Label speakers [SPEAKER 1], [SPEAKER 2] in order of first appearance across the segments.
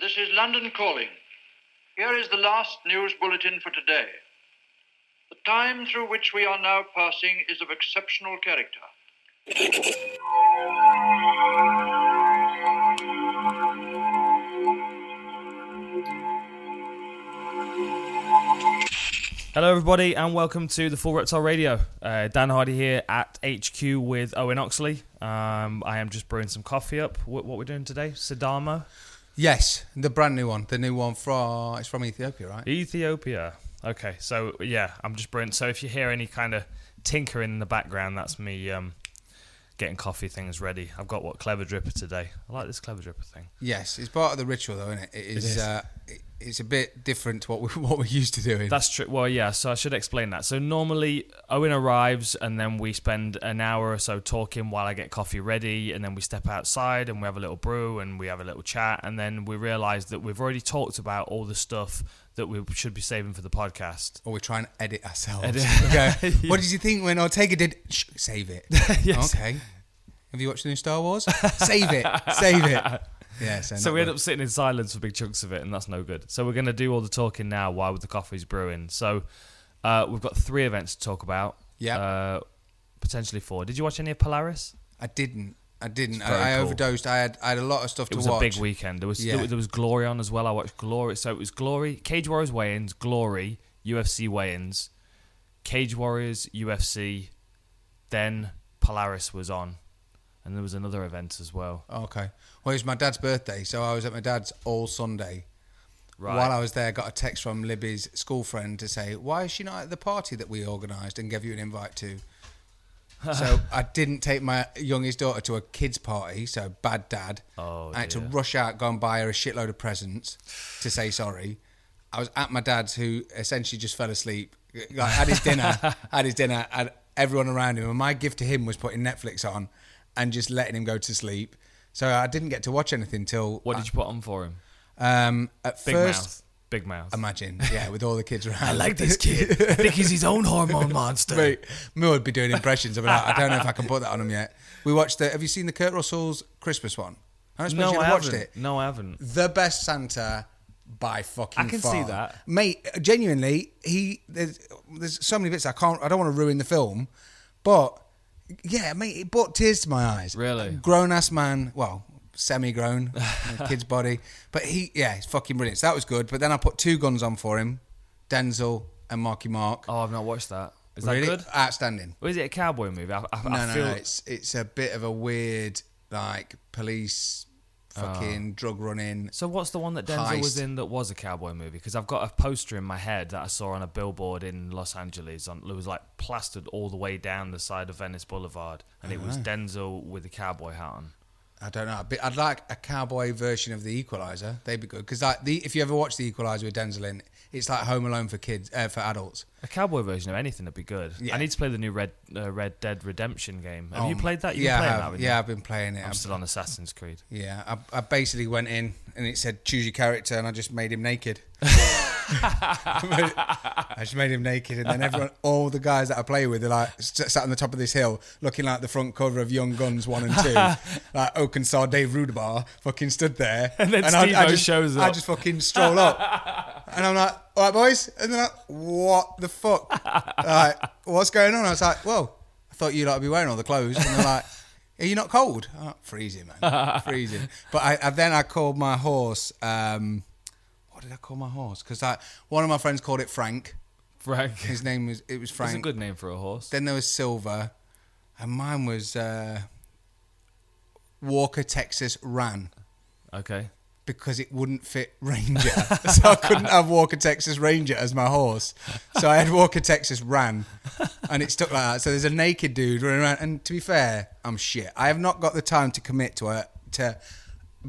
[SPEAKER 1] this is London Calling. Here is the last news bulletin for today. The time through which we are now passing is of exceptional character.
[SPEAKER 2] Hello, everybody, and welcome to the Full Reptile Radio. Uh, Dan Hardy here at HQ with Owen Oxley. Um, I am just brewing some coffee up. What, what we're doing today? Sidamo,
[SPEAKER 3] Yes, the brand new one, the new one from it's from Ethiopia, right?
[SPEAKER 2] Ethiopia. Okay, so yeah, I'm just brewing. So if you hear any kind of tinkering in the background, that's me um, getting coffee things ready. I've got what clever dripper today. I like this clever dripper thing.
[SPEAKER 3] Yes, it's part of the ritual though, isn't it? It is.
[SPEAKER 2] is.
[SPEAKER 3] Uh, it, it's a bit different to what we what we're used to doing.
[SPEAKER 2] That's true. Well, yeah. So I should explain that. So normally Owen arrives, and then we spend an hour or so talking while I get coffee ready, and then we step outside and we have a little brew and we have a little chat, and then we realise that we've already talked about all the stuff that we should be saving for the podcast.
[SPEAKER 3] or we try and edit ourselves. Okay. What did you think when Ortega did? Shh, save it.
[SPEAKER 2] Yes.
[SPEAKER 3] Okay. Have you watched the new Star Wars? save it. Save it. Yeah. So,
[SPEAKER 2] So
[SPEAKER 3] not
[SPEAKER 2] we end
[SPEAKER 3] good.
[SPEAKER 2] up sitting in silence for big chunks of it, and that's no good. So we're going to do all the talking now while the coffee's brewing. So uh, we've got three events to talk about.
[SPEAKER 3] Yeah.
[SPEAKER 2] Uh, potentially four. Did you watch any of Polaris?
[SPEAKER 3] I didn't. I didn't.
[SPEAKER 2] very
[SPEAKER 3] I, I
[SPEAKER 2] cool.
[SPEAKER 3] overdosed. I had I had a lot of stuff
[SPEAKER 2] It
[SPEAKER 3] to
[SPEAKER 2] was
[SPEAKER 3] watch.
[SPEAKER 2] a big weekend. There was
[SPEAKER 3] Yeah.
[SPEAKER 2] there, was Glory on as well. I watched Glory. So it was Glory, Cage Warriors weigh-ins, Glory, UFC weigh-ins, Cage Warriors, UFC, then Polaris was on, and there was another event as well.
[SPEAKER 3] Okay. Well, it was my dad's birthday, so I was at my dad's all Sunday.
[SPEAKER 2] Right.
[SPEAKER 3] While I was there, I got a text from Libby's school friend to say, "Why is she not at the party that we organised and gave you an invite to?" so I didn't take my youngest daughter to a kids' party. So bad dad.
[SPEAKER 2] Oh,
[SPEAKER 3] I had to
[SPEAKER 2] dear.
[SPEAKER 3] rush out, go and buy her a shitload of presents to say sorry. I was at my dad's, who essentially just fell asleep. Like, had his dinner, had his dinner, had everyone around him, and my gift to him was putting Netflix on and just letting him go to sleep. So I didn't get to watch anything till
[SPEAKER 2] What did you put on for him?
[SPEAKER 3] um, at
[SPEAKER 2] Big
[SPEAKER 3] first.
[SPEAKER 2] mouth. Big mouth.
[SPEAKER 3] Imagine, yeah, with all the kids around. I
[SPEAKER 2] I think he's his own hormone monster.
[SPEAKER 3] Mate, me would be doing impressions. I'm like, I don't know if I can put that on him yet. We watched the. Have you seen the Kurt Russell's Christmas one? I don't suppose
[SPEAKER 2] No,
[SPEAKER 3] you'd
[SPEAKER 2] I
[SPEAKER 3] have watched
[SPEAKER 2] haven't.
[SPEAKER 3] it.
[SPEAKER 2] No, I haven't.
[SPEAKER 3] the best Santa by fucking.
[SPEAKER 2] I can
[SPEAKER 3] far.
[SPEAKER 2] see that.
[SPEAKER 3] mate. Genuinely, he there's there's so many bits I can't. I don't want to ruin the film, but yeah, mate, it brought tears to my eyes.
[SPEAKER 2] Really?
[SPEAKER 3] grown ass man. Well, semi-grown, kid's body, but he yeah, he's fucking brilliant. So that was good. But then I put two guns on for him, Denzel and Marky Mark.
[SPEAKER 2] Oh, I've not watched that. Is
[SPEAKER 3] really
[SPEAKER 2] that good?
[SPEAKER 3] outstanding.
[SPEAKER 2] Or is it a cowboy movie? I, I,
[SPEAKER 3] No,
[SPEAKER 2] I
[SPEAKER 3] no,
[SPEAKER 2] feel
[SPEAKER 3] no, it's it's a bit of a weird like police
[SPEAKER 2] Ah.
[SPEAKER 3] fucking drug running.
[SPEAKER 2] So what's the one that Denzel was
[SPEAKER 3] Heist.
[SPEAKER 2] in that was a cowboy movie? Because I've got a poster in my head that I saw on a billboard in Los Angeles. On it was like plastered all the way down the side of Venice Boulevard, and it
[SPEAKER 3] Oh,
[SPEAKER 2] was Denzel with a cowboy hat on.
[SPEAKER 3] I don't know. But I'd like a cowboy version of the Equalizer. They'd be good because like the if you ever watch the Equalizer with Denzel in, it's like Home Alone for kids uh, for adults.
[SPEAKER 2] A cowboy version of anything would be good.
[SPEAKER 3] Yeah.
[SPEAKER 2] I need to play the new Red uh, Red Dead Redemption game. Have you
[SPEAKER 3] Um,
[SPEAKER 2] played that? You've
[SPEAKER 3] yeah,
[SPEAKER 2] been
[SPEAKER 3] I
[SPEAKER 2] playing
[SPEAKER 3] have.
[SPEAKER 2] that, haven't you?
[SPEAKER 3] yeah, I've been playing it.
[SPEAKER 2] I'm
[SPEAKER 3] I've-
[SPEAKER 2] still on Assassin's Creed.
[SPEAKER 3] yeah, I, I basically went in and it said choose your character, and I just made him naked. I just made him naked, and then everyone, all the guys that I play with, are like s- sat on the top of this hill, looking like the front cover of Young Guns One and Two, like Oakensaw Dave Rudabar, fucking stood there,
[SPEAKER 2] And then
[SPEAKER 3] I, I
[SPEAKER 2] Steve-O
[SPEAKER 3] just,
[SPEAKER 2] shows
[SPEAKER 3] I
[SPEAKER 2] up.
[SPEAKER 3] just fucking stroll up, and I'm like, "All right, boys," and they're like, "What the fuck? Like, what's going on?" I was like, "Well, I thought you'd like be wearing all the clothes," and they're like. Are you not cold? I'm like, freezing, man. freezing. But I, I then I called my horse. Um, what did I call my horse? Because one of my friends called it Frank.
[SPEAKER 2] Frank,
[SPEAKER 3] His name was it was
[SPEAKER 2] it's
[SPEAKER 3] Frank.
[SPEAKER 2] a good name for a horse.
[SPEAKER 3] Then there was Silver, and mine was uh, Walker Texas Ran
[SPEAKER 2] Okay.
[SPEAKER 3] because it wouldn't fit Ranger, so I couldn't have Walker Texas Ranger as my horse. So I had Walker Texas Ran, and it stuck like that. So there's a naked dude running around. And to be fair, I'm shit. I have not got the time to commit to a to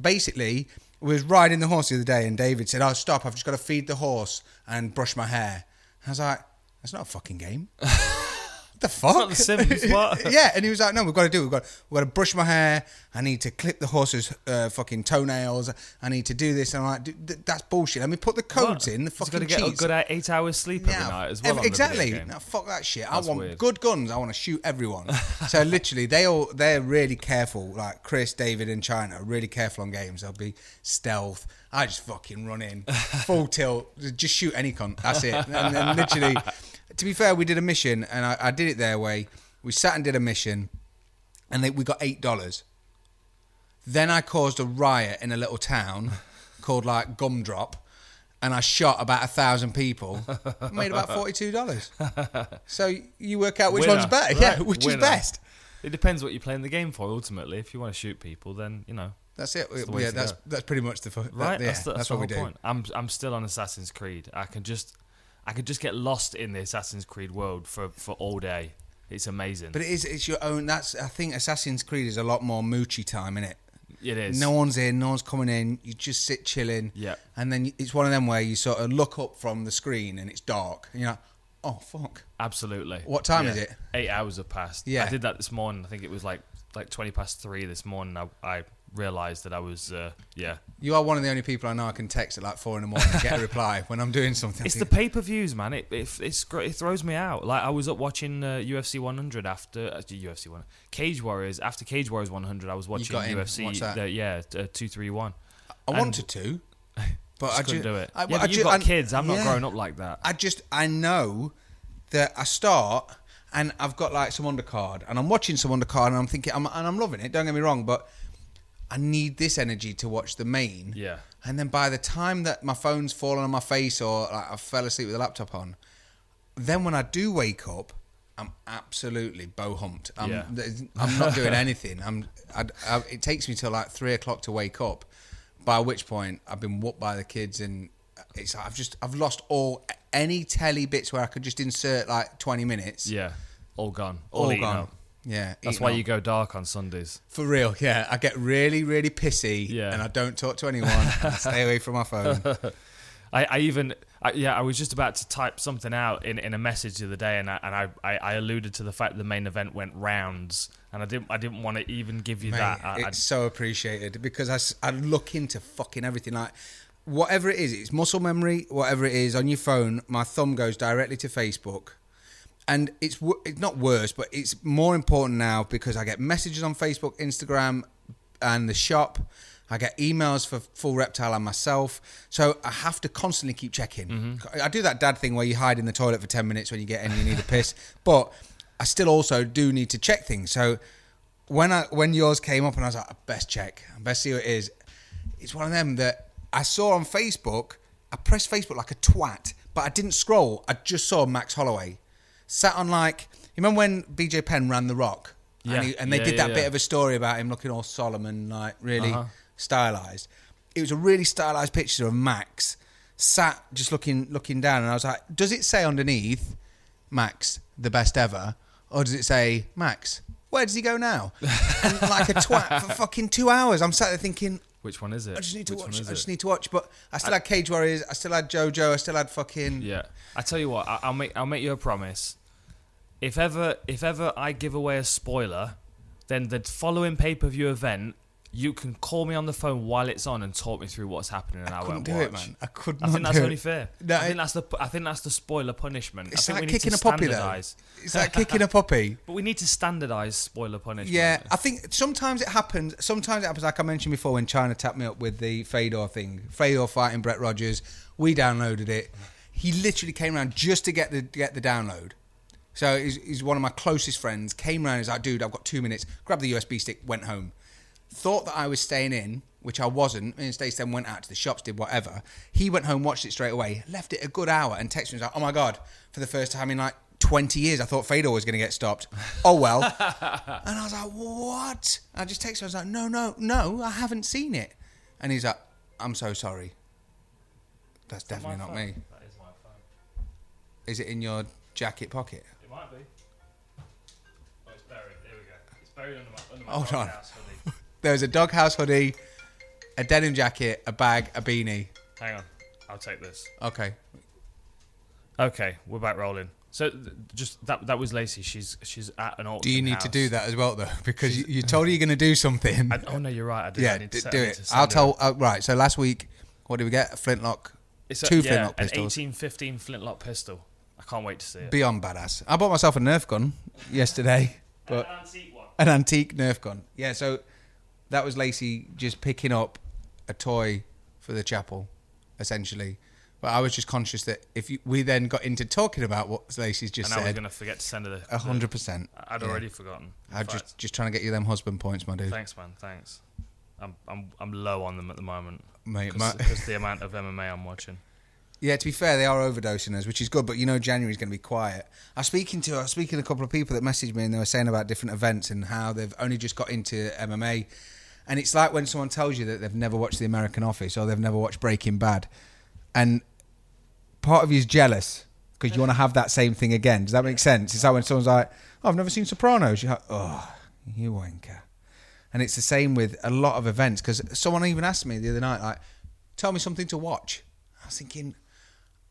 [SPEAKER 3] basically. We was riding the horse the other day, and David said, "Oh, stop! I've just got to feed the horse and brush my hair." I was like, "That's not a fucking game." the fuck?
[SPEAKER 2] not The Sims, what?
[SPEAKER 3] yeah, and he was like, no, we've got to do it. We've got, we've got to brush my hair. I need to clip the horse's uh, fucking toenails. I need to do this. And I'm like, "Dude, th- that's bullshit. I mean, put the codes in, the
[SPEAKER 2] He's got
[SPEAKER 3] fucking
[SPEAKER 2] to get a
[SPEAKER 3] cheats.
[SPEAKER 2] good eight- eight hours sleep every
[SPEAKER 3] Yeah,
[SPEAKER 2] night as well.
[SPEAKER 3] ev-
[SPEAKER 2] on the video
[SPEAKER 3] exactly.
[SPEAKER 2] game.
[SPEAKER 3] No, fuck that shit.
[SPEAKER 2] That's
[SPEAKER 3] I want
[SPEAKER 2] weird.
[SPEAKER 3] good guns. I want to shoot everyone. so literally, they all they're really careful. Like Chris, David, and China are really careful on games. They'll be stealth. I just fucking run in full tilt. Just shoot any cunt. That's it. And then literally, to be fair, we did a mission, and I, I did it their way. We sat and did a mission, and they, we got eight dollars. Then I caused a riot in a little town called like Gumdrop, and I shot about a thousand people. I made about forty-two dollars. So you work out which
[SPEAKER 2] Winner,
[SPEAKER 3] one's better,
[SPEAKER 2] right?
[SPEAKER 3] yeah, which
[SPEAKER 2] Winner.
[SPEAKER 3] is best.
[SPEAKER 2] It depends what you're playing the game for. Ultimately, if you want to shoot people, then you know,
[SPEAKER 3] That's it.
[SPEAKER 2] the way
[SPEAKER 3] yeah,
[SPEAKER 2] to
[SPEAKER 3] that's
[SPEAKER 2] go.
[SPEAKER 3] that's pretty much the fu- that-
[SPEAKER 2] right?
[SPEAKER 3] yeah,
[SPEAKER 2] that's
[SPEAKER 3] that's,
[SPEAKER 2] the, that's the
[SPEAKER 3] what
[SPEAKER 2] whole
[SPEAKER 3] we do.
[SPEAKER 2] point. I'm I'm still on Assassin's Creed. I can just I could just get lost in the Assassin's Creed world for for all day. It's amazing.
[SPEAKER 3] But it is it's your own. That's I think Assassin's Creed is a lot more moochy time in it.
[SPEAKER 2] it is.
[SPEAKER 3] No one's in, no one's coming in. You just sit chilling.
[SPEAKER 2] Yeah.
[SPEAKER 3] And then it's one of them where you sort of look up from the screen and it's dark. And you're like, oh fuck.
[SPEAKER 2] Absolutely.
[SPEAKER 3] What time is
[SPEAKER 2] Yeah.
[SPEAKER 3] it?
[SPEAKER 2] Eight hours have passed.
[SPEAKER 3] Yeah.
[SPEAKER 2] I did that this morning. I think it was like like twenty past three this morning. I, I realized that I was uh, yeah.
[SPEAKER 3] You are one of the only people I know I can text at like four in the morning and get a reply when I'm doing something.
[SPEAKER 2] It's the pay per views, man. It it, it's, gr- it throws me out. Like I was up watching uh, UFC 100 after uh, UFC one Cage Warriors after Cage Warriors 100. I was watching
[SPEAKER 3] got in.
[SPEAKER 2] UFC
[SPEAKER 3] What's that?
[SPEAKER 2] uh, yeah uh, two three one.
[SPEAKER 3] I
[SPEAKER 2] and-
[SPEAKER 3] wanted to, but I
[SPEAKER 2] Just couldn't
[SPEAKER 3] ju-
[SPEAKER 2] do it.
[SPEAKER 3] I,
[SPEAKER 2] yeah,
[SPEAKER 3] I
[SPEAKER 2] but you've
[SPEAKER 3] ju-
[SPEAKER 2] got
[SPEAKER 3] I-
[SPEAKER 2] kids. I'm not
[SPEAKER 3] yeah.
[SPEAKER 2] growing up like that.
[SPEAKER 3] I just I know that I start and I've got like some undercard and I'm watching some undercard and I'm thinking I'm, and I'm loving it. Don't get me wrong, but I need this energy to watch the main.
[SPEAKER 2] Yeah.
[SPEAKER 3] And then by the time that my phone's fallen on my face or like I fell asleep with the laptop on, then when I do wake up, I'm absolutely bow humped. I'm,
[SPEAKER 2] Yeah.
[SPEAKER 3] there's- I'm not doing anything. I'm. I, I, it takes me till like three o'clock to wake up, by which point I've been whooped by the kids and it's. I've just. I've lost all any telly bits where I could just insert like twenty minutes.
[SPEAKER 2] yeah, all gone. All,
[SPEAKER 3] All
[SPEAKER 2] eaten
[SPEAKER 3] gone.
[SPEAKER 2] up.
[SPEAKER 3] Yeah.
[SPEAKER 2] That's
[SPEAKER 3] eaten
[SPEAKER 2] why
[SPEAKER 3] up.
[SPEAKER 2] you go dark on Sundays.
[SPEAKER 3] For real, yeah. I get really, really pissy,
[SPEAKER 2] Yeah.
[SPEAKER 3] and I don't talk to anyone. I stay away from my phone.
[SPEAKER 2] I, I even I, yeah I was just about to type something out in, in a message the other day and I and I, I, I alluded to the fact that the main event went rounds and I didn't I didn't want to even give you
[SPEAKER 3] Mate,
[SPEAKER 2] that I, I,
[SPEAKER 3] it's so appreciated because I, s- I look into fucking everything. Like, whatever it is, it's muscle memory, whatever it is on your phone, my thumb goes directly to Facebook. And it's, wo- it's not worse, but it's more important now because I get messages on Facebook, Instagram, and the shop. I get emails for Full Reptile and myself. So I have to constantly keep checking.
[SPEAKER 2] Mm-hmm.
[SPEAKER 3] I do that dad thing where you hide in the toilet for 10 minutes when you get in and you need a piss. But I still also do need to check things. So when I when yours came up and I was like, I best check, I best see what it is. It's one of them that I saw on Facebook. I pressed Facebook like a twat, but I didn't scroll. I just saw Max Holloway sat on like you remember when BJ Penn ran The Rock,
[SPEAKER 2] Yeah.
[SPEAKER 3] and, he, and they
[SPEAKER 2] Yeah,
[SPEAKER 3] did
[SPEAKER 2] yeah,
[SPEAKER 3] that
[SPEAKER 2] yeah.
[SPEAKER 3] bit of a story about him looking all solemn and like really
[SPEAKER 2] Uh-huh.
[SPEAKER 3] stylized. It was a really stylized picture of Max sat just looking looking down, and I was like, does it say underneath Max the best ever, or does it say Max? Where does he go now? and like a twat for fucking two hours. I'm sat there thinking,
[SPEAKER 2] which one is it
[SPEAKER 3] I just need to
[SPEAKER 2] Which one
[SPEAKER 3] watch. I
[SPEAKER 2] is
[SPEAKER 3] just
[SPEAKER 2] it?
[SPEAKER 3] need to watch. But I still had Cage Warriors. I still had JoJo. I still had fucking.
[SPEAKER 2] yeah I tell you what I, I'll make I'll make you a promise if ever if ever I give away a spoiler then the following pay per view event you can call me on the phone while it's on and talk me through what's happening and I,
[SPEAKER 3] couldn't
[SPEAKER 2] won't
[SPEAKER 3] do
[SPEAKER 2] watch.
[SPEAKER 3] it, man. I could
[SPEAKER 2] I
[SPEAKER 3] not
[SPEAKER 2] think that's
[SPEAKER 3] do
[SPEAKER 2] only
[SPEAKER 3] it.
[SPEAKER 2] fair.
[SPEAKER 3] No,
[SPEAKER 2] I think
[SPEAKER 3] it-
[SPEAKER 2] that's the I think that's the spoiler punishment. I
[SPEAKER 3] It's
[SPEAKER 2] think
[SPEAKER 3] like
[SPEAKER 2] we need
[SPEAKER 3] kicking
[SPEAKER 2] to
[SPEAKER 3] a puppy, though.
[SPEAKER 2] standardize.
[SPEAKER 3] It's like kicking a puppy.
[SPEAKER 2] But we need to standardize spoiler punishment.
[SPEAKER 3] Yeah, I think sometimes it happens. Sometimes it happens, like I mentioned before, when China tapped me up with the Fedor thing. Fedor fighting Brett Rogers. We downloaded it. He literally came around just to get the get the download. So he's, he's one of my closest friends. Came around. He's like, dude, I've got two minutes. Grabbed the USB stick. Went home. Thought that I was staying in, which I wasn't. Me and Stace then went out to the shops, did whatever. He went home, watched it straight away. Left it a good hour and texted me. He's like, oh my god, for the first time in like. 20 years, I thought Fedor was going to get stopped. Oh well. And I was like, what? And I just texted him. I was like, no, no, no, I haven't seen it. And he's like, I'm so sorry. That's definitely not me.
[SPEAKER 2] That is my phone.
[SPEAKER 3] Is it in your jacket pocket?
[SPEAKER 2] It might be. Oh, it's buried. There we go. It's buried under my under my
[SPEAKER 3] Hold on. doghouse There's a doghouse hoodie, a denim jacket, a bag, a beanie.
[SPEAKER 2] Hang on. I'll take this.
[SPEAKER 3] Okay.
[SPEAKER 2] Okay, we're back rolling. So th- just that that was Lacey. She's she's at an auction.
[SPEAKER 3] Do you need to
[SPEAKER 2] house.
[SPEAKER 3] do that as well though? Because you, you told her you're going to do something.
[SPEAKER 2] I, oh no, you're right. I do. I
[SPEAKER 3] yeah,
[SPEAKER 2] need
[SPEAKER 3] d-
[SPEAKER 2] to set-
[SPEAKER 3] do
[SPEAKER 2] I need
[SPEAKER 3] it.
[SPEAKER 2] to
[SPEAKER 3] I'll
[SPEAKER 2] send her
[SPEAKER 3] tell. Uh, right. So last week, what did we get? A flintlock.
[SPEAKER 2] It's
[SPEAKER 3] two
[SPEAKER 2] yeah,
[SPEAKER 3] flintlock
[SPEAKER 2] an
[SPEAKER 3] pistols.
[SPEAKER 2] 1815 flintlock pistol. I can't wait to see it.
[SPEAKER 3] Beyond badass. I bought myself a Nerf gun yesterday,
[SPEAKER 2] an
[SPEAKER 3] but
[SPEAKER 2] antique one.
[SPEAKER 3] an antique Nerf gun. Yeah. So that was Lacey just picking up a toy for the chapel, essentially. But I was just conscious that if you, we then got into talking about what Lacey's just
[SPEAKER 2] And I was uh,
[SPEAKER 3] said,
[SPEAKER 2] going to forget to send her the.
[SPEAKER 3] a hundred percent.
[SPEAKER 2] the- I'd already forgotten. in
[SPEAKER 3] I'm
[SPEAKER 2] fact.
[SPEAKER 3] just just trying to get you them husband points, my dude.
[SPEAKER 2] Thanks, man. Thanks. I'm I'm I'm low on them at the moment.
[SPEAKER 3] Mate,
[SPEAKER 2] Because
[SPEAKER 3] my-
[SPEAKER 2] the amount of MMA I'm watching.
[SPEAKER 3] Yeah, to be fair, they are overdosing us, which is good. But you know, January's going to be quiet. I was speaking to I was speaking to a couple of people that messaged me, and they were saying about different events and how they've only just got into MMA. And it's like when someone tells you that they've never watched The American Office or they've never watched Breaking Bad, and part of you is jealous because you want to have that same thing again. Does that make sense? It's like when someone's like, oh, "I've never seen Sopranos." You're like, "Oh, you wanker." And it's the same with a lot of events because someone even asked me the other night, like, "Tell me something to watch." I was thinking,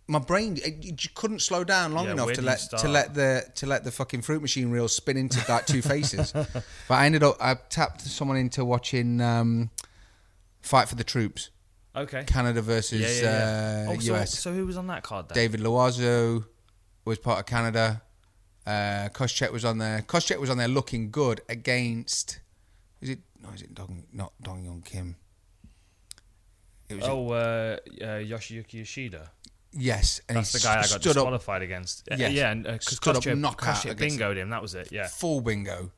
[SPEAKER 3] my brain it, you just couldn't slow down long
[SPEAKER 2] Yeah,
[SPEAKER 3] enough
[SPEAKER 2] where
[SPEAKER 3] to
[SPEAKER 2] do you
[SPEAKER 3] let
[SPEAKER 2] start?
[SPEAKER 3] to let the to let the fucking fruit machine reel spin into like two faces. but I ended up I tapped someone into watching um, Fight for the Troops,
[SPEAKER 2] Okay.
[SPEAKER 3] Canada versus
[SPEAKER 2] yeah, yeah, yeah.
[SPEAKER 3] Uh,
[SPEAKER 2] oh, so,
[SPEAKER 3] US.
[SPEAKER 2] so who was on that card then?
[SPEAKER 3] David Loazo was part of Canada. Uh, Koscheck was on there. Koscheck was on there looking good against. Is it? No, is it Dong? Not Dong Young Kim. It was.
[SPEAKER 2] Oh, uh, uh, Yoshiyuki Yoshida.
[SPEAKER 3] yes, and
[SPEAKER 2] That's
[SPEAKER 3] he
[SPEAKER 2] the guy I
[SPEAKER 3] s-
[SPEAKER 2] got
[SPEAKER 3] stood up
[SPEAKER 2] disqualified against. Uh,
[SPEAKER 3] Yes.
[SPEAKER 2] Yeah, and uh, 'cause
[SPEAKER 3] Stood up
[SPEAKER 2] Koscheck-
[SPEAKER 3] knockout
[SPEAKER 2] Koscheck
[SPEAKER 3] against
[SPEAKER 2] bingoed him. That was it. Yeah.
[SPEAKER 3] full bingo.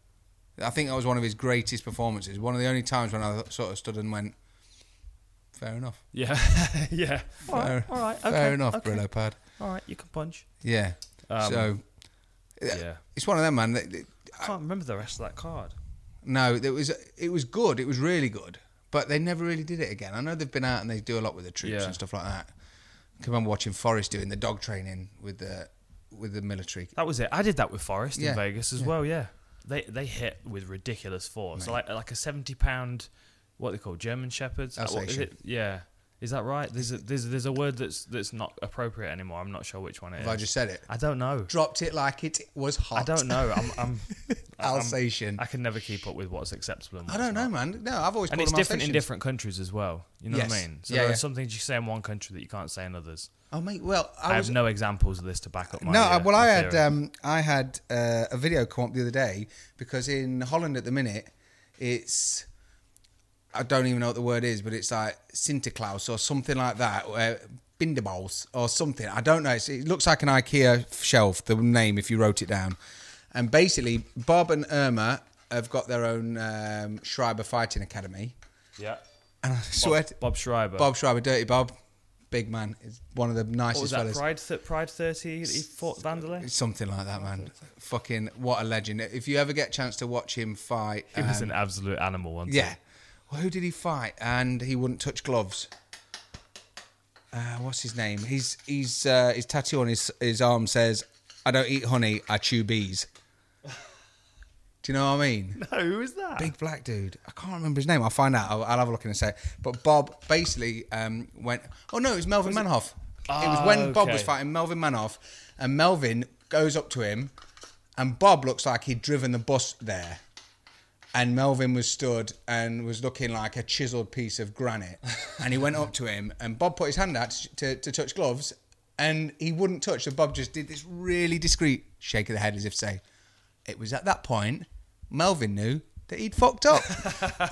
[SPEAKER 3] I think that was one of his greatest performances. One of the only times when I sort of stood and went, "Fair enough,
[SPEAKER 2] Yeah. yeah.
[SPEAKER 3] fair, fair enough, Brillo Pad."
[SPEAKER 2] All right. You can punch.
[SPEAKER 3] Yeah.
[SPEAKER 2] Um,
[SPEAKER 3] so
[SPEAKER 2] Yeah.
[SPEAKER 3] it's one of them, man. that- that-
[SPEAKER 2] I can't remember the rest of that card.
[SPEAKER 3] No, it was it was good. It was really good, but they never really did it again. I know they've been out and they do a lot with the troops
[SPEAKER 2] Yeah.
[SPEAKER 3] and stuff like that. I can remember watching Forrest doing the dog training with the with the military.
[SPEAKER 2] That was it. I did that with Forrest
[SPEAKER 3] Yeah,
[SPEAKER 2] in Vegas as well. Yeah, they they hit with ridiculous force. So like like a seventy pound, what they call German shepherds. Uh, what is
[SPEAKER 3] Alsatian.
[SPEAKER 2] it? Yeah, is that right? There's a there's there's a word that's that's not appropriate anymore. I'm not sure which one it is.
[SPEAKER 3] Have I just said it?
[SPEAKER 2] I don't know.
[SPEAKER 3] Dropped it like it was hot.
[SPEAKER 2] I don't know. I'm, I'm I'm-
[SPEAKER 3] Alsatian.
[SPEAKER 2] I can never keep up with what's acceptable. And
[SPEAKER 3] I
[SPEAKER 2] what's
[SPEAKER 3] don't
[SPEAKER 2] not.
[SPEAKER 3] know, man. No, I've always
[SPEAKER 2] And
[SPEAKER 3] called
[SPEAKER 2] it's different
[SPEAKER 3] them
[SPEAKER 2] in
[SPEAKER 3] Alsatians.
[SPEAKER 2] different countries as well. You know what
[SPEAKER 3] Yes.
[SPEAKER 2] I mean? So
[SPEAKER 3] Yeah,
[SPEAKER 2] there
[SPEAKER 3] yeah.
[SPEAKER 2] are some things you say in one country that you can't say in others.
[SPEAKER 3] Oh mate, well
[SPEAKER 2] I,
[SPEAKER 3] I was
[SPEAKER 2] have no examples of this to back up my. uh,
[SPEAKER 3] No, I- well,
[SPEAKER 2] my
[SPEAKER 3] I had
[SPEAKER 2] theory.
[SPEAKER 3] um, I had uh, a video come up the other day because in Holland at the minute, it's I don't even know what the word is, but it's like Sinterklaas or something like that, or Binderballs or something. I don't know. It's, it looks like an IKEA shelf. The name, if you wrote it down, and basically Bob and Irma have got their own um, Schreiber Fighting Academy,
[SPEAKER 2] yeah.
[SPEAKER 3] and I swear, to-
[SPEAKER 2] Bob Schreiber.
[SPEAKER 3] Bob Schreiber, Dirty Bob, big man, is one of the nicest
[SPEAKER 2] What was that
[SPEAKER 3] fellas.
[SPEAKER 2] Pride th- Pride thirty? He fought Vanderlei.
[SPEAKER 3] Something like that, man. Fucking what a legend! If you ever get a chance to watch him fight,
[SPEAKER 2] He was
[SPEAKER 3] um,
[SPEAKER 2] an absolute animal once.
[SPEAKER 3] yeah. Well, who did he fight? And he wouldn't touch gloves. Uh, what's his name? He's he's uh, his tattoo on his his arm says, "I don't eat honey, I chew bees." Do you know what I mean?
[SPEAKER 2] No, who is that?
[SPEAKER 3] big black dude. I can't remember his name. I'll find out. I'll, I'll have a look in a sec. But Bob basically um, went. Oh no, it was Melvin Manhoff. it was
[SPEAKER 2] Ah,
[SPEAKER 3] when Bob was
[SPEAKER 2] okay.
[SPEAKER 3] fighting Melvin Manhoff, and Melvin goes up to him, and Bob looks like he'd driven the bus there, and Melvin was stood and was looking like a chiseled piece of granite, and he went up to him, and Bob put his hand out to, to, to touch gloves, and he wouldn't touch. So Bob just did this really discreet shake of the head as if to say, it was at that point Melvin knew that he'd fucked up,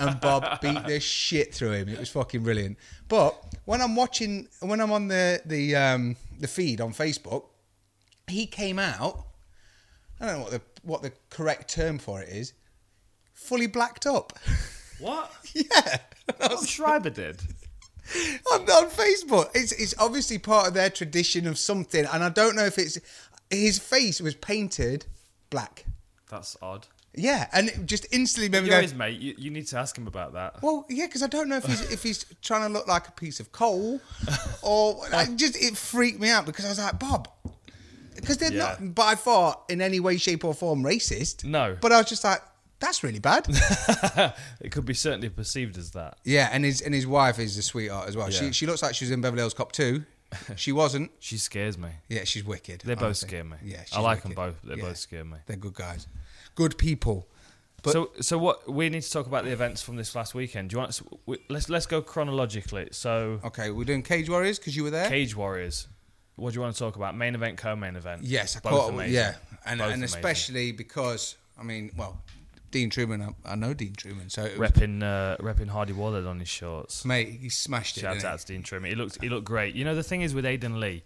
[SPEAKER 3] and Bob beat the shit through him. It was fucking brilliant. But when I'm watching, when I'm on the the um, the feed on Facebook, he came out. I don't know what the what the correct term for it is. Fully blacked up.
[SPEAKER 2] What?
[SPEAKER 3] yeah.
[SPEAKER 2] Bob Schreiber did.
[SPEAKER 3] on, on Facebook. It's it's obviously part of their tradition of something, and I don't know if it's his face was painted black.
[SPEAKER 2] That's odd.
[SPEAKER 3] Yeah, and it just instantly made me
[SPEAKER 2] You're
[SPEAKER 3] go,
[SPEAKER 2] his mate. You, you need to ask him about that.
[SPEAKER 3] Well, yeah, because I don't know if he's if he's trying to look like a piece of coal, or I just it freaked me out because I was like Bob, because they're
[SPEAKER 2] Yeah.
[SPEAKER 3] not by far in any way, shape, or form racist.
[SPEAKER 2] No.
[SPEAKER 3] but I was just like, that's really bad.
[SPEAKER 2] it could be certainly perceived as that.
[SPEAKER 3] yeah, and his and his wife is a sweetheart as well. She
[SPEAKER 2] Yeah.
[SPEAKER 3] she looks like she was in Beverly Hills Cop two. She wasn't.
[SPEAKER 2] She scares me.
[SPEAKER 3] Yeah, she's wicked.
[SPEAKER 2] They both
[SPEAKER 3] honestly.
[SPEAKER 2] scare me.
[SPEAKER 3] Yeah, she's
[SPEAKER 2] I like them
[SPEAKER 3] wicked.
[SPEAKER 2] both. They
[SPEAKER 3] Yeah.
[SPEAKER 2] both scare me.
[SPEAKER 3] They're good guys, good people. But-
[SPEAKER 2] so, so what we need to talk about the events from this last weekend. Do you want? us- we- Let's let's go chronologically. So,
[SPEAKER 3] Okay, we're doing Cage Warriors because you were there.
[SPEAKER 2] Cage Warriors. What do you want to talk about? Main event, co-main event.
[SPEAKER 3] Yes, I
[SPEAKER 2] Both
[SPEAKER 3] caught.
[SPEAKER 2] amazing.
[SPEAKER 3] Yeah, and
[SPEAKER 2] Both
[SPEAKER 3] and
[SPEAKER 2] amazing.
[SPEAKER 3] especially because I mean, well, Dean Truman. I, I know Dean Truman, so it was,
[SPEAKER 2] repping uh, repping Hardy Warlord on his shorts.
[SPEAKER 3] mate, he smashed it.
[SPEAKER 2] Shout
[SPEAKER 3] didn't
[SPEAKER 2] out to Dean Trimmer. He looked he looked great. You know the thing is with Aiden Lee,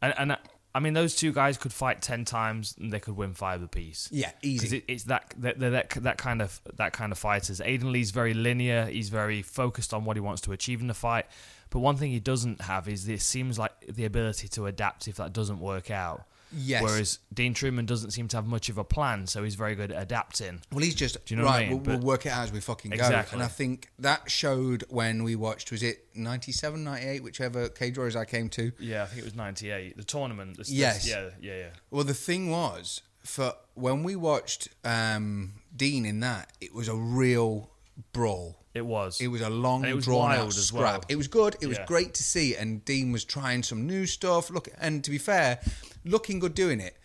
[SPEAKER 2] and and I, I mean those two guys could fight ten times and they could win five apiece.
[SPEAKER 3] he? Yeah,
[SPEAKER 2] Because
[SPEAKER 3] easy.
[SPEAKER 2] it, it's that they're, they're that that kind of that kind of fighters. Aiden Lee's very linear. He's very focused on what he wants to achieve in the fight. But one thing he doesn't have is it seems like the ability to adapt if that doesn't work out.
[SPEAKER 3] Yes.
[SPEAKER 2] Whereas Dean Truman doesn't seem to have much of a plan, so he's very good at adapting.
[SPEAKER 3] Well, he's just
[SPEAKER 2] Do you know what I
[SPEAKER 3] right.
[SPEAKER 2] mean?
[SPEAKER 3] we'll,
[SPEAKER 2] But-
[SPEAKER 3] we'll work it out as we fucking go.
[SPEAKER 2] Exactly.
[SPEAKER 3] And I think that showed when we watched. Was it 97, 98, whichever Cage Warriors I came to.
[SPEAKER 2] Yeah, I think it was ninety eight. The tournament. This,
[SPEAKER 3] Yes.
[SPEAKER 2] Yeah. Yeah. Yeah.
[SPEAKER 3] Well, the thing was for when we watched um, Dean in that, it was a real brawl.
[SPEAKER 2] It was.
[SPEAKER 3] It was a long,
[SPEAKER 2] And it was
[SPEAKER 3] drawn out
[SPEAKER 2] wild as
[SPEAKER 3] scrap.
[SPEAKER 2] well.
[SPEAKER 3] It was good. It was
[SPEAKER 2] Yeah.
[SPEAKER 3] great to see, and Dean was trying some new stuff. Look, and to be fair, looking good doing it.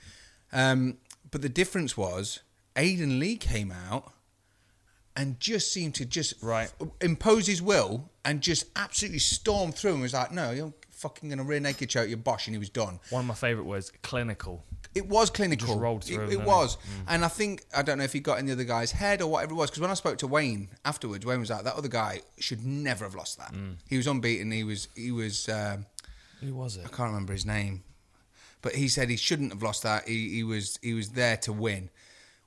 [SPEAKER 3] Um, but the difference was, Aiden Lee came out and just seemed to just
[SPEAKER 2] Right.
[SPEAKER 3] f- impose his will and just absolutely storm through and was like, "No, you're fucking gonna rear naked choke your bosh," and he was done.
[SPEAKER 2] One of my favorite words, clinical.
[SPEAKER 3] It was clinical.
[SPEAKER 2] rolled
[SPEAKER 3] It-
[SPEAKER 2] through,
[SPEAKER 3] It,
[SPEAKER 2] didn't Mm. it?
[SPEAKER 3] was, and I think I don't know if he got in the other guy's head or whatever it was. Because when I spoke to Wayne afterwards, Wayne was like, "That other guy should never have lost that.
[SPEAKER 2] Mm.
[SPEAKER 3] He was unbeaten. He was he was um,
[SPEAKER 2] Who was it?
[SPEAKER 3] I can't remember his name, but he said he shouldn't have lost that. He, he was he was there to win,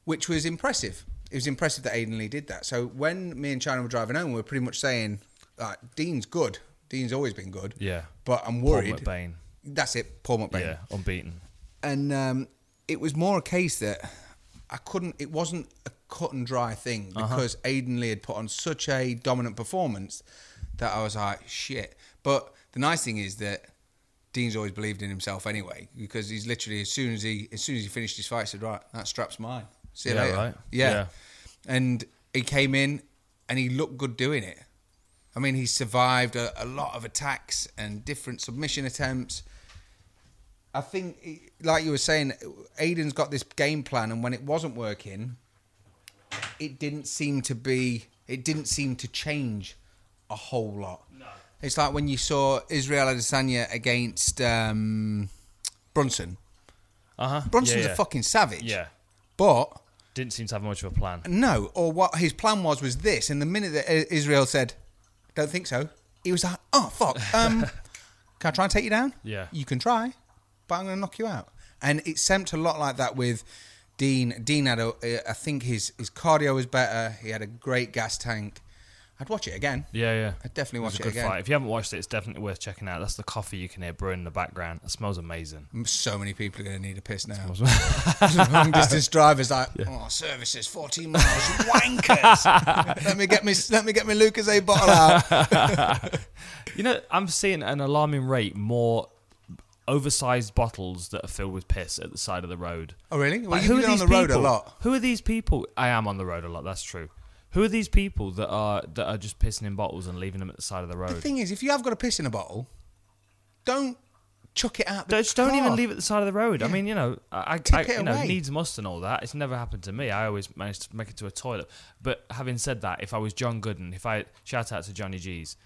[SPEAKER 3] which was impressive. It was impressive that Aiden Lee did that. So when me and China were driving home, we were pretty much saying, like, "Dean's good. Dean's always been good.
[SPEAKER 2] Yeah.
[SPEAKER 3] but I'm
[SPEAKER 2] Paul
[SPEAKER 3] worried.
[SPEAKER 2] McBain.
[SPEAKER 3] That's it, Paul McBain
[SPEAKER 2] Yeah, unbeaten.
[SPEAKER 3] and um, it was more a case that I couldn't. It wasn't a cut and dry thing
[SPEAKER 2] Uh-huh.
[SPEAKER 3] because Aiden Lee had put on such a dominant performance that I was like, shit. But the nice thing is that Dean's always believed in himself anyway because he's literally as soon as he as soon as he finished his fight, he said, right, that strap's mine. See you
[SPEAKER 2] Yeah,
[SPEAKER 3] later.
[SPEAKER 2] right.
[SPEAKER 3] Yeah.
[SPEAKER 2] Yeah.
[SPEAKER 3] and he came in and he looked good doing it. I mean, he survived a, a lot of attacks and different submission attempts. I think, like you were saying, Aiden's got this game plan, and when it wasn't working, it didn't seem to be. It didn't seem to change a whole lot. No. It's like when you saw Israel Adesanya against um, Brunson.
[SPEAKER 2] Uh huh.
[SPEAKER 3] Brunson's
[SPEAKER 2] yeah, yeah.
[SPEAKER 3] a fucking savage.
[SPEAKER 2] Yeah.
[SPEAKER 3] But
[SPEAKER 2] Didn't seem to have much of a plan.
[SPEAKER 3] no, or what his plan was was this. And the minute that I- Israel said, "Don't think so," he was like, "Oh fuck, um, can I try and take you down?"
[SPEAKER 2] Yeah.
[SPEAKER 3] you can try, but I'm going to knock you out. And it seemed a lot like that with Dean. Dean had, a, uh, I think his his cardio was better. He had a great gas tank. I'd watch it again.
[SPEAKER 2] Yeah, yeah.
[SPEAKER 3] I'd definitely watch
[SPEAKER 2] was a
[SPEAKER 3] it
[SPEAKER 2] good
[SPEAKER 3] again.
[SPEAKER 2] fight. If you haven't watched it, it's definitely worth checking out. That's the coffee you can hear brewing in the background. It smells amazing.
[SPEAKER 3] So many people are going to need a piss now. Long distance drivers like, oh, services, 14 miles, wankers. let me get me, let me get me Lucas A bottle out.
[SPEAKER 2] You know, I'm seeing an alarming rate more oversized bottles that are filled with piss at the side of the road.
[SPEAKER 3] Oh, really? Well,
[SPEAKER 2] Like,
[SPEAKER 3] you've been on the road a
[SPEAKER 2] people?
[SPEAKER 3] lot.
[SPEAKER 2] Who are these people? I am on the road a lot. That's true. Who are these people that are that are just pissing in bottles and leaving them at the side of the road?
[SPEAKER 3] The thing is, if you have got a piss in a bottle, don't chuck it out. The
[SPEAKER 2] Don't, just don't even
[SPEAKER 3] car.
[SPEAKER 2] leave it at the side of the road. I mean, you know, I, I,
[SPEAKER 3] Tip it
[SPEAKER 2] you know,
[SPEAKER 3] away.
[SPEAKER 2] needs must and all that. It's never happened to me. I always managed to make it to a toilet. But having said that, if I was John Gooden, if I shout out to Johnny G's,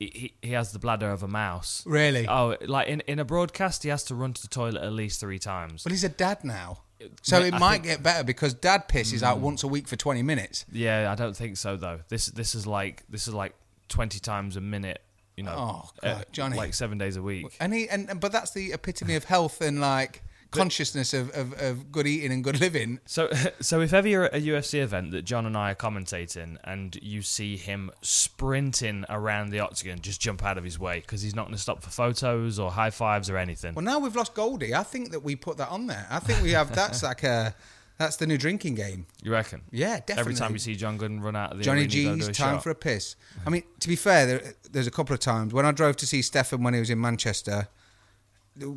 [SPEAKER 2] he, he, he has the bladder of a mouse.
[SPEAKER 3] Really?
[SPEAKER 2] Oh, like in, in a broadcast, he has to run to the toilet at least three times.
[SPEAKER 3] But he's a dad now. So
[SPEAKER 2] I
[SPEAKER 3] it might get better because dad pisses out once a week for 20 minutes.
[SPEAKER 2] yeah, I don't think so though. This this is like this is like twenty times a minute. You know,
[SPEAKER 3] Oh, God, Johnny.
[SPEAKER 2] like seven days a week.
[SPEAKER 3] And he and but that's the epitome of health and like consciousness of, of, of good eating and good living.
[SPEAKER 2] So, so if ever you're at a UFC event that John and I are commentating, and you see him sprinting around the octagon, just jump out of his way because he's not going to stop for photos or high fives or anything.
[SPEAKER 3] Well, now we've lost Goldie. I think that we put that on there. I think we have that's like a that's the new drinking game.
[SPEAKER 2] You reckon?
[SPEAKER 3] Yeah, definitely.
[SPEAKER 2] Every time you see John Gooden run out of the
[SPEAKER 3] Johnny
[SPEAKER 2] arena, you go
[SPEAKER 3] G's
[SPEAKER 2] do a
[SPEAKER 3] time
[SPEAKER 2] shot.
[SPEAKER 3] for a piss. I mean, to be fair, there, there's a couple of times when I drove to see Stefan when he was in Manchester.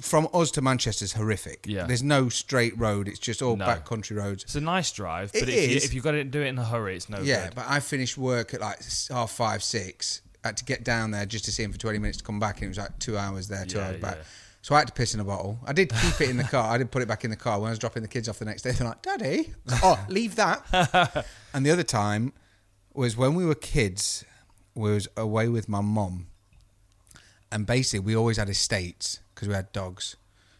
[SPEAKER 3] From us to Manchester is horrific.
[SPEAKER 2] Yeah.
[SPEAKER 3] there's no straight road. It's just all
[SPEAKER 2] No.
[SPEAKER 3] back country roads.
[SPEAKER 2] It's a nice drive,
[SPEAKER 3] It
[SPEAKER 2] but if, You,
[SPEAKER 3] is.
[SPEAKER 2] if you've got to do it in a hurry, it's no
[SPEAKER 3] Yeah,
[SPEAKER 2] good.
[SPEAKER 3] but I finished work at like s- half five, six, had to get down there just to see him for 20 minutes to come back, and it was like two hours there, two
[SPEAKER 2] Yeah,
[SPEAKER 3] hours back.
[SPEAKER 2] yeah.
[SPEAKER 3] So I had to piss in a bottle. I did keep it in the car. I did put it back in the car when I was dropping the kids off the next day. They're like, "Daddy, oh, leave that." and the other time was when we were kids. We was away with my mum, and basically we always had estates because we had dogs.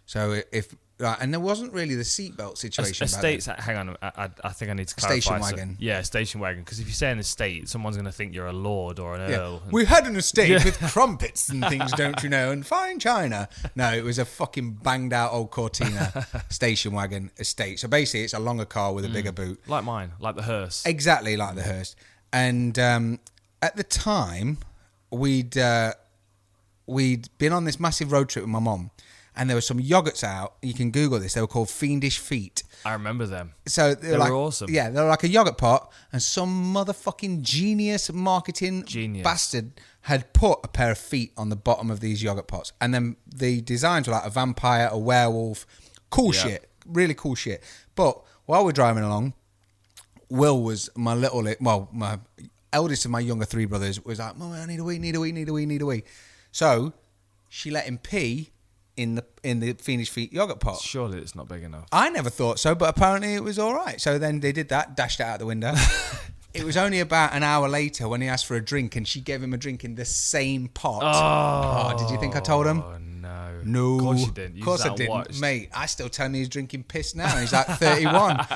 [SPEAKER 3] So if like, and there wasn't really the seatbelt situation. back then.
[SPEAKER 2] Estates. uh, Hang on, I, I, I think I need to clarify.
[SPEAKER 3] Station
[SPEAKER 2] So-
[SPEAKER 3] wagon.
[SPEAKER 2] yeah, station wagon. Because if you say an estate, someone's going to think you're a lord or an
[SPEAKER 3] Yeah.
[SPEAKER 2] earl.
[SPEAKER 3] We had an estate with crumpets and things, don't you know, and fine china. No, it was a fucking banged out old Cortina station wagon estate. So basically, it's a longer car with a bigger boot.
[SPEAKER 2] like mine, like the hearse.
[SPEAKER 3] Exactly like the Hearst. And um, at the time, we'd uh, we'd been on this massive road trip with my mom, and there were some yogurts out. You can Google this. They were called Fiendish Feet.
[SPEAKER 2] I remember them.
[SPEAKER 3] So they
[SPEAKER 2] They
[SPEAKER 3] were,
[SPEAKER 2] were
[SPEAKER 3] like,
[SPEAKER 2] awesome.
[SPEAKER 3] Yeah, they were like a yogurt pot, and some motherfucking genius marketing
[SPEAKER 2] Genius.
[SPEAKER 3] bastard had put a pair of feet on the bottom of these yogurt pots, and then the designs were like a vampire, a werewolf, cool
[SPEAKER 2] Yeah.
[SPEAKER 3] shit, really cool shit. But while we're driving along, Will was my little, well, my eldest of my younger three brothers was like, "Mum, I need a wee, need a wee, need a wee, need a wee." So she let him pee in the in the fiendish feet yogurt pot.
[SPEAKER 2] Surely it's not big enough.
[SPEAKER 3] I never thought so, but apparently it was all right. So then they did that, dashed it out the window. it was only about an hour later when he asked for a drink, and she gave him a drink in the same pot. Oh, did you think I told him?
[SPEAKER 2] Oh no.
[SPEAKER 3] No,
[SPEAKER 2] Of course you didn't. You
[SPEAKER 3] Of course
[SPEAKER 2] sat
[SPEAKER 3] I
[SPEAKER 2] and
[SPEAKER 3] didn't,
[SPEAKER 2] watched.
[SPEAKER 3] mate. I still tell him he's drinking piss now, and he's like thirty-one.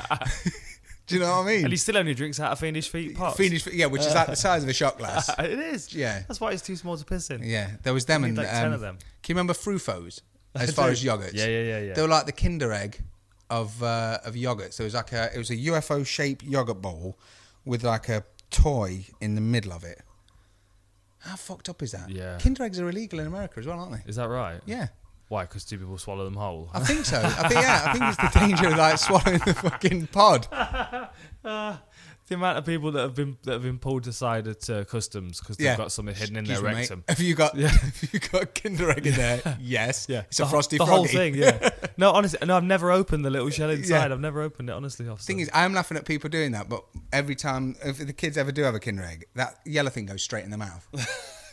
[SPEAKER 3] Do you know what I
[SPEAKER 2] And he
[SPEAKER 3] mean?
[SPEAKER 2] still only drinks out of fiendish feet pots.
[SPEAKER 3] Fiendish, yeah, which is like the size of a shot glass.
[SPEAKER 2] It is.
[SPEAKER 3] Yeah.
[SPEAKER 2] That's why it's too small to piss in.
[SPEAKER 3] Yeah, there was them
[SPEAKER 2] We
[SPEAKER 3] and
[SPEAKER 2] need, like, 10
[SPEAKER 3] um,
[SPEAKER 2] of them.
[SPEAKER 3] Can you remember Frufos? As
[SPEAKER 2] I
[SPEAKER 3] far
[SPEAKER 2] do.
[SPEAKER 3] as yogurts,
[SPEAKER 2] Yeah, yeah, yeah, yeah.
[SPEAKER 3] They were like the Kinder Egg of uh, of yogurts. It was like a it was a UFO shaped yogurt bowl with like a toy in the middle of it. How fucked up is that?
[SPEAKER 2] Yeah.
[SPEAKER 3] Kinder Eggs are illegal in America as well, aren't they?
[SPEAKER 2] Is that right?
[SPEAKER 3] Yeah.
[SPEAKER 2] Why? Because two people swallow them whole.
[SPEAKER 3] I think so. I think yeah. I think it's the danger of like swallowing the fucking pod.
[SPEAKER 2] the amount of people that have been that have been pulled aside at uh, customs because they've
[SPEAKER 3] Yeah.
[SPEAKER 2] got something hidden in
[SPEAKER 3] Excuse
[SPEAKER 2] their
[SPEAKER 3] me, mate.
[SPEAKER 2] rectum.
[SPEAKER 3] Have you got have you got Kinder Egg in there? Yes.
[SPEAKER 2] Yeah,
[SPEAKER 3] It's
[SPEAKER 2] the
[SPEAKER 3] a
[SPEAKER 2] wh-
[SPEAKER 3] frosty
[SPEAKER 2] The whole
[SPEAKER 3] Froggy.
[SPEAKER 2] thing, yeah. No, honestly, no. I've never opened the little shell inside. I've never opened it. Honestly, officer.
[SPEAKER 3] thing is, I'm laughing at people doing that, but every time if the kids ever do have a Kinder Egg, that yellow thing goes straight in the mouth.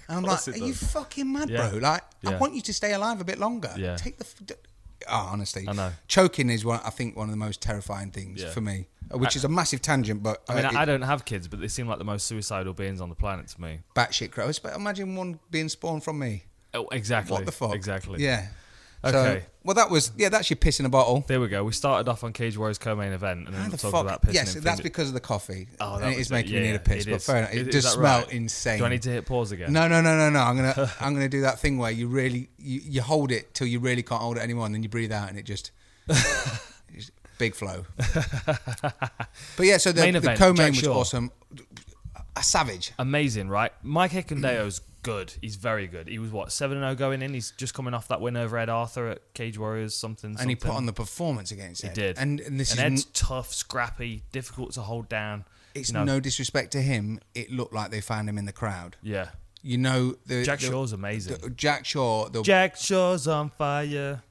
[SPEAKER 3] And I'm like,
[SPEAKER 2] course
[SPEAKER 3] are
[SPEAKER 2] it
[SPEAKER 3] you
[SPEAKER 2] does.
[SPEAKER 3] fucking mad,
[SPEAKER 2] Yeah.
[SPEAKER 3] bro? Like, I
[SPEAKER 2] Yeah.
[SPEAKER 3] want you to stay alive a bit longer.
[SPEAKER 2] Yeah.
[SPEAKER 3] Take the. F- d- oh, honestly,
[SPEAKER 2] I know.
[SPEAKER 3] Choking is one. I think one of the most terrifying things
[SPEAKER 2] Yeah.
[SPEAKER 3] for me, which is a massive tangent, but
[SPEAKER 2] I mean,
[SPEAKER 3] uh,
[SPEAKER 2] I, I
[SPEAKER 3] it-
[SPEAKER 2] don't have kids, but they seem like the most suicidal beings on the planet to me.
[SPEAKER 3] batshit crows. But imagine one being spawned from me.
[SPEAKER 2] Oh, exactly.
[SPEAKER 3] What the fuck?
[SPEAKER 2] Exactly.
[SPEAKER 3] Yeah.
[SPEAKER 2] Okay.
[SPEAKER 3] So, well, that was yeah. That's your piss in a bottle.
[SPEAKER 2] There we go. We started off on Cage Warriors co-main event, and then
[SPEAKER 3] How
[SPEAKER 2] we
[SPEAKER 3] the
[SPEAKER 2] talked
[SPEAKER 3] fuck?
[SPEAKER 2] about pissing.
[SPEAKER 3] yes,
[SPEAKER 2] in
[SPEAKER 3] that's
[SPEAKER 2] Fiendish-
[SPEAKER 3] because of the coffee.
[SPEAKER 2] Oh, that
[SPEAKER 3] and it
[SPEAKER 2] was
[SPEAKER 3] is making
[SPEAKER 2] yeah,
[SPEAKER 3] me need a piss,
[SPEAKER 2] it
[SPEAKER 3] but
[SPEAKER 2] is.
[SPEAKER 3] fair enough. It,
[SPEAKER 2] is
[SPEAKER 3] does
[SPEAKER 2] that
[SPEAKER 3] smell
[SPEAKER 2] right?
[SPEAKER 3] insane.
[SPEAKER 2] Do I need to hit pause again?
[SPEAKER 3] No, no, no, no, no. I'm gonna I'm gonna do that thing where you really you, you hold it till you really can't hold it anymore, and then you breathe out, and it just, it's big flow. but yeah, so the,
[SPEAKER 2] Main
[SPEAKER 3] the
[SPEAKER 2] event,
[SPEAKER 3] co-main
[SPEAKER 2] Jack
[SPEAKER 3] was
[SPEAKER 2] Shaw.
[SPEAKER 3] awesome. A savage.
[SPEAKER 2] Amazing, right? Mike Hikondeo's good. He's very good. He was what seven and zero going in. He's just coming off that win over Ed Arthur at Cage Warriors something.
[SPEAKER 3] And he put on the performance against it.
[SPEAKER 2] He did.
[SPEAKER 3] And, and this
[SPEAKER 2] and
[SPEAKER 3] is
[SPEAKER 2] Ed's
[SPEAKER 3] n-
[SPEAKER 2] tough, scrappy, difficult to hold down.
[SPEAKER 3] it's
[SPEAKER 2] you know.
[SPEAKER 3] no disrespect to him. It looked like they found him in the crowd.
[SPEAKER 2] Yeah,
[SPEAKER 3] You know, the,
[SPEAKER 2] Jack
[SPEAKER 3] the-
[SPEAKER 2] Shaw's amazing.
[SPEAKER 3] the- Jack Shaw. The
[SPEAKER 2] Jack Shaw's on fire.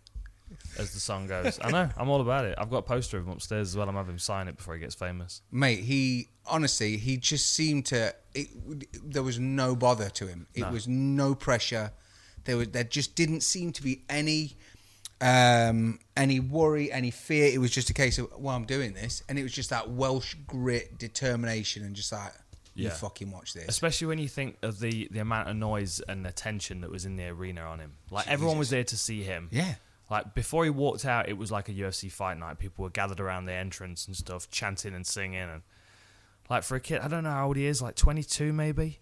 [SPEAKER 2] As the song goes, I know I'm all about it. I've got a poster of him upstairs as well. I'm having him sign it before he gets famous.
[SPEAKER 3] mate he honestly he just seemed to it, there was no bother to him it was no pressure there was there just didn't seem to be any um any worry any fear it was just a case of well i'm doing this and it was just that welsh grit determination and just like you
[SPEAKER 2] Yeah.
[SPEAKER 3] fucking watch this
[SPEAKER 2] Especially when you think of the the amount of noise and attention that was in the arena on him. Like everyone was there to see him.
[SPEAKER 3] Yeah.
[SPEAKER 2] Like before he walked out, it was like a UFC fight night. People were gathered around the entrance and stuff, chanting and singing. And like for a kid, I don't know how old he is, like 22 maybe.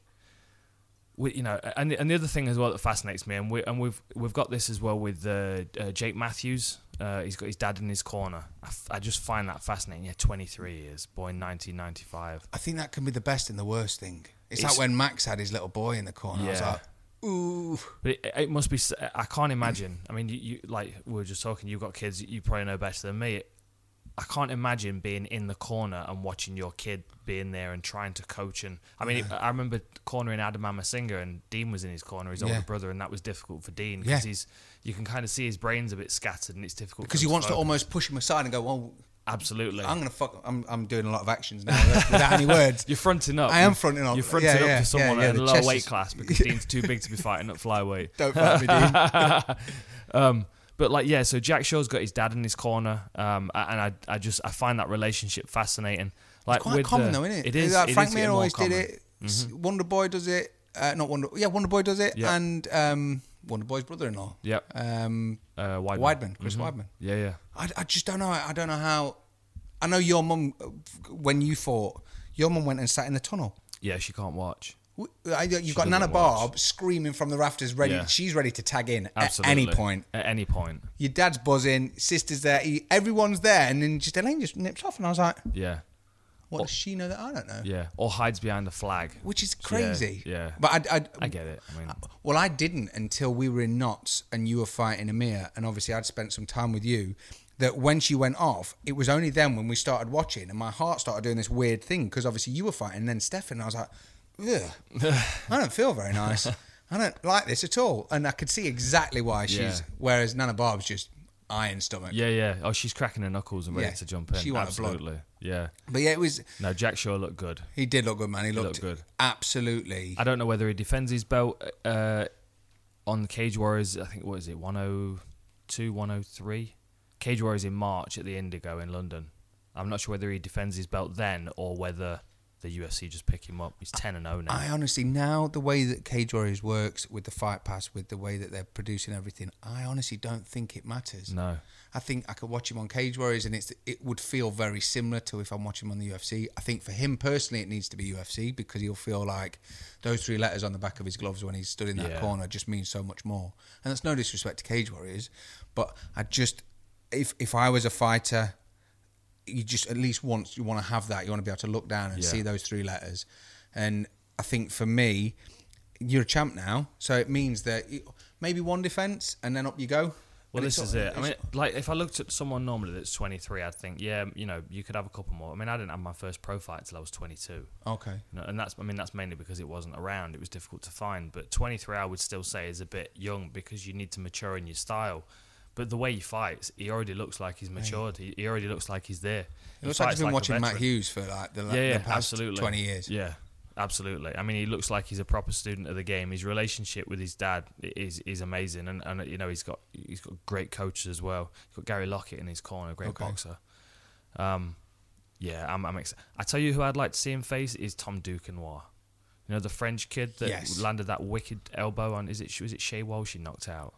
[SPEAKER 2] We, you know, and and the other thing as well that fascinates me, and we and we've we've got this as well with uh, uh, Jake Matthews. Uh, he's got his dad in his corner. I, f- I just find that fascinating. Yeah, 23 years, born 1995.
[SPEAKER 3] i think that can be the best and the worst thing it's,
[SPEAKER 2] It's-
[SPEAKER 3] like when max had his little boy in the corner i was
[SPEAKER 2] Yeah.
[SPEAKER 3] like ooh
[SPEAKER 2] But it, it must be. s- I can't imagine. I mean, you, you like we were just talking. You've got kids. You probably know better than me. I can't imagine being in the corner and watching your kid being there and trying to coach. And I mean, I remember cornering Adam Amasinga, and Dean was in his corner, his
[SPEAKER 3] Yeah.
[SPEAKER 2] older brother, and that was difficult for Dean
[SPEAKER 3] Yeah.
[SPEAKER 2] because he's you can kind of see his brain's a bit scattered, and it's difficult
[SPEAKER 3] because
[SPEAKER 2] for
[SPEAKER 3] he
[SPEAKER 2] him
[SPEAKER 3] wants to
[SPEAKER 2] focus.
[SPEAKER 3] almost push him aside and go, "Well,
[SPEAKER 2] absolutely.
[SPEAKER 3] I'm gonna fuck." I'm, I'm doing a lot of actions now without any words.
[SPEAKER 2] You're fronting up.
[SPEAKER 3] I am fronting up.
[SPEAKER 2] You're fronting
[SPEAKER 3] Yeah,
[SPEAKER 2] up
[SPEAKER 3] yeah,
[SPEAKER 2] to someone
[SPEAKER 3] yeah, yeah,
[SPEAKER 2] at a
[SPEAKER 3] the
[SPEAKER 2] lower
[SPEAKER 3] chest
[SPEAKER 2] weight
[SPEAKER 3] is-
[SPEAKER 2] class because Dean's too big to be fighting at flyweight.
[SPEAKER 3] Don't fuck me, Dean.
[SPEAKER 2] Um, but like yeah, so Jack Shaw's got his dad in his corner, um, a- and I, I just I find that relationship fascinating. Like
[SPEAKER 3] Quite
[SPEAKER 2] with
[SPEAKER 3] common
[SPEAKER 2] the-
[SPEAKER 3] though, isn't it?
[SPEAKER 2] It is.
[SPEAKER 3] Like,
[SPEAKER 2] it
[SPEAKER 3] Frank
[SPEAKER 2] is
[SPEAKER 3] Mir
[SPEAKER 2] getting more
[SPEAKER 3] always did
[SPEAKER 2] common. Mm-hmm.
[SPEAKER 3] it. S- Wonder Boy does it. Uh, not Wonder. Yeah, Wonder Boy does it.
[SPEAKER 2] Yeah.
[SPEAKER 3] And um, Wonder Boy's brother-in-law.
[SPEAKER 2] Yep.
[SPEAKER 3] Um,
[SPEAKER 2] Uh, Weidman. Mm-hmm.
[SPEAKER 3] Weidman, Chris Weidman.
[SPEAKER 2] Yeah, yeah.
[SPEAKER 3] I, I just don't know. I don't know how. I know your mum uh, when you fought. Your mum went and sat in the tunnel.
[SPEAKER 2] Yeah, she can't watch.
[SPEAKER 3] W- I- You've got
[SPEAKER 2] doesn't
[SPEAKER 3] Nana
[SPEAKER 2] watch.
[SPEAKER 3] Barb screaming from the rafters, ready.
[SPEAKER 2] Yeah.
[SPEAKER 3] She's ready to tag in
[SPEAKER 2] Absolutely.
[SPEAKER 3] at any point.
[SPEAKER 2] At any point.
[SPEAKER 3] Your dad's buzzing, sister's there, he, everyone's there, and then just Elaine just nips off, and I was like,
[SPEAKER 2] Yeah.
[SPEAKER 3] "What does she know that I don't know?"
[SPEAKER 2] Yeah. Or hides behind a flag.
[SPEAKER 3] Which is crazy.
[SPEAKER 2] yeah.
[SPEAKER 3] But I, I,
[SPEAKER 2] I get it. I mean,
[SPEAKER 3] Well, I didn't until we were in knots and you were fighting Amir, and obviously I'd spent some time with you. That when she went off, it was only then when we started watching, and my heart started doing this weird thing because obviously you were fighting, and then Stefan, and I was like, Ugh, I don't feel very nice. I don't like this at all, and I could see exactly why she's.
[SPEAKER 2] Yeah.
[SPEAKER 3] Whereas Nana Barb's just iron stomach.
[SPEAKER 2] yeah, yeah. Oh, she's cracking her knuckles and ready
[SPEAKER 3] Yeah.
[SPEAKER 2] to jump in.
[SPEAKER 3] She wanted blood.
[SPEAKER 2] Absolutely. Yeah.
[SPEAKER 3] But yeah, it was.
[SPEAKER 2] No, Jack Shaw looked good.
[SPEAKER 3] He did look good, man. He looked,
[SPEAKER 2] looked good.
[SPEAKER 3] Absolutely.
[SPEAKER 2] I don't know whether he defends his belt uh, on Cage Warriors. I think what is it, 102, 103? Cage Warriors in March at the Indigo in London. I'm not sure whether he defends his belt then or whether the UFC just pick him up. He's ten and zero now.
[SPEAKER 3] I honestly now the way that Cage Warriors works with the fight pass, with the way that they're producing everything, I honestly don't think it matters.
[SPEAKER 2] no,
[SPEAKER 3] I think I could watch him on Cage Warriors, and it's it would feel very similar to if I'm watching him on the UFC. I think for him personally, it needs to be UFC because he'll feel like those three letters on the back of his gloves when he's stood in that
[SPEAKER 2] Yeah.
[SPEAKER 3] corner just means so much more. And that's no disrespect to Cage Warriors, but I just if if I was a fighter, you just at least once you want to have that. You want to be able to look down and
[SPEAKER 2] Yeah.
[SPEAKER 3] see those three letters. And I think for me, you're a champ now, so it means that. You, Maybe one defense and then up you go.
[SPEAKER 2] Well,
[SPEAKER 3] And
[SPEAKER 2] this
[SPEAKER 3] it's-
[SPEAKER 2] is it. I
[SPEAKER 3] it's-
[SPEAKER 2] mean, like if I looked at someone normally that's 23, I'd think, yeah, you know, you could have a couple more. I mean, I didn't have my first pro fight till I was 22, you
[SPEAKER 3] Okay.
[SPEAKER 2] know, and that's, I mean, that's mainly because it wasn't around. It was difficult to find. But 23, I would still say, is a bit young because you need to mature in your style. But the way he fights, he already looks like he's matured. He, he already looks like he's there.
[SPEAKER 3] It looks like he's
[SPEAKER 2] fights
[SPEAKER 3] been
[SPEAKER 2] a
[SPEAKER 3] watching Matt
[SPEAKER 2] veteran.
[SPEAKER 3] Hughes for like the, la-
[SPEAKER 2] yeah, yeah,
[SPEAKER 3] the past
[SPEAKER 2] absolutely.
[SPEAKER 3] 20 years.
[SPEAKER 2] Yeah, absolutely. I mean, he looks like he's a proper student of the game. His relationship with his dad i- is is amazing, and, and you know he's got he's got great coaches as well. He's got Gary Lockett in his corner, great
[SPEAKER 3] Okay.
[SPEAKER 2] boxer. Um, yeah, I'm, I'm excited. I tell you who I'd like to see him face is Tom Duquesnoy. You know the French kid that
[SPEAKER 3] Yes.
[SPEAKER 2] landed that wicked elbow on. Is it was it Shea Walsh he knocked out?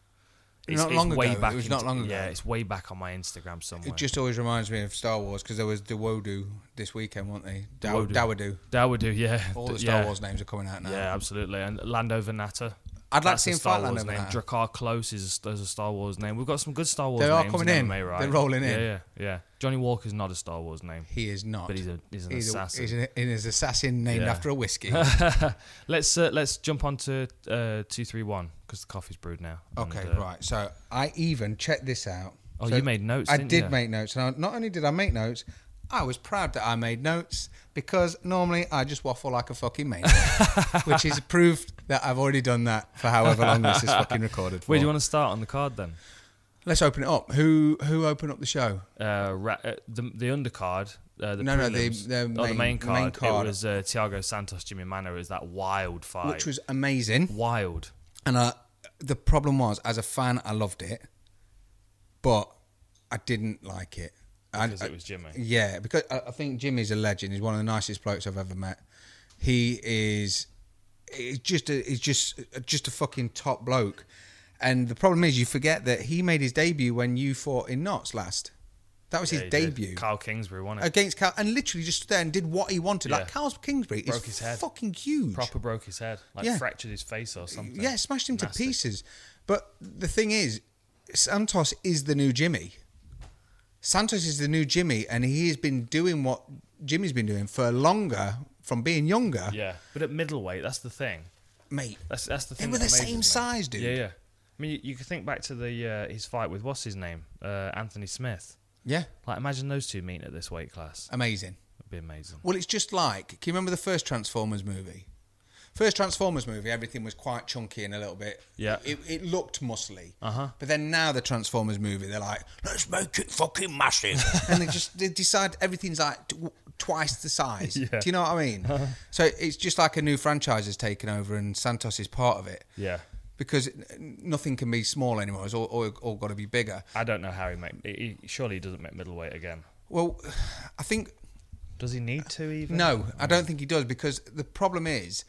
[SPEAKER 3] Not long
[SPEAKER 2] way
[SPEAKER 3] ago. It
[SPEAKER 2] Back
[SPEAKER 3] was
[SPEAKER 2] into-
[SPEAKER 3] not long ago.
[SPEAKER 2] Yeah, it's way back on my Instagram somewhere.
[SPEAKER 3] It just always reminds me of Star Wars because there was the Wodu this weekend, weren't they? Dow-
[SPEAKER 2] Wodu.
[SPEAKER 3] Dawadu.
[SPEAKER 2] that would do. Yeah,
[SPEAKER 3] All
[SPEAKER 2] Th-
[SPEAKER 3] the Star
[SPEAKER 2] yeah.
[SPEAKER 3] Wars names are coming out now.
[SPEAKER 2] Yeah, absolutely. And Lando Venata.
[SPEAKER 3] I'd like
[SPEAKER 2] That's
[SPEAKER 3] to see
[SPEAKER 2] a
[SPEAKER 3] him
[SPEAKER 2] Star
[SPEAKER 3] fight
[SPEAKER 2] Wars
[SPEAKER 3] Lando
[SPEAKER 2] name.
[SPEAKER 3] Venata.
[SPEAKER 2] Drakkar Close is there's a Star Wars name. We've got some good Star Wars.
[SPEAKER 3] They are
[SPEAKER 2] names
[SPEAKER 3] coming in.
[SPEAKER 2] MMA, right?
[SPEAKER 3] They're rolling in.
[SPEAKER 2] Yeah, yeah, yeah. Johnny Walker's not a Star Wars name,
[SPEAKER 3] He is not.
[SPEAKER 2] but he's a he's an
[SPEAKER 3] He's a-
[SPEAKER 2] assassin.
[SPEAKER 3] he's an- he's an assassin named
[SPEAKER 2] Yeah.
[SPEAKER 3] after a whiskey.
[SPEAKER 2] let's uh, let's jump on to uh, two three one because the coffee's brewed now. And,
[SPEAKER 3] Okay,
[SPEAKER 2] uh,
[SPEAKER 3] right. So I even checked this out.
[SPEAKER 2] Oh,
[SPEAKER 3] So
[SPEAKER 2] you made notes,
[SPEAKER 3] I
[SPEAKER 2] didn't
[SPEAKER 3] did
[SPEAKER 2] you?
[SPEAKER 3] make notes, and I, not only did I make notes, I was proud that I made notes because normally I just waffle like a fucking maniac, which is proof that I've already done that for however long this is fucking recorded for.
[SPEAKER 2] Where do you want to start on the card then?
[SPEAKER 3] Let's open it up. Who who opened up the show?
[SPEAKER 2] Uh, ra- uh, the the undercard. Uh, the
[SPEAKER 3] No, no, the-
[SPEAKER 2] prelims-
[SPEAKER 3] the
[SPEAKER 2] oh, the
[SPEAKER 3] main-
[SPEAKER 2] main
[SPEAKER 3] the
[SPEAKER 2] card.
[SPEAKER 3] main card.
[SPEAKER 2] It was uh, Thiago Santos, Jimmy Manor. Is that wild fight?
[SPEAKER 3] Which was amazing,
[SPEAKER 2] wild.
[SPEAKER 3] and I, the problem was, as a fan, I loved it, but I didn't like it. I-
[SPEAKER 2] Because it was Jimmy.
[SPEAKER 3] Yeah, because I I think Jimmy's a legend. He's one of the nicest blokes I've ever met. He is. He's just a. He's just just a fucking top bloke. And the problem is, you forget that he made his debut when you fought in Knots last. That was
[SPEAKER 2] Yeah,
[SPEAKER 3] his
[SPEAKER 2] he did.
[SPEAKER 3] debut
[SPEAKER 2] Kyle Kingsbury won it.
[SPEAKER 3] against Cal, and literally just stood there and did what he wanted. Like
[SPEAKER 2] Yeah.
[SPEAKER 3] Cal Kingsbury is
[SPEAKER 2] Broke his head.
[SPEAKER 3] fucking huge.
[SPEAKER 2] proper broke his head, like
[SPEAKER 3] Yeah.
[SPEAKER 2] fractured his face or something.
[SPEAKER 3] Yeah, smashed him
[SPEAKER 2] Nasty.
[SPEAKER 3] to pieces. But the thing is, Santos is the new Jimmy. Santos is the new Jimmy, and he has been doing what Jimmy's been doing for longer from being younger.
[SPEAKER 2] Yeah, but at middleweight, that's the thing.
[SPEAKER 3] Mate,
[SPEAKER 2] That's that's the
[SPEAKER 3] They
[SPEAKER 2] thing.
[SPEAKER 3] were
[SPEAKER 2] that
[SPEAKER 3] the
[SPEAKER 2] amazes
[SPEAKER 3] same
[SPEAKER 2] me.
[SPEAKER 3] size, dude.
[SPEAKER 2] Yeah, yeah. I mean, you, you could think back to the uh, his fight with what's his name, uh, Anthony Smith.
[SPEAKER 3] Yeah.
[SPEAKER 2] Like, imagine those two meeting at this weight class.
[SPEAKER 3] Amazing.
[SPEAKER 2] It'd be amazing.
[SPEAKER 3] Well, it's just like, can you remember the first Transformers movie? First Transformers movie, everything was quite chunky and a little bit.
[SPEAKER 2] Yeah.
[SPEAKER 3] It, it looked muscly.
[SPEAKER 2] Uh-huh.
[SPEAKER 3] But then now the Transformers movie, they're like, let's make it fucking massive. and they just they decide everything's like tw- twice the size. Do you know what I mean?
[SPEAKER 2] Uh-huh.
[SPEAKER 3] So it's just like a new franchise has taken over and Santos is part of it.
[SPEAKER 2] Yeah.
[SPEAKER 3] Because n- nothing can be small anymore. It's all, all, all got to be bigger.
[SPEAKER 2] I don't know how he make. He, he- surely he doesn't make middleweight again.
[SPEAKER 3] Well, I think
[SPEAKER 2] Does he need to even?
[SPEAKER 3] No, I don't think he does because the problem is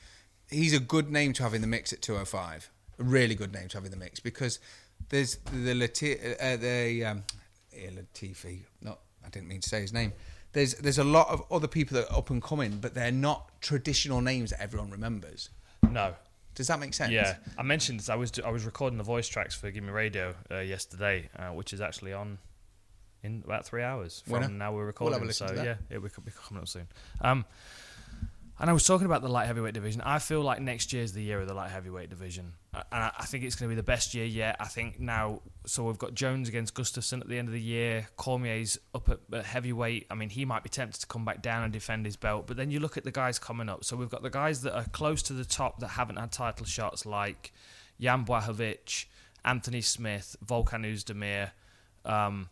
[SPEAKER 3] he's a good name to have in the mix at 205. A really good name to have in the mix because there's the Lati- uh, the um, eh, Latifi. Not, I didn't mean to say his name. There's there's a lot of other people that are up and coming, but they're not traditional names that everyone remembers.
[SPEAKER 2] No.
[SPEAKER 3] Does that make sense?
[SPEAKER 2] Yeah, I mentioned this. I was I was recording the voice tracks for Gimme Radio uh, yesterday, uh, which is actually on in about three hours from
[SPEAKER 3] Winner.
[SPEAKER 2] now we're
[SPEAKER 3] We'll
[SPEAKER 2] recording.
[SPEAKER 3] have a listen
[SPEAKER 2] so
[SPEAKER 3] to that.
[SPEAKER 2] yeah, it will be coming up soon. Um, and I was talking about the light heavyweight division. I feel like next year's the year of the light heavyweight division, Uh, and I, I think it's going to be the best year yet. I think now, so we've got Jones against Gustafsson at the end of the year. Cormier's up at, at heavyweight. I mean, he might be tempted to come back down and defend his belt, but then you look at the guys coming up. So we've got the guys that are close to the top that haven't had title shots, like Jan Błachowicz, Anthony Smith, Volkan Uzdemir. Um,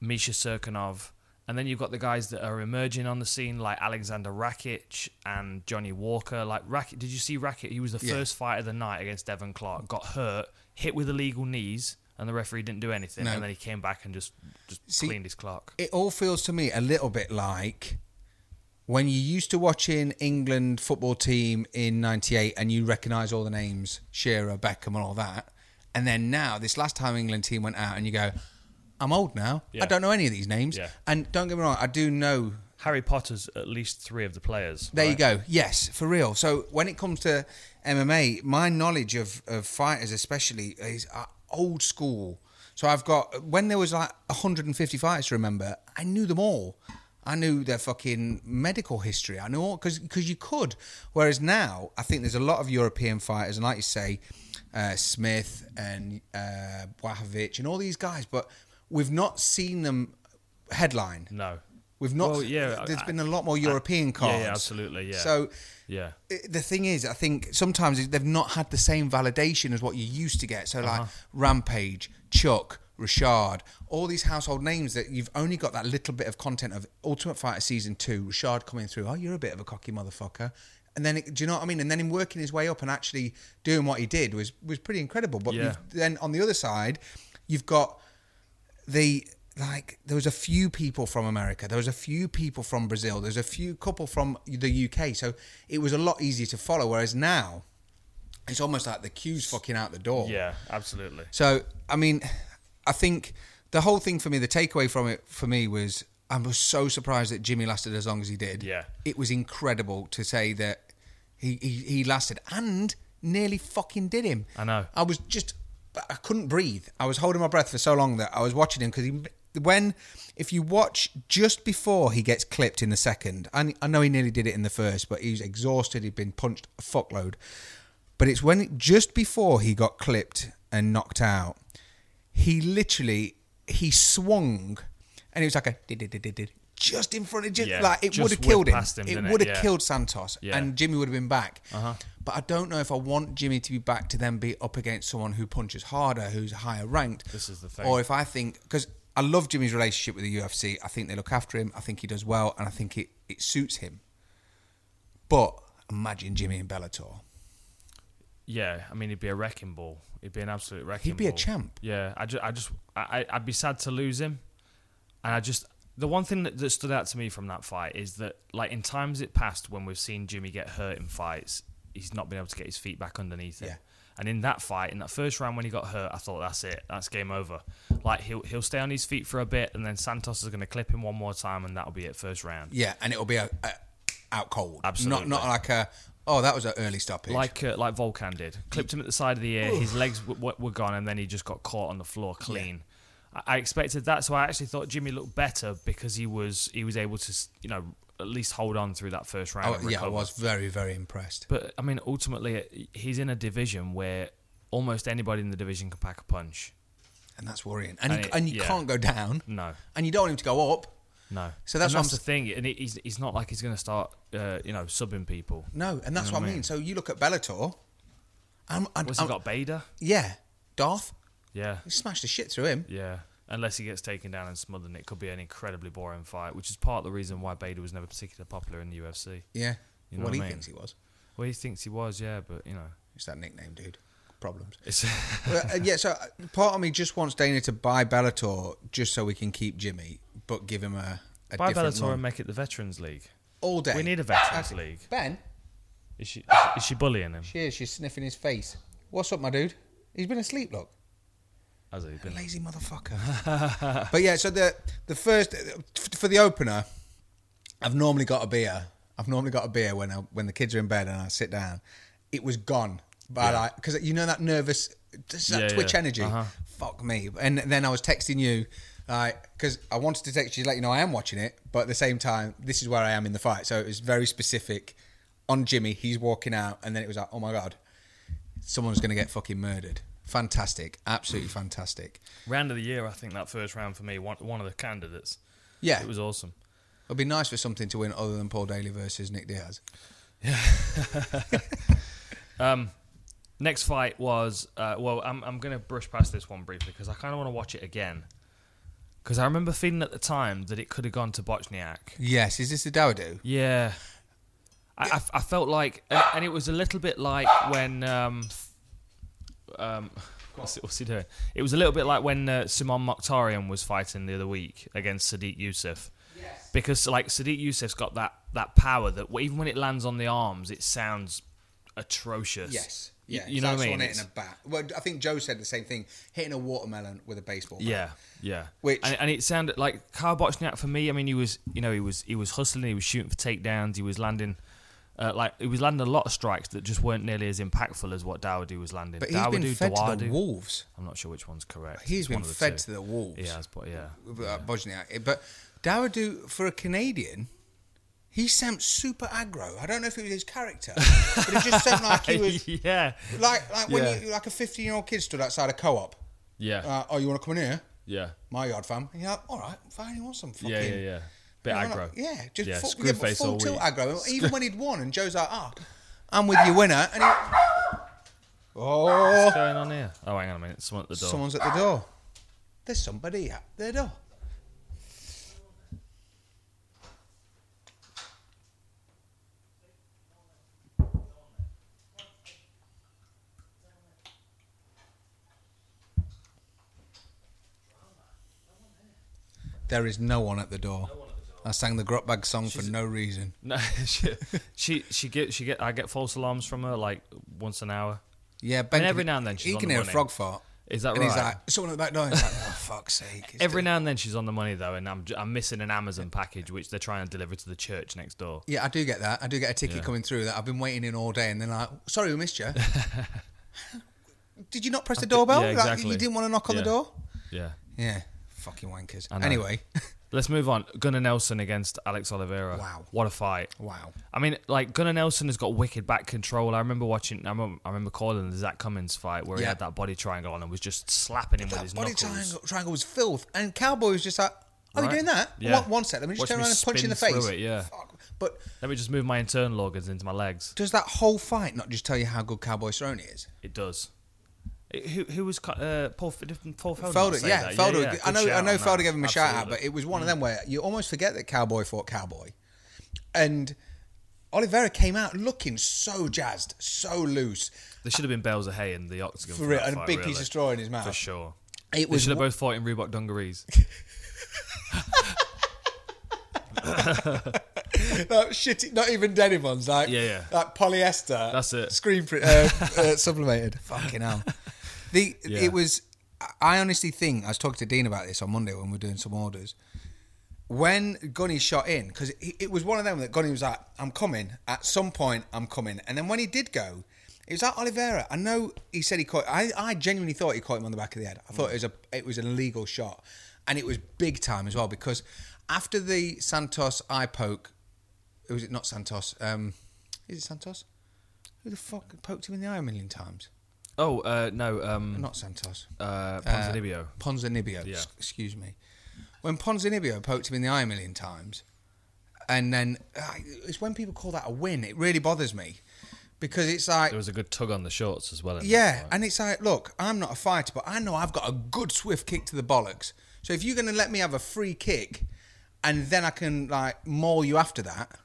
[SPEAKER 2] Misha Serkinov. And then you've got the guys that are emerging on the scene, like Alexander Rakic and Johnny Walker. Like Rakic, did you see Rakic? He was the
[SPEAKER 3] Yeah.
[SPEAKER 2] first fight of the night against Devon Clark. Got hurt, hit with illegal knees, and the referee didn't do anything.
[SPEAKER 3] No.
[SPEAKER 2] And then he came back and just just
[SPEAKER 3] See-
[SPEAKER 2] cleaned his clock.
[SPEAKER 3] it all feels to me a little bit like when you used to watching England football team in '98 and you recognise all the names Shearer, Beckham, and all that, and then now this last time England team went out and you go, "I'm old now.
[SPEAKER 2] Yeah.
[SPEAKER 3] I don't know any of these names."
[SPEAKER 2] Yeah.
[SPEAKER 3] And don't get me wrong, I do know
[SPEAKER 2] Harry Potter's at least three of the players.
[SPEAKER 3] there
[SPEAKER 2] right?
[SPEAKER 3] you go. Yes, for real. So when it comes to MMA, my knowledge of, of fighters, especially, is uh, old school. So I've got when there was like 150 fighters to remember, I knew them all. I knew their fucking medical history. I knew all because you could. Whereas now, I think there's a lot of European fighters, and like you say, uh, Smith and uh, Błachowicz and all these guys, but we've not seen them headline.
[SPEAKER 2] No.
[SPEAKER 3] We've not.
[SPEAKER 2] Well,
[SPEAKER 3] yeah,
[SPEAKER 2] yeah,
[SPEAKER 3] there's
[SPEAKER 2] I-
[SPEAKER 3] been a lot more European cards.
[SPEAKER 2] yeah, absolutely, yeah.
[SPEAKER 3] So
[SPEAKER 2] Yeah.
[SPEAKER 3] i- the thing is, I think sometimes they've not had the same validation as what you used to get. So
[SPEAKER 2] Uh-huh.
[SPEAKER 3] like Rampage, Chuck, Rashard, all these household names that you've only got that little bit of content of Ultimate Fighter season two. Rashard coming through. Oh, you're a bit of a cocky motherfucker. And then, it, do you know what I mean? And then him working his way up and actually doing what he did was was pretty incredible. But
[SPEAKER 2] Yeah.
[SPEAKER 3] you've, then on the other side, you've got the like there was a few people from America, there was a few people from Brazil, there's a few couple from the UK, so it was a lot easier to follow. Whereas now, it's almost like the queue's fucking out the door.
[SPEAKER 2] Yeah, absolutely.
[SPEAKER 3] So I mean, I think the whole thing for me, the takeaway from it for me was I was so surprised that Jimmy lasted as long as he did.
[SPEAKER 2] Yeah.
[SPEAKER 3] it was incredible to say that he he, he lasted and nearly fucking did him.
[SPEAKER 2] I know.
[SPEAKER 3] I was just I couldn't breathe. I was holding my breath for so long that I was watching him because he when if you watch just before he gets clipped in the second, and I know he nearly did it in the first, but he was exhausted. He'd been punched a fuckload, but it's when just before he got clipped and knocked out, he literally he swung, and it was like a did did did did did just in front of just
[SPEAKER 2] Yeah,
[SPEAKER 3] like it
[SPEAKER 2] just
[SPEAKER 3] would have
[SPEAKER 2] whipped
[SPEAKER 3] killed him.
[SPEAKER 2] past him,
[SPEAKER 3] It
[SPEAKER 2] didn't it?
[SPEAKER 3] would have
[SPEAKER 2] Yeah.
[SPEAKER 3] killed Santos,
[SPEAKER 2] Yeah. Uh-huh.
[SPEAKER 3] and Jimmy would have been back. But I don't know if I want Jimmy to be back to then be up against someone who punches harder, who's higher ranked.
[SPEAKER 2] This is the thing.
[SPEAKER 3] Or if I think because I love Jimmy's relationship with the UFC, I think they look after him. I think he does well, and I think it it suits him. But imagine Jimmy and Bellator.
[SPEAKER 2] Yeah, I mean, he'd be a wrecking ball. He'd be an absolute wrecking.
[SPEAKER 3] He'd be a
[SPEAKER 2] ball.
[SPEAKER 3] champ.
[SPEAKER 2] Yeah, I just, I just, I, I- I'd be sad to lose him. And I just, the one thing that, that stood out to me from that fight is that, like, in times it past when we've seen Jimmy get hurt in fights, he's not been able to get his feet back underneath him.
[SPEAKER 3] Yeah.
[SPEAKER 2] And in that fight, in that first round when he got hurt, I thought that's it, that's game over. Like he'll he'll stay on his feet for a bit, and then Santos is going to clip him one more time, and that'll be it, first round.
[SPEAKER 3] Yeah, and it'll be a, a out cold.
[SPEAKER 2] Absolutely.
[SPEAKER 3] Not not like a oh that was an early stoppage.
[SPEAKER 2] like uh, like Volkan did. Clipped him at the side of the ear. His legs w- w- were gone, and then he just got caught on the floor clean. I-, I expected that, so I actually thought Jimmy looked better because he was he was able to s- you know at least hold on through that first round.
[SPEAKER 3] I,
[SPEAKER 2] and
[SPEAKER 3] Oh, yeah, I
[SPEAKER 2] recover.
[SPEAKER 3] was very very impressed.
[SPEAKER 2] But I mean, uh, ultimately, he's in a division where almost anybody in the division can pack a punch.
[SPEAKER 3] and that's worrying.
[SPEAKER 2] And
[SPEAKER 3] And, you,
[SPEAKER 2] it-
[SPEAKER 3] and you
[SPEAKER 2] yeah.
[SPEAKER 3] can't go down,
[SPEAKER 2] No,
[SPEAKER 3] and you don't want him to go up.
[SPEAKER 2] no.
[SPEAKER 3] So that's
[SPEAKER 2] And
[SPEAKER 3] what
[SPEAKER 2] that's
[SPEAKER 3] I'm
[SPEAKER 2] the thing, and it, he's he's not like he's going to start, uh, you know, subbing people.
[SPEAKER 3] No, and that's
[SPEAKER 2] know
[SPEAKER 3] what I
[SPEAKER 2] what I
[SPEAKER 3] mean.
[SPEAKER 2] mean?
[SPEAKER 3] So you look at Bellator. I'm, I'm,
[SPEAKER 2] What's
[SPEAKER 3] I'm-
[SPEAKER 2] he got? Bader?
[SPEAKER 3] Yeah, Darth.
[SPEAKER 2] Yeah,
[SPEAKER 3] He smashed the shit through him.
[SPEAKER 2] yeah. Unless he gets taken down and smothered, and it could be an incredibly boring fight, which is part of the reason why Bader was never particularly popular in the UFC.
[SPEAKER 3] Yeah.
[SPEAKER 2] You know what
[SPEAKER 3] well,
[SPEAKER 2] I
[SPEAKER 3] he
[SPEAKER 2] mean?
[SPEAKER 3] thinks he was.
[SPEAKER 2] Well, he thinks he was, yeah, but you know,
[SPEAKER 3] It's that nickname, dude. Problems.
[SPEAKER 2] it's
[SPEAKER 3] But, uh, yeah, so uh, part of me just wants Dana to buy Bellator just so we can keep Jimmy, but give him a, a
[SPEAKER 2] buy
[SPEAKER 3] different
[SPEAKER 2] Bellator
[SPEAKER 3] run.
[SPEAKER 2] and make it the Veterans League.
[SPEAKER 3] all day.
[SPEAKER 2] We need a Veterans
[SPEAKER 3] That's-
[SPEAKER 2] League.
[SPEAKER 3] Ben,
[SPEAKER 2] Is she is she bullying him?
[SPEAKER 3] she is. She's sniffing his face. What's up, my dude? He's been asleep. Look.
[SPEAKER 2] Has he been?
[SPEAKER 3] lazy motherfucker. but yeah, so the the first f- for the opener, I've normally got a beer. I've normally got a beer when I, when the kids are in bed and I sit down. It was gone, but I because you know that nervous, just that
[SPEAKER 2] Yeah,
[SPEAKER 3] twitch
[SPEAKER 2] yeah.
[SPEAKER 3] energy.
[SPEAKER 2] Uh-huh.
[SPEAKER 3] Fuck me. And then I was texting you. Because I wanted to text you, to let you know I am watching it, but at the same time, this is where I am in the fight. So it was very specific on Jimmy. He's walking out, and then it was like, oh my god, someone's going to get fucking murdered. Fantastic, absolutely fantastic.
[SPEAKER 2] Round of the year, I think that first round for me, one, one of the candidates.
[SPEAKER 3] Yeah,
[SPEAKER 2] It was awesome.
[SPEAKER 3] It'd be nice for something to win other than Paul Daly versus Nick Diaz.
[SPEAKER 2] Next fight was uh, well, I'm I'm gonna brush past this one briefly because I kind of want to watch it again because I remember feeling at the time that it could have gone to Bochniak.
[SPEAKER 3] Yes, is this the Dowdo?
[SPEAKER 2] Yeah, I, I f- I felt like, and, and it was a little bit like when um, um, what's, he- what's he doing? It was a little bit like when uh, Simon Mokhtarian was fighting the other week against Sadiq Youssef. Yes. Because like Sadiq Youssef's got that that power that even when it lands on the arms, it sounds atrocious. Y-
[SPEAKER 3] Yeah,
[SPEAKER 2] you know what I mean.
[SPEAKER 3] Hitting
[SPEAKER 2] It's-
[SPEAKER 3] a bat. Well, I think Joe said the same thing. Hitting a watermelon with a baseball. bat.
[SPEAKER 2] Yeah, yeah.
[SPEAKER 3] Which-
[SPEAKER 2] and, and it sounded like Kyle Bochniak for me. I mean, he was you know he was he was hustling, he was shooting for takedowns, he was landing. Uh, like he was landing a lot of strikes that just weren't nearly as impactful as what Dowdy was landing.
[SPEAKER 3] but he's been
[SPEAKER 2] Dawoodu,
[SPEAKER 3] fed to the
[SPEAKER 2] Dawoodu.
[SPEAKER 3] wolves.
[SPEAKER 2] I'm not sure which one's correct.
[SPEAKER 3] He's
[SPEAKER 2] It's
[SPEAKER 3] been
[SPEAKER 2] one of the
[SPEAKER 3] fed
[SPEAKER 2] two.
[SPEAKER 3] to the wolves.
[SPEAKER 2] He has, but yeah,
[SPEAKER 3] with, uh, Bosniak. But Dowdo for a Canadian, he sounds super aggro. I don't know if it was his character, but it just sounded like he was
[SPEAKER 2] yeah,
[SPEAKER 3] like like when
[SPEAKER 2] Yeah.
[SPEAKER 3] you, like a fifteen year old kid stood outside a co op.
[SPEAKER 2] yeah,
[SPEAKER 3] Uh, oh, you want to come in here?
[SPEAKER 2] yeah,
[SPEAKER 3] My yard, fam. And you're like, all right, fine. You want some fucking
[SPEAKER 2] yeah, yeah, yeah. Bit
[SPEAKER 3] Yeah,
[SPEAKER 2] aggro.
[SPEAKER 3] like, yeah, just
[SPEAKER 2] yeah,
[SPEAKER 3] full,
[SPEAKER 2] screw
[SPEAKER 3] yeah, but
[SPEAKER 2] face
[SPEAKER 3] full
[SPEAKER 2] all
[SPEAKER 3] tilt
[SPEAKER 2] week.
[SPEAKER 3] aggro. Even when he'd won, and Joe's like, "Ah, I'm with you, winner," and he, oh,
[SPEAKER 2] What's going on here? Oh, hang on a minute. Someone at the door.
[SPEAKER 3] someone's at the door. There's somebody at the door. There is no one at the door. I sang the Grot Bag song for no reason.
[SPEAKER 2] No, she, she she get she get I get false alarms from her like once an hour.
[SPEAKER 3] Yeah, Ben.
[SPEAKER 2] And every
[SPEAKER 3] can-
[SPEAKER 2] now and then she's
[SPEAKER 3] he
[SPEAKER 2] on
[SPEAKER 3] can
[SPEAKER 2] the
[SPEAKER 3] hear a
[SPEAKER 2] money.
[SPEAKER 3] frog fart.
[SPEAKER 2] Is that
[SPEAKER 3] and
[SPEAKER 2] right?
[SPEAKER 3] he's like, someone at the back door. He's like, oh, fuck's sake. it's
[SPEAKER 2] Every
[SPEAKER 3] the-"
[SPEAKER 2] now and then she's on the money though, and I'm, j am missing an Amazon package which they're trying to deliver to the church next door.
[SPEAKER 3] Yeah, I do get that. I do get a ticket
[SPEAKER 2] Yeah.
[SPEAKER 3] coming through that I've been waiting in all day, and they're like, sorry, we missed you. Did you not press the doorbell?
[SPEAKER 2] yeah,
[SPEAKER 3] Like,
[SPEAKER 2] exactly.
[SPEAKER 3] you didn't want to knock on
[SPEAKER 2] Yeah.
[SPEAKER 3] the door?
[SPEAKER 2] Yeah.
[SPEAKER 3] Yeah. Fucking wankers.
[SPEAKER 2] know.
[SPEAKER 3] Anyway,
[SPEAKER 2] Let's move on. Gunnar Nelson against Alex Oliveira.
[SPEAKER 3] Wow.
[SPEAKER 2] What a fight.
[SPEAKER 3] wow.
[SPEAKER 2] I mean, like Gunnar Nelson has got wicked back control. I remember watching. I remember, I remember calling the Zach Cummins fight where he
[SPEAKER 3] Yeah.
[SPEAKER 2] had that body triangle on and was just slapping him with his
[SPEAKER 3] That body
[SPEAKER 2] knuckles.
[SPEAKER 3] triangle, triangle was filth, and Cowboy was just like, oh, you're
[SPEAKER 2] Right.
[SPEAKER 3] doing that?
[SPEAKER 2] Yeah.
[SPEAKER 3] One, one set. Let me just
[SPEAKER 2] Watch
[SPEAKER 3] turn
[SPEAKER 2] me
[SPEAKER 3] around and punch you in the
[SPEAKER 2] spin through
[SPEAKER 3] face.
[SPEAKER 2] it, yeah.
[SPEAKER 3] Fuck. But
[SPEAKER 2] Let me just move my internal organs into my legs.
[SPEAKER 3] does that whole fight not just tell you how good Cowboy Cerrone is?
[SPEAKER 2] It does. It- who who was co- uh, Paul F- didn't Paul Felder?
[SPEAKER 3] Felder,
[SPEAKER 2] say
[SPEAKER 3] yeah,
[SPEAKER 2] that?
[SPEAKER 3] Felder.
[SPEAKER 2] yeah.
[SPEAKER 3] I
[SPEAKER 2] Good
[SPEAKER 3] know, I
[SPEAKER 2] shout
[SPEAKER 3] know
[SPEAKER 2] on
[SPEAKER 3] Felder
[SPEAKER 2] that.
[SPEAKER 3] gave him a shout out,
[SPEAKER 2] Absolutely.
[SPEAKER 3] but it was one of them where you almost forget that Cowboy fought Cowboy, and Oliveira came out looking so jazzed, so loose.
[SPEAKER 2] There should have been bales of hay in the octagon.
[SPEAKER 3] For
[SPEAKER 2] For
[SPEAKER 3] real,
[SPEAKER 2] that
[SPEAKER 3] and a
[SPEAKER 2] fight,
[SPEAKER 3] big
[SPEAKER 2] really.
[SPEAKER 3] piece of straw in his mouth.
[SPEAKER 2] For sure. Uh,
[SPEAKER 3] It
[SPEAKER 2] They
[SPEAKER 3] was
[SPEAKER 2] should have
[SPEAKER 3] wa-
[SPEAKER 2] both fought in Reebok dungarees.
[SPEAKER 3] no, shitty, not even denim ones, like
[SPEAKER 2] Yeah, yeah.
[SPEAKER 3] like polyester.
[SPEAKER 2] That's it.
[SPEAKER 3] Screen print, uh, uh, sublimated. Fucking hell. The
[SPEAKER 2] Yeah.
[SPEAKER 3] it was. I honestly think I was talking to Dean about this on Monday when we were doing some orders. When Gunny shot in, because it, it was one of them that Gunny was like, "I'm coming." At some point, I'm coming. And then when he did go, it was like Oliveira. I know he said he caught. I, I genuinely thought he caught him on the back of the head. I thought it was a it was an illegal shot, and it was big time as well because after the Santos eye poke was it not Santos? Um, is it Santos? Who the fuck poked him in the eye a million times?
[SPEAKER 2] Oh uh, no, um,
[SPEAKER 3] Not Santos.
[SPEAKER 2] uh, Ponzinibbio.
[SPEAKER 3] Ponzinibbio.
[SPEAKER 2] Yeah.
[SPEAKER 3] s- excuse me. When Ponzinibbio poked him in the eye a million times, and then uh, it's when people call that a win. It really bothers me because it's like,
[SPEAKER 2] there was a good tug on the shorts as well. in that
[SPEAKER 3] yeah,
[SPEAKER 2] fight.
[SPEAKER 3] and it's like, look, I'm not a fighter, but I know I've got a good swift kick to the bollocks. So if you're going to let me have a free kick, and then I can like maul you after that,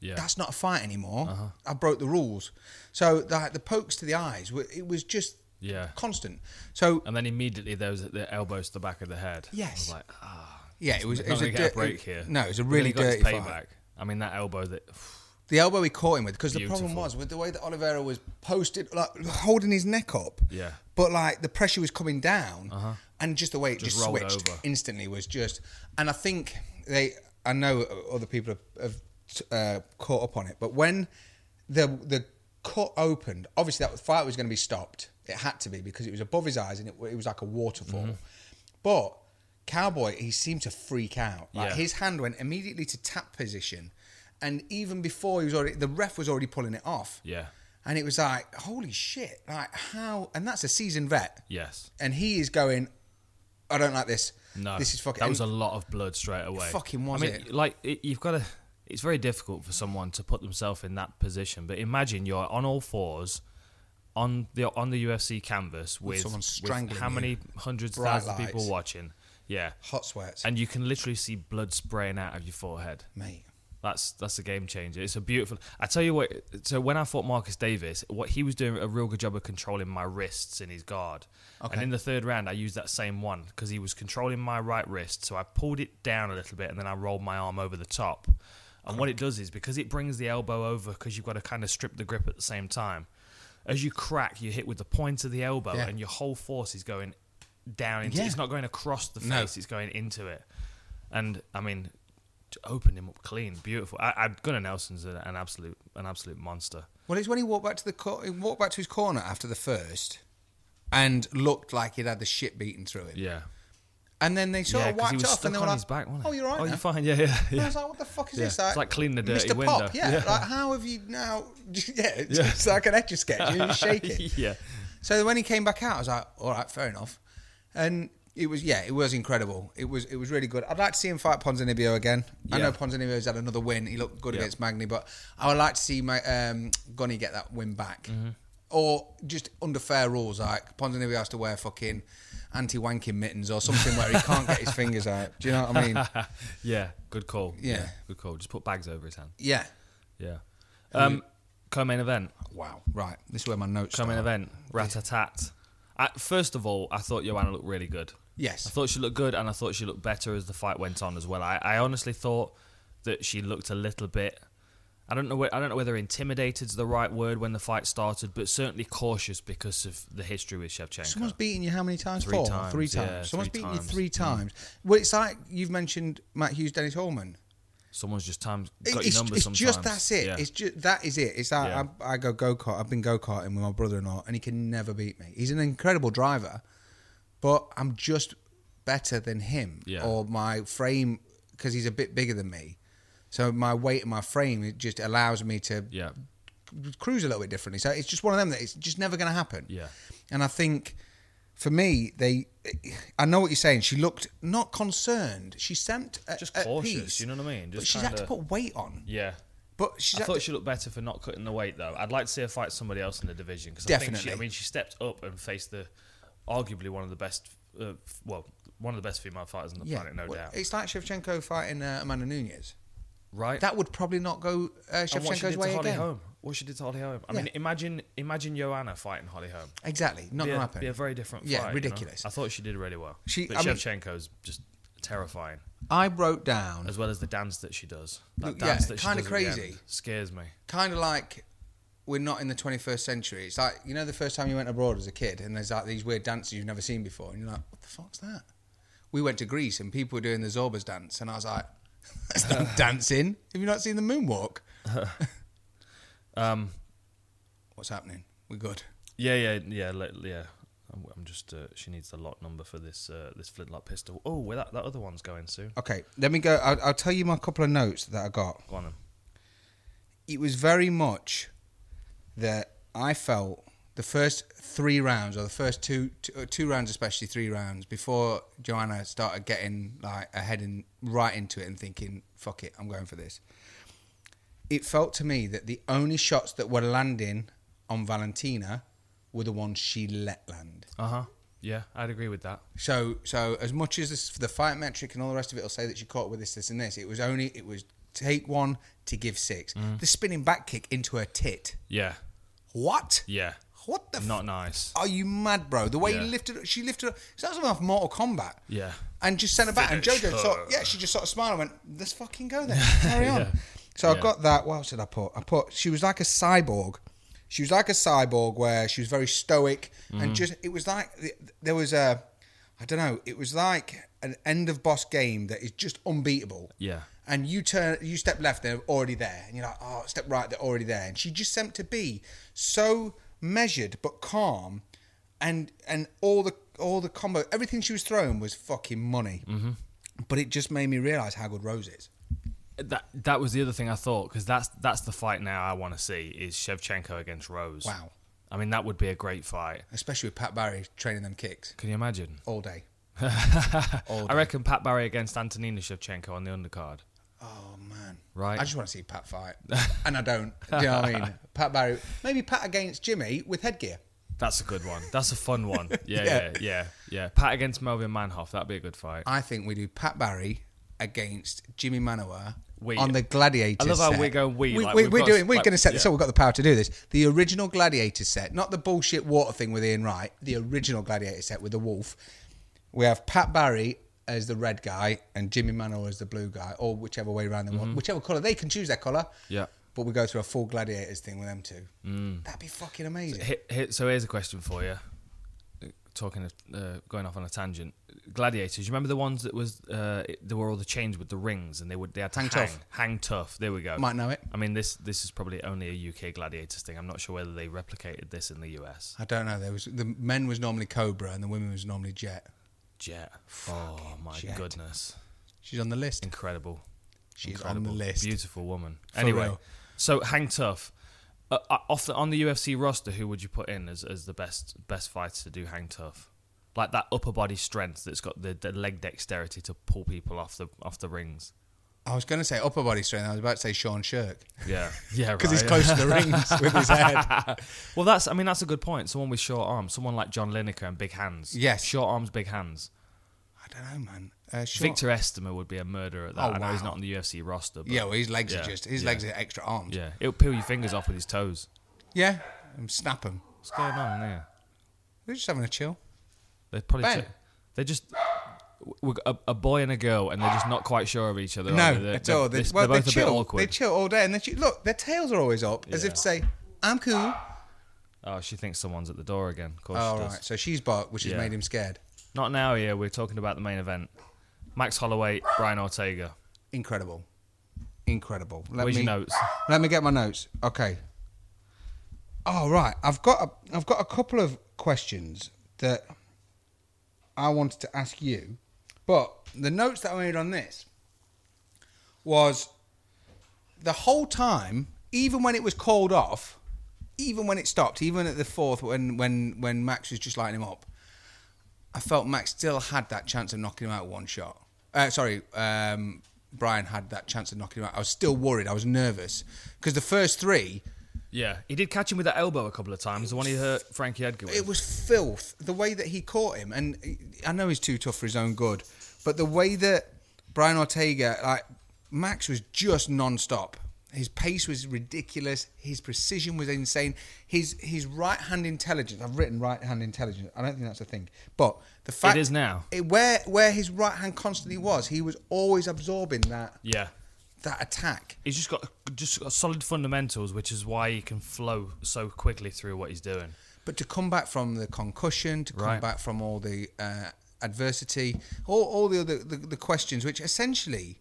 [SPEAKER 2] yeah. Uh-huh.
[SPEAKER 3] that's not a fight anymore. I broke the rules. So like the pokes to the eyes, were- it was just
[SPEAKER 2] Yeah.
[SPEAKER 3] constant. So
[SPEAKER 2] and then immediately there was the elbows to the back of the head.
[SPEAKER 3] Yes.
[SPEAKER 2] I was like, ah,
[SPEAKER 3] yeah, it was.
[SPEAKER 2] not
[SPEAKER 3] It was
[SPEAKER 2] gonna
[SPEAKER 3] a,
[SPEAKER 2] get
[SPEAKER 3] dir-
[SPEAKER 2] a break here.
[SPEAKER 3] No, it was a
[SPEAKER 2] But
[SPEAKER 3] really
[SPEAKER 2] then he
[SPEAKER 3] dirty
[SPEAKER 2] got his
[SPEAKER 3] fight.
[SPEAKER 2] payback. I mean, that elbow that
[SPEAKER 3] The elbow he caught him with, because the problem
[SPEAKER 2] Beautiful.
[SPEAKER 3] was with the way that Oliveira was posted, like holding his neck up.
[SPEAKER 2] Yeah. Uh-huh.
[SPEAKER 3] But like the pressure was coming down, and just the way it just,
[SPEAKER 2] Just rolled
[SPEAKER 3] switched
[SPEAKER 2] over.
[SPEAKER 3] instantly was just. And I think they, I know other people have, have uh, caught up on it, but when the the cut opened, obviously that fight was going to be stopped. It had to be because it was above his eyes and it, it was like a waterfall. But Cowboy, he seemed to freak out. Like
[SPEAKER 2] Mm-hmm. Yeah.
[SPEAKER 3] his hand went immediately to tap position, and even before he was already, the ref was already pulling it off.
[SPEAKER 2] Yeah.
[SPEAKER 3] and it was like, holy shit! Like how? And that's a seasoned vet,
[SPEAKER 2] yes,
[SPEAKER 3] and he is going, I don't like this.
[SPEAKER 2] no,
[SPEAKER 3] this is fucking.
[SPEAKER 2] That was a lot of blood straight away.
[SPEAKER 3] fucking was
[SPEAKER 2] I mean,
[SPEAKER 3] it.
[SPEAKER 2] like it, you've got to. It's very difficult for someone to put themselves in that position. But imagine you're on all fours on the on the UFC canvas with,
[SPEAKER 3] someone
[SPEAKER 2] with
[SPEAKER 3] strangling
[SPEAKER 2] how
[SPEAKER 3] you.
[SPEAKER 2] many hundreds of
[SPEAKER 3] Bright
[SPEAKER 2] thousands of people
[SPEAKER 3] lights.
[SPEAKER 2] watching. Yeah,
[SPEAKER 3] hot sweats,
[SPEAKER 2] and you can literally see blood spraying out of your forehead.
[SPEAKER 3] mate.
[SPEAKER 2] That's that's a game changer. It's a beautiful. I tell you what. So when I fought Marcus Davis, what he was doing a real good job of controlling my wrists in his guard. And in the third round, I used that same one because he was controlling my right wrist. So I pulled it down a little bit, and then I rolled my arm over the top. And what it does is because it brings the elbow over, because you've got to kind of strip the grip at the same time. As you crack, you hit with the point of the elbow,
[SPEAKER 3] Yeah.
[SPEAKER 2] and your whole force is going down into.
[SPEAKER 3] Yeah.
[SPEAKER 2] It's not going across the face;
[SPEAKER 3] No.
[SPEAKER 2] it's going into it. And I mean, to open him up clean, beautiful. I, I Gunnar Nelson's an, an absolute an absolute monster.
[SPEAKER 3] Well, it's when he walked back to the cor- he walked back to his corner after the first, and looked like he'd had the shit beaten through him.
[SPEAKER 2] Yeah,
[SPEAKER 3] And then they sort
[SPEAKER 2] yeah.
[SPEAKER 3] of
[SPEAKER 2] 'cause
[SPEAKER 3] wiped
[SPEAKER 2] he was
[SPEAKER 3] off,
[SPEAKER 2] stuck
[SPEAKER 3] and they
[SPEAKER 2] on
[SPEAKER 3] were like,
[SPEAKER 2] his back, wasn't he?
[SPEAKER 3] "Oh, you're right
[SPEAKER 2] Oh,
[SPEAKER 3] now."
[SPEAKER 2] you're fine. Yeah, yeah,
[SPEAKER 3] And I
[SPEAKER 2] yeah.
[SPEAKER 3] was like, "What the fuck is
[SPEAKER 2] Yeah,
[SPEAKER 3] this?"
[SPEAKER 2] it's like cleaning the dirty
[SPEAKER 3] Mr.
[SPEAKER 2] window.
[SPEAKER 3] Pop, yeah,
[SPEAKER 2] Yeah.
[SPEAKER 3] Like, how have you now? yeah, it's
[SPEAKER 2] Yeah.
[SPEAKER 3] just like an etch a sketch. You're just shaking.
[SPEAKER 2] yeah.
[SPEAKER 3] So when he came back out, I was like, "All right, fair enough." And it was, yeah, it was incredible. It was, it was really good. I'd like to see him fight Ponzinibbio again. I
[SPEAKER 2] Yeah.
[SPEAKER 3] know Ponzinibbio's had another win. He looked good
[SPEAKER 2] Yeah.
[SPEAKER 3] against Magny, but I would like to see my um, Gunny get that win back,
[SPEAKER 2] Mm-hmm.
[SPEAKER 3] or just under fair rules, like Ponzinibbio has to wear fucking anti-wanking mittens or something where he can't get his fingers out. Do you know what I mean?
[SPEAKER 2] yeah. Good call.
[SPEAKER 3] Yeah.
[SPEAKER 2] good call. Just put bags over his hand.
[SPEAKER 3] Yeah.
[SPEAKER 2] Yeah. Um, co-main event.
[SPEAKER 3] Wow. Right. This is where my notes.
[SPEAKER 2] Co-main
[SPEAKER 3] start.
[SPEAKER 2] event. Rat-a-tat. I, first of all, I thought Joanna looked really good.
[SPEAKER 3] Yes.
[SPEAKER 2] I thought she looked good, and I thought she looked better as the fight went on as well. I, I honestly thought that she looked a little bit. I don't know. whe- I don't know whether intimidated's the right word when the fight started, but certainly cautious because of the history with Shevchenko.
[SPEAKER 3] Someone's beaten you how many times?
[SPEAKER 2] Three
[SPEAKER 3] Four.
[SPEAKER 2] times,
[SPEAKER 3] Three
[SPEAKER 2] yeah,
[SPEAKER 3] times. Someone's
[SPEAKER 2] three
[SPEAKER 3] beaten
[SPEAKER 2] times. Mm.
[SPEAKER 3] you three times. Well, it's like you've mentioned Matt Hughes, Dennis Hallman.
[SPEAKER 2] Someone's just times
[SPEAKER 3] It-
[SPEAKER 2] got
[SPEAKER 3] it's
[SPEAKER 2] your number.
[SPEAKER 3] it's
[SPEAKER 2] sometimes.
[SPEAKER 3] just that's it.
[SPEAKER 2] Yeah.
[SPEAKER 3] It's just that is it. It's like
[SPEAKER 2] Yeah.
[SPEAKER 3] I, I go go kart. I've been go karting with my brother-in-law, and he can never beat me. He's an incredible driver, but I'm just better than him
[SPEAKER 2] Yeah.
[SPEAKER 3] or my frame because he's a bit bigger than me. So my weight and my frame it just allows me to
[SPEAKER 2] yeah.
[SPEAKER 3] cruise a little bit differently. So it's just one of them that it's just never going to happen.
[SPEAKER 2] Yeah.
[SPEAKER 3] And I think for me, they, I know what you're saying. She looked not concerned. She seemed at,
[SPEAKER 2] Just
[SPEAKER 3] at
[SPEAKER 2] cautious,
[SPEAKER 3] peace,
[SPEAKER 2] you know what I mean?
[SPEAKER 3] but
[SPEAKER 2] Just
[SPEAKER 3] she's had
[SPEAKER 2] kinda-
[SPEAKER 3] to put weight on.
[SPEAKER 2] Yeah.
[SPEAKER 3] But
[SPEAKER 2] I
[SPEAKER 3] she's had
[SPEAKER 2] thought
[SPEAKER 3] to-
[SPEAKER 2] she looked better for not cutting the weight, though. I'd like to see her fight somebody else in the division because I think she,
[SPEAKER 3] Definitely.
[SPEAKER 2] I mean, she stepped up and faced the arguably one of the best, uh, f- well, one of the best female fighters on the planet, no
[SPEAKER 3] well,
[SPEAKER 2] doubt.
[SPEAKER 3] It's like Shevchenko fighting uh, Amanda Nunez.
[SPEAKER 2] Right?
[SPEAKER 3] That would probably not go uh,
[SPEAKER 2] And Oh, what she
[SPEAKER 3] Shevchenko's
[SPEAKER 2] did to
[SPEAKER 3] way
[SPEAKER 2] Holly
[SPEAKER 3] again.
[SPEAKER 2] Holm. What she did to Holly Holm. I
[SPEAKER 3] Yeah.
[SPEAKER 2] mean, imagine imagine Joanna fighting Holly Holm.
[SPEAKER 3] Exactly, not
[SPEAKER 2] Be
[SPEAKER 3] gonna
[SPEAKER 2] a,
[SPEAKER 3] happen.
[SPEAKER 2] be a very different fight.
[SPEAKER 3] Yeah,
[SPEAKER 2] you know?
[SPEAKER 3] ridiculous.
[SPEAKER 2] I thought she did really well.
[SPEAKER 3] She-
[SPEAKER 2] but
[SPEAKER 3] I mean-
[SPEAKER 2] Shevchenko's just terrifying,
[SPEAKER 3] I wrote down
[SPEAKER 2] as well as the dance that she does. That
[SPEAKER 3] Look, yeah,
[SPEAKER 2] dance that she
[SPEAKER 3] kinda
[SPEAKER 2] does at the end
[SPEAKER 3] crazy.
[SPEAKER 2] scares me.
[SPEAKER 3] kind of like we're not in the 21st century. It's like you know the first time you went abroad as a kid, and there's like these weird dances you've never seen before, and you're like, "What the fuck's that?" We went to Greece, and people were doing the Zorbas dance, and I was like, "That's not dancing. Have you not seen the moonwalk?"
[SPEAKER 2] Um,
[SPEAKER 3] What's happening? We're good.
[SPEAKER 2] yeah, yeah, yeah, le- yeah. I'm, I'm just. Uh, she needs the lot number for this uh, this flintlock pistol. Oh, well, that that other one's going soon.
[SPEAKER 3] Okay, let me go. I'll, I'll tell you my couple of notes that I got.
[SPEAKER 2] Go on then.
[SPEAKER 3] It was very much that I felt the first three rounds, or the first two two, uh, two rounds, especially three rounds, before Joanna started getting like ahead and right into it and thinking, "Fuck it, I'm going for this." It felt to me that the only shots that were landing on Valentina were the ones she let land.
[SPEAKER 2] Uh huh. Yeah, I'd agree with that.
[SPEAKER 3] So, so as much as this, the fight metric and all the rest of it will say that she caught with this, this, and this, it was only it was take one to give six. The spinning back kick into her tit.
[SPEAKER 2] Yeah.
[SPEAKER 3] What?
[SPEAKER 2] Yeah.
[SPEAKER 3] What the?
[SPEAKER 2] Not
[SPEAKER 3] f-
[SPEAKER 2] nice.
[SPEAKER 3] Are you mad, bro? The way
[SPEAKER 2] Yeah.
[SPEAKER 3] he lifted, she lifted. her- It's not something off Mortal Kombat.
[SPEAKER 2] Yeah.
[SPEAKER 3] And just sent her back, and
[SPEAKER 2] Finish
[SPEAKER 3] JoJo, sort,
[SPEAKER 2] her.
[SPEAKER 3] yeah, she just sort of smiled and went, "Let's fucking go then, carry on."
[SPEAKER 2] Yeah.
[SPEAKER 3] So
[SPEAKER 2] Yeah.
[SPEAKER 3] I got that. What else did I put? I put she was like a cyborg. She was like a cyborg where she was very stoic
[SPEAKER 2] Mm-hmm.
[SPEAKER 3] and just it was like th- there was a I don't know. It was like an end of boss game that is just unbeatable.
[SPEAKER 2] Yeah.
[SPEAKER 3] And you turn, you step left, they're already there, and you're like, oh, step right, they're already there. And she just seemed to be so measured but calm, and and all the all the combo, everything she was throwing was fucking money. Mm-hmm. But it just made me realize how good Rose is.
[SPEAKER 2] That that was the other thing I thought because that's that's the fight now I want to see is Shevchenko against Rose.
[SPEAKER 3] Wow.
[SPEAKER 2] I mean that would be a great fight.
[SPEAKER 3] especially with Pat Barry training them kicks
[SPEAKER 2] Can you imagine?
[SPEAKER 3] all day. All
[SPEAKER 2] I
[SPEAKER 3] day.
[SPEAKER 2] reckon Pat Barry against Antonina Shevchenko on the undercard.
[SPEAKER 3] Oh man,
[SPEAKER 2] Right.
[SPEAKER 3] I just want to see Pat fight, and I don't. Do you know what I mean? Pat Barry, maybe Pat against Jimmy with headgear.
[SPEAKER 2] That's a good one. That's a fun one. Yeah, yeah,
[SPEAKER 3] Yeah.
[SPEAKER 2] yeah, yeah, Pat against Melvin Manhoff. That'd be a good fight.
[SPEAKER 3] I think we do Pat Barry against Jimmy Manoa
[SPEAKER 2] We-
[SPEAKER 3] on the Gladiator.
[SPEAKER 2] I love how
[SPEAKER 3] set.
[SPEAKER 2] we're going we,
[SPEAKER 3] We,
[SPEAKER 2] like,
[SPEAKER 3] we,
[SPEAKER 2] we've
[SPEAKER 3] we're
[SPEAKER 2] got-
[SPEAKER 3] doing. We're
[SPEAKER 2] like,
[SPEAKER 3] going to set this
[SPEAKER 2] yeah.
[SPEAKER 3] up. We've got the power to do this. The original Gladiator set, not the bullshit water thing with Ian Wright. The original Gladiator set with the wolf. We have Pat Barry as the red guy and Jimmy Manoa as the blue guy, or whichever way around they want, whichever color they can choose their color.
[SPEAKER 2] Mm-hmm. Yeah.
[SPEAKER 3] But we go through a full Gladiators thing with them two. That'd be fucking amazing.
[SPEAKER 2] Hi- hi- so here's a question for you. Talking, of, uh, going off on a tangent. Gladiators. You remember the ones that was uh, it- there were all the chains with the rings, and they would they had to hang,
[SPEAKER 3] Hang tough.
[SPEAKER 2] Hang tough. There we go.
[SPEAKER 3] Might know it.
[SPEAKER 2] I mean, this this is probably only a UK gladiators thing. I'm not sure whether they replicated this in the US.
[SPEAKER 3] I don't know. There was the men was normally Cobra and the women was normally Jet.
[SPEAKER 2] Jet. Oh my
[SPEAKER 3] Jet.
[SPEAKER 2] goodness,
[SPEAKER 3] She's on the list.
[SPEAKER 2] incredible.
[SPEAKER 3] She's on the list.
[SPEAKER 2] Beautiful woman.
[SPEAKER 3] For
[SPEAKER 2] anyway,
[SPEAKER 3] real.
[SPEAKER 2] so hang tough. Uh, uh, off the, on the UFC roster, who would you put in as, as the best best fighter to do hang tough? Like that upper body strength that's got the, the leg dexterity to pull people off the off the rings.
[SPEAKER 3] I was going to say upper body strength. I was about to say Sean Shirk
[SPEAKER 2] Yeah, yeah,
[SPEAKER 3] because he's
[SPEAKER 2] right.
[SPEAKER 3] close to the rings with his head.
[SPEAKER 2] well, that's I mean that's a good point. Someone with short arms, someone like John Lineker and big hands.
[SPEAKER 3] Yes.
[SPEAKER 2] short arms, big hands.
[SPEAKER 3] I don't know, man. Uh, Sean-
[SPEAKER 2] Victor Estimer would be a murderer at that.
[SPEAKER 3] Oh,
[SPEAKER 2] I know he's
[SPEAKER 3] wow.
[SPEAKER 2] not on the UFC roster. But
[SPEAKER 3] Yeah, well, his legs
[SPEAKER 2] Yeah,
[SPEAKER 3] are just his
[SPEAKER 2] yeah.
[SPEAKER 3] legs are extra arms. Yeah,
[SPEAKER 2] yeah, it'll peel your fingers off with his toes.
[SPEAKER 3] and snap them.
[SPEAKER 2] What's going on in there?
[SPEAKER 3] We're just having a chill.
[SPEAKER 2] They're probably
[SPEAKER 3] Ben.
[SPEAKER 2] ju- they're just w- a, a boy and a girl, and they're just not quite sure of each other.
[SPEAKER 3] no,
[SPEAKER 2] are they? They're-
[SPEAKER 3] at all. They,
[SPEAKER 2] they're-
[SPEAKER 3] well,
[SPEAKER 2] they're
[SPEAKER 3] they
[SPEAKER 2] both a bit
[SPEAKER 3] chill. They
[SPEAKER 2] awkward.
[SPEAKER 3] chill all day, and they chill. look. Their tails are always up, as if
[SPEAKER 2] Yeah.
[SPEAKER 3] to say, "I'm cool."
[SPEAKER 2] oh, she thinks someone's at the door again. Of course
[SPEAKER 3] All
[SPEAKER 2] she
[SPEAKER 3] right,
[SPEAKER 2] does.
[SPEAKER 3] so she's barked, which has
[SPEAKER 2] Yeah.
[SPEAKER 3] made him scared.
[SPEAKER 2] Not now. Here we're talking about the main event: Max Holloway, Brian Ortega.
[SPEAKER 3] Incredible, incredible. Let
[SPEAKER 2] Where's
[SPEAKER 3] me
[SPEAKER 2] your notes?
[SPEAKER 3] let me get my notes. Okay. All right, I've got a, I've got a couple of questions that I wanted to ask you, but the notes that I made on this was the whole time, even when it was called off, even when it stopped, even at the fourth, when when when Max was just lighting him up, I felt Max still had that chance of knocking him out one shot. Uh, sorry, um, Brian had that chance of knocking him out. I was still worried. I was nervous because the first three,
[SPEAKER 2] Yeah, he did catch him with that elbow a couple of times. The one he hurt Frankie Edgar with.
[SPEAKER 3] it was filth. The way that he caught him, and I know he's too tough for his own good, but the way that Brian Ortega, like Max, was just non-stop. His pace was ridiculous. His precision was insane. His his right hand intelligence. I've written right hand intelligence. I don't think that's a thing, but the fact
[SPEAKER 2] is now.
[SPEAKER 3] it- where where his right hand constantly was, he was always absorbing that
[SPEAKER 2] yeah,
[SPEAKER 3] that attack.
[SPEAKER 2] he's just got just got solid fundamentals, which is why he can flow so quickly through what he's doing.
[SPEAKER 3] But to come back from the concussion, to come
[SPEAKER 2] Right.
[SPEAKER 3] back from all the uh, adversity, all, all the other the, the questions, which essentially,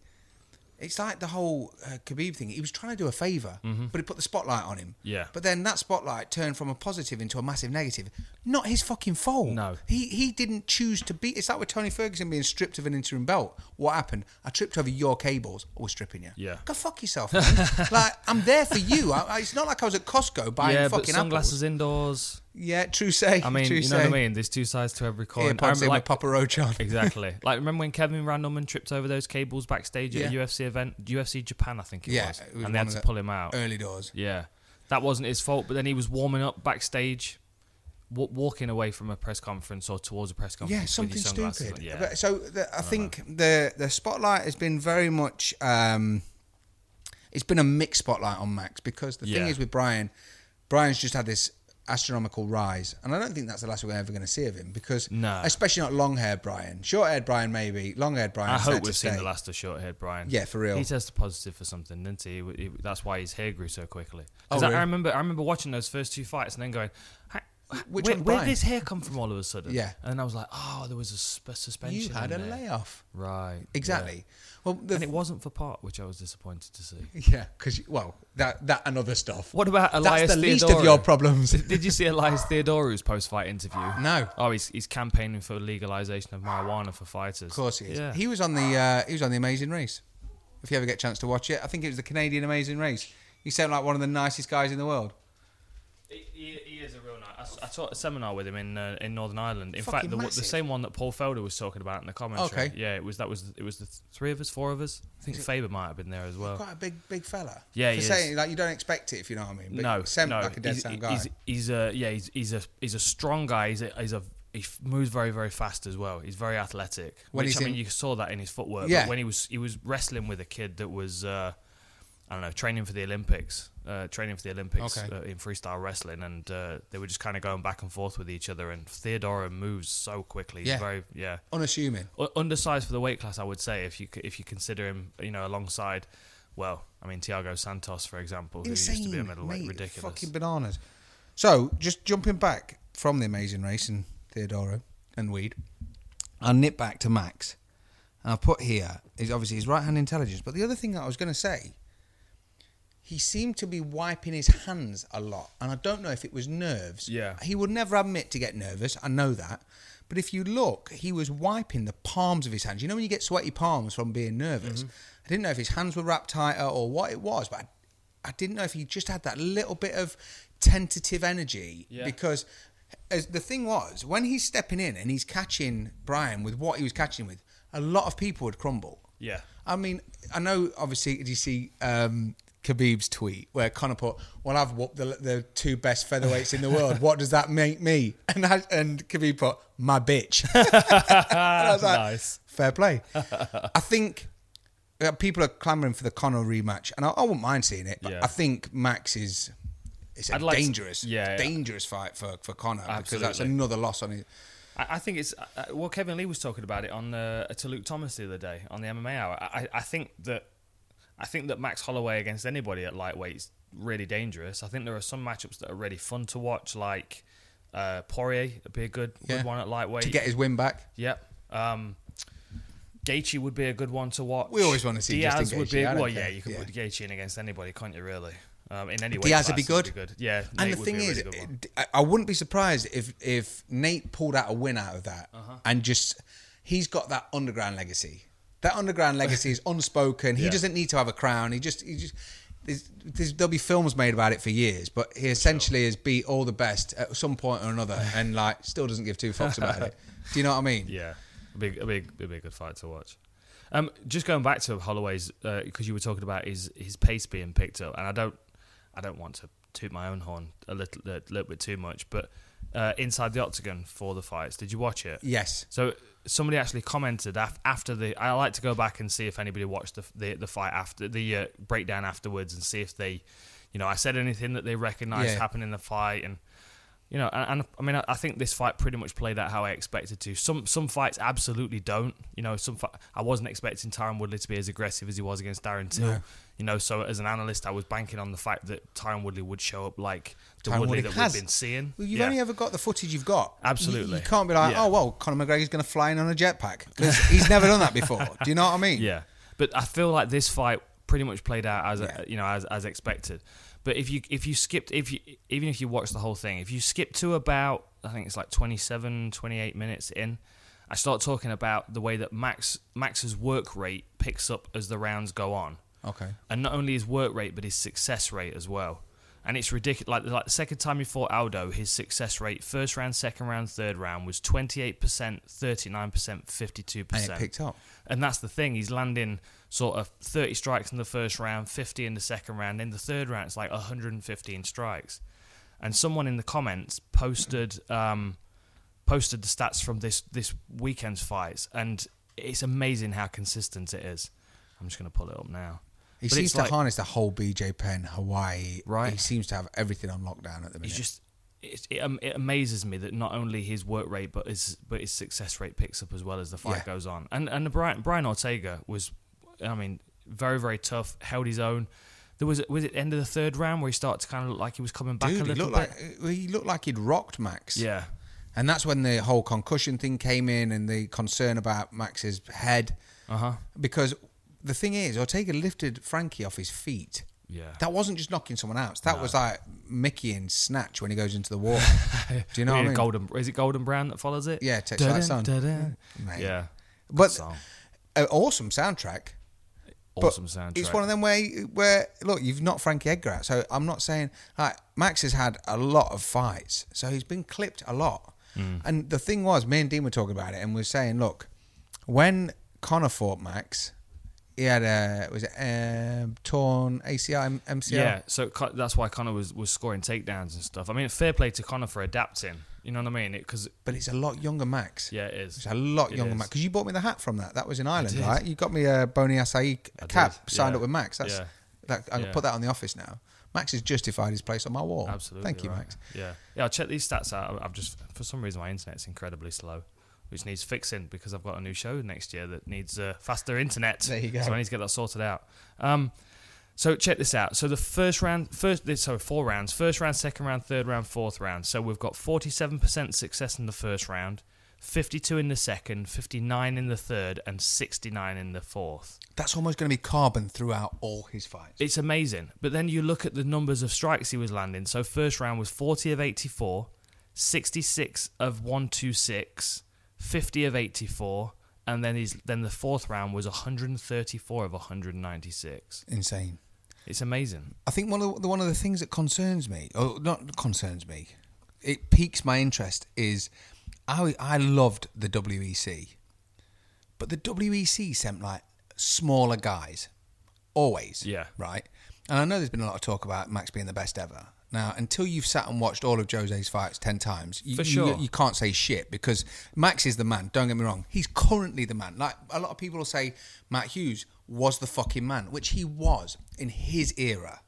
[SPEAKER 3] it's like the whole uh, Khabib thing. He was trying to do a favor, but he put the spotlight on him.
[SPEAKER 2] Mm-hmm. Yeah.
[SPEAKER 3] But then that spotlight turned from a positive into a massive negative. Not his fucking fault.
[SPEAKER 2] No.
[SPEAKER 3] He he didn't choose to be. It's like with Tony Ferguson being stripped of an interim belt. What happened? I tripped over your cables. I was stripping you.
[SPEAKER 2] Yeah.
[SPEAKER 3] Go fuck yourself. man. like I'm there for you. I, I- it's not like I was at Costco buying
[SPEAKER 2] yeah, but
[SPEAKER 3] fucking apples.
[SPEAKER 2] sunglasses indoors.
[SPEAKER 3] Yeah, true say.
[SPEAKER 2] I mean,
[SPEAKER 3] true
[SPEAKER 2] you know
[SPEAKER 3] say.
[SPEAKER 2] what I mean? There's two sides to every coin. I
[SPEAKER 3] Earpods
[SPEAKER 2] rem-
[SPEAKER 3] in
[SPEAKER 2] like-
[SPEAKER 3] with Papa Roach on.
[SPEAKER 2] exactly. Like, remember when Kevin Randleman tripped over those cables backstage at a
[SPEAKER 3] Yeah.
[SPEAKER 2] UFC event? UFC Japan, I think it
[SPEAKER 3] Yeah,
[SPEAKER 2] was.
[SPEAKER 3] it was
[SPEAKER 2] And they had
[SPEAKER 3] one of
[SPEAKER 2] to
[SPEAKER 3] the-
[SPEAKER 2] pull him out.
[SPEAKER 3] Early doors.
[SPEAKER 2] Yeah, that wasn't his fault. But then he was warming up backstage, wa- walking away from a press conference or towards a press conference.
[SPEAKER 3] Yeah, something
[SPEAKER 2] with his sunglasses
[SPEAKER 3] stupid.
[SPEAKER 2] on. Yeah.
[SPEAKER 3] But- So the, I think the the spotlight has been very much. Um, it's been a mixed spotlight on Max because the
[SPEAKER 2] Yeah.
[SPEAKER 3] thing is with Brian, Brian's just had this astronomical rise, and I don't think that's the last we're ever going to see of him because,
[SPEAKER 2] No.
[SPEAKER 3] especially not long haired Brian, short haired Brian maybe, long haired Brian.
[SPEAKER 2] I
[SPEAKER 3] is there
[SPEAKER 2] hope
[SPEAKER 3] to
[SPEAKER 2] we've seen
[SPEAKER 3] stay.
[SPEAKER 2] the last of Shorthead Brian.
[SPEAKER 3] Yeah, for real.
[SPEAKER 2] He tested positive for something, didn't he? He- he- that's why his hair grew so quickly. 'Cause
[SPEAKER 3] Oh,
[SPEAKER 2] I, I
[SPEAKER 3] really?
[SPEAKER 2] remember, I remember watching those first two fights and then going, "Ha- ha-
[SPEAKER 3] Which
[SPEAKER 2] where,
[SPEAKER 3] one,
[SPEAKER 2] where
[SPEAKER 3] Brian?
[SPEAKER 2] did his hair come from all of a sudden?
[SPEAKER 3] Yeah.
[SPEAKER 2] and then I was like, oh, there was a, sp- suspension.
[SPEAKER 3] You had a
[SPEAKER 2] in there."
[SPEAKER 3] layoff,
[SPEAKER 2] right?
[SPEAKER 3] exactly. Well, the,
[SPEAKER 2] And it wasn't for part, which I was disappointed to see.
[SPEAKER 3] yeah, because well, that that and other stuff.
[SPEAKER 2] What about Elias
[SPEAKER 3] That's the least of
[SPEAKER 2] Theodorou?
[SPEAKER 3] your problems.
[SPEAKER 2] Did you see Elias Theodorou's post-fight interview?
[SPEAKER 3] No.
[SPEAKER 2] Oh, he's, he's campaigning for legalization of marijuana for fighters.
[SPEAKER 3] Of course he is.
[SPEAKER 2] Yeah.
[SPEAKER 3] He was on the uh, he was on the Amazing Race. If you ever get a chance to watch it, I think it was the Canadian Amazing Race. He sounded like one of the nicest guys in the world.
[SPEAKER 2] He, he, he is a real nice. I s- I, taught a seminar with him in uh, in Northern Ireland. In
[SPEAKER 3] Fucking
[SPEAKER 2] fact, the, one- the
[SPEAKER 3] massive.
[SPEAKER 2] same one that Paul Felder was talking about in the commentary.
[SPEAKER 3] Okay.
[SPEAKER 2] Yeah, it was that was it was the th- three of us, four of us. I think Faber might have been there as well.
[SPEAKER 3] Quite a big big fella.
[SPEAKER 2] Yeah,
[SPEAKER 3] For
[SPEAKER 2] he is.
[SPEAKER 3] saying like you don't expect it if you know what I mean. But
[SPEAKER 2] no,
[SPEAKER 3] he sounded
[SPEAKER 2] no.
[SPEAKER 3] like a dead
[SPEAKER 2] he's,
[SPEAKER 3] sound guy.
[SPEAKER 2] he's, he's a yeah. He's, he's a he's a strong guy. He's a, he's a he f- moves very very fast as well. He's very athletic.
[SPEAKER 3] When
[SPEAKER 2] which
[SPEAKER 3] he's
[SPEAKER 2] I mean,
[SPEAKER 3] in-
[SPEAKER 2] you saw that in his footwork.
[SPEAKER 3] Yeah.
[SPEAKER 2] But when he was he was wrestling with a kid that was. Uh, I don't know, training for the Olympics, uh, training for the Olympics
[SPEAKER 3] Okay.
[SPEAKER 2] uh, in freestyle wrestling, and uh, they were just kind of going back and forth with each other. And Theodora moves so quickly, He's
[SPEAKER 3] Yeah.
[SPEAKER 2] very yeah,
[SPEAKER 3] Unassuming.
[SPEAKER 2] U- undersized for the weight class, I would say. If you c- if you consider him, you know, alongside, well, I mean, Thiago Santos, for example,
[SPEAKER 3] Insane.
[SPEAKER 2] who used to be a middleweight,
[SPEAKER 3] mate.
[SPEAKER 2] ridiculous.
[SPEAKER 3] Fucking bananas. So just jumping back from the Amazing Race and Theodoro and Weed, I'll nip back to Max. And I put here is obviously his right hand intelligence. But the other thing that I was going to say he seemed to be wiping his hands a lot. And I don't know if it was nerves.
[SPEAKER 2] Yeah.
[SPEAKER 3] He would never admit to get nervous. I know that. But if you look, he was wiping the palms of his hands. You know when you get sweaty palms from being nervous? I didn't know if his hands were wrapped tighter or what it was, but I, I didn't know if he just had that little bit of tentative energy
[SPEAKER 2] Yeah.
[SPEAKER 3] because. As the thing was, when he's stepping in and he's catching Brian with what he was catching with, a lot of people would crumble.
[SPEAKER 2] Yeah.
[SPEAKER 3] I mean, I know obviously. Did you see um, Khabib's tweet where Conor put, "Well, I've whooped the, the two best featherweights in the world. What does that make me?" And I, and Khabib put, "My bitch." And I was like,
[SPEAKER 2] Nice.
[SPEAKER 3] Fair play. I think uh, people are clamoring for the Conor rematch, and I, I wouldn't mind seeing it. But
[SPEAKER 2] Yeah.
[SPEAKER 3] I think Max is. It's a
[SPEAKER 2] I'd like to-
[SPEAKER 3] dangerous,
[SPEAKER 2] yeah, yeah.
[SPEAKER 3] dangerous fight for for Conor because that's
[SPEAKER 2] Absolutely.
[SPEAKER 3] another loss on his.
[SPEAKER 2] I, I think it's uh, uh, well. Kevin Lee was talking about it on uh, to Luke Thomas the other day on the MMA Hour. I, I- I think that I think that Max Holloway against anybody at lightweight is really dangerous. I think there are some matchups that are really fun to watch, like uh, Poirier would be a good
[SPEAKER 3] Yeah.
[SPEAKER 2] good one at lightweight.
[SPEAKER 3] to get his win back.
[SPEAKER 2] Yep. Um, Gaethje would be a good one to watch.
[SPEAKER 3] We always wanna see
[SPEAKER 2] Diaz
[SPEAKER 3] Justin
[SPEAKER 2] would
[SPEAKER 3] Gaethje,
[SPEAKER 2] be.
[SPEAKER 3] I don't
[SPEAKER 2] well, yeah,
[SPEAKER 3] care.
[SPEAKER 2] you can
[SPEAKER 3] Yeah.
[SPEAKER 2] put Gaethje in against anybody, can't you? Really. Um, in any way,
[SPEAKER 3] Diaz would be good.
[SPEAKER 2] Yeah,
[SPEAKER 3] And
[SPEAKER 2] Nate
[SPEAKER 3] the
[SPEAKER 2] would be
[SPEAKER 3] thing
[SPEAKER 2] a
[SPEAKER 3] is,
[SPEAKER 2] really good one.
[SPEAKER 3] it- I- I wouldn't be surprised if if Nate pulled out a win out of that,
[SPEAKER 2] Uh-huh.
[SPEAKER 3] and just he's got that underground legacy. That underground legacy is unspoken. He
[SPEAKER 2] Yeah.
[SPEAKER 3] doesn't need to have a crown. He just he just. There's, there's, there'll be films made about it for years, but he essentially has beat all the best at some point or another, and like still doesn't give two fucks about it. Do you know what I mean?
[SPEAKER 2] Yeah, it'd be, it'd be, it'd be a good fight to watch. Um, just going back to Holloway's because you were talking about his his pace being picked up, and I don't I don't want to toot my own horn a little a little bit too much, but uh, inside the octagon for the fights, did you watch it?
[SPEAKER 3] Yes.
[SPEAKER 2] So somebody actually commented af- after the. I like to go back and see if anybody watched the the, the fight after the uh, breakdown afterwards and see if they, you know, I said anything that they recognised
[SPEAKER 3] Yeah.
[SPEAKER 2] happened in the fight and. You know, and, and I mean, I, I think this fight pretty much played out how I expected to. Some some fights absolutely don't. You know, some fi- I wasn't expecting Tyron Woodley to be as aggressive as he was against Darren Till. You know, so as an analyst, I was banking on the fact that Tyron Woodley would show up like the
[SPEAKER 3] Tyron
[SPEAKER 2] Woodley,
[SPEAKER 3] Woodley
[SPEAKER 2] that
[SPEAKER 3] has.
[SPEAKER 2] we've been seeing.
[SPEAKER 3] Well, you've
[SPEAKER 2] Yeah.
[SPEAKER 3] only ever got the footage you've got. You- You,
[SPEAKER 2] Absolutely.
[SPEAKER 3] can't be like,
[SPEAKER 2] Yeah.
[SPEAKER 3] oh well, Conor McGregor's going to fly in on a jetpack because he's never done that before. Do you know what I mean?
[SPEAKER 2] Yeah, but I feel like this fight pretty much played out as
[SPEAKER 3] Yeah.
[SPEAKER 2] you know as, as expected. But if you if you skipped if you even if you watched the whole thing, if you skip to about I think it's like 27, 28 minutes in, I start talking about the way that Max Max's work rate picks up as the rounds go on
[SPEAKER 3] Okay.
[SPEAKER 2] and not only his work rate but his success rate as well. and it's ridiculous. Like, like the second time he fought Aldo, his success rate, first round, second round, third round, was 28%, 39%, 52%.
[SPEAKER 3] And it picked up.
[SPEAKER 2] And that's the thing. He's landing sort of 30 strikes in the first round, 50 in the second round. In the third round, it's like 115 strikes. And someone in the comments posted um, posted the stats from this this weekend's fights, and it's amazing how consistent it is. I'm just going to pull it up now.
[SPEAKER 3] He
[SPEAKER 2] But
[SPEAKER 3] seems
[SPEAKER 2] it's
[SPEAKER 3] to
[SPEAKER 2] like-
[SPEAKER 3] harness the whole BJ Penn, Hawaii.
[SPEAKER 2] Right.
[SPEAKER 3] He seems to have everything on lockdown at the minute.
[SPEAKER 2] It's just it, it, um, it amazes me that not only his work rate but his but his success rate picks up as well as the fight
[SPEAKER 3] Yeah.
[SPEAKER 2] goes on. And and Brian Brian Ortega was, I mean, very very tough. Held his own. There was was it the end of the third round where he started to kind of look like he was coming back
[SPEAKER 3] Dude,
[SPEAKER 2] a
[SPEAKER 3] he
[SPEAKER 2] little
[SPEAKER 3] looked
[SPEAKER 2] bit.
[SPEAKER 3] like he looked like he'd rocked Max.
[SPEAKER 2] yeah,
[SPEAKER 3] And that's when the whole concussion thing came in and the concern about Max's head.
[SPEAKER 2] uh huh.
[SPEAKER 3] Because the thing is, Ortega lifted Frankie off his feet.
[SPEAKER 2] Yeah.
[SPEAKER 3] That wasn't just knocking someone out. That was like Mickey in Snatch when he goes into the water. Do you know
[SPEAKER 2] We
[SPEAKER 3] what I
[SPEAKER 2] need a
[SPEAKER 3] mean?
[SPEAKER 2] Golden is it Golden Brown that follows it?
[SPEAKER 3] Yeah, Text Like Sun.
[SPEAKER 2] dun-dun.
[SPEAKER 3] Mate.
[SPEAKER 2] Yeah,
[SPEAKER 3] But
[SPEAKER 2] song.
[SPEAKER 3] an awesome soundtrack. but
[SPEAKER 2] awesome soundtrack.
[SPEAKER 3] It's one of them where where look, you've knocked Frankie Edgar out. So I'm not saying like Max has had a lot of fights, so he's been clipped a lot.
[SPEAKER 2] Hmm.
[SPEAKER 3] And the thing was, me and Dean were talking about it, and we are saying, look, when Connor fought Max, he had a was it um, torn ACL, M- MCL.
[SPEAKER 2] Yeah, so Con- that's why Connor was, was scoring takedowns and stuff. I mean, fair play to Connor for adapting. You know what I mean? Because
[SPEAKER 3] But it's a lot younger Max.
[SPEAKER 2] yeah, it is.
[SPEAKER 3] It's a lot
[SPEAKER 2] It
[SPEAKER 3] younger
[SPEAKER 2] is.
[SPEAKER 3] Max because you bought me the hat from that. That was in Ireland,
[SPEAKER 2] did.
[SPEAKER 3] right? You got me a Boney Asai
[SPEAKER 2] I
[SPEAKER 3] cap
[SPEAKER 2] did,
[SPEAKER 3] signed
[SPEAKER 2] yeah.
[SPEAKER 3] up with Max. That's
[SPEAKER 2] Yeah.
[SPEAKER 3] that. I can
[SPEAKER 2] Yeah.
[SPEAKER 3] put that on the office now. Max has justified his place on my wall.
[SPEAKER 2] Absolutely.
[SPEAKER 3] Thank you,
[SPEAKER 2] right.
[SPEAKER 3] Max.
[SPEAKER 2] Yeah. Yeah, I'll check these stats out. I've just, for some reason, my internet's incredibly slow, which needs fixing because I've got a new show next year that needs uh, faster internet.
[SPEAKER 3] There you go.
[SPEAKER 2] So I need to get that sorted out. Um, so check this out. So the first round, first this- so four rounds: first round, second round, third round, fourth round. So we've got forty-seven percent success in the first round, fifty-two in the second, fifty-nine in the third, and sixty-nine in the fourth.
[SPEAKER 3] That's almost going to be carbon throughout all his fights.
[SPEAKER 2] It's amazing. But then you look at the numbers of strikes he was landing. So first round was 40 of 84, 66 of 126, 50 of 84, and then he's then the fourth round was 134 of 196.
[SPEAKER 3] Insane.
[SPEAKER 2] It's amazing.
[SPEAKER 3] I think one of the, one of the things that concerns me, or not concerns me, it piques my interest is I I loved the WEC, but the WEC sent like smaller guys, always.
[SPEAKER 2] Yeah.
[SPEAKER 3] Right. And I know there's been a lot of talk about Max being the best ever. Now, until you've sat and watched all of Jose's fights ten times, you,
[SPEAKER 2] For
[SPEAKER 3] you-
[SPEAKER 2] sure.
[SPEAKER 3] you, can't say shit because Max is the man. Don't get me wrong; he's currently the man. Like a lot of people will say, Matt Hughes was the fucking man, which he was in his era.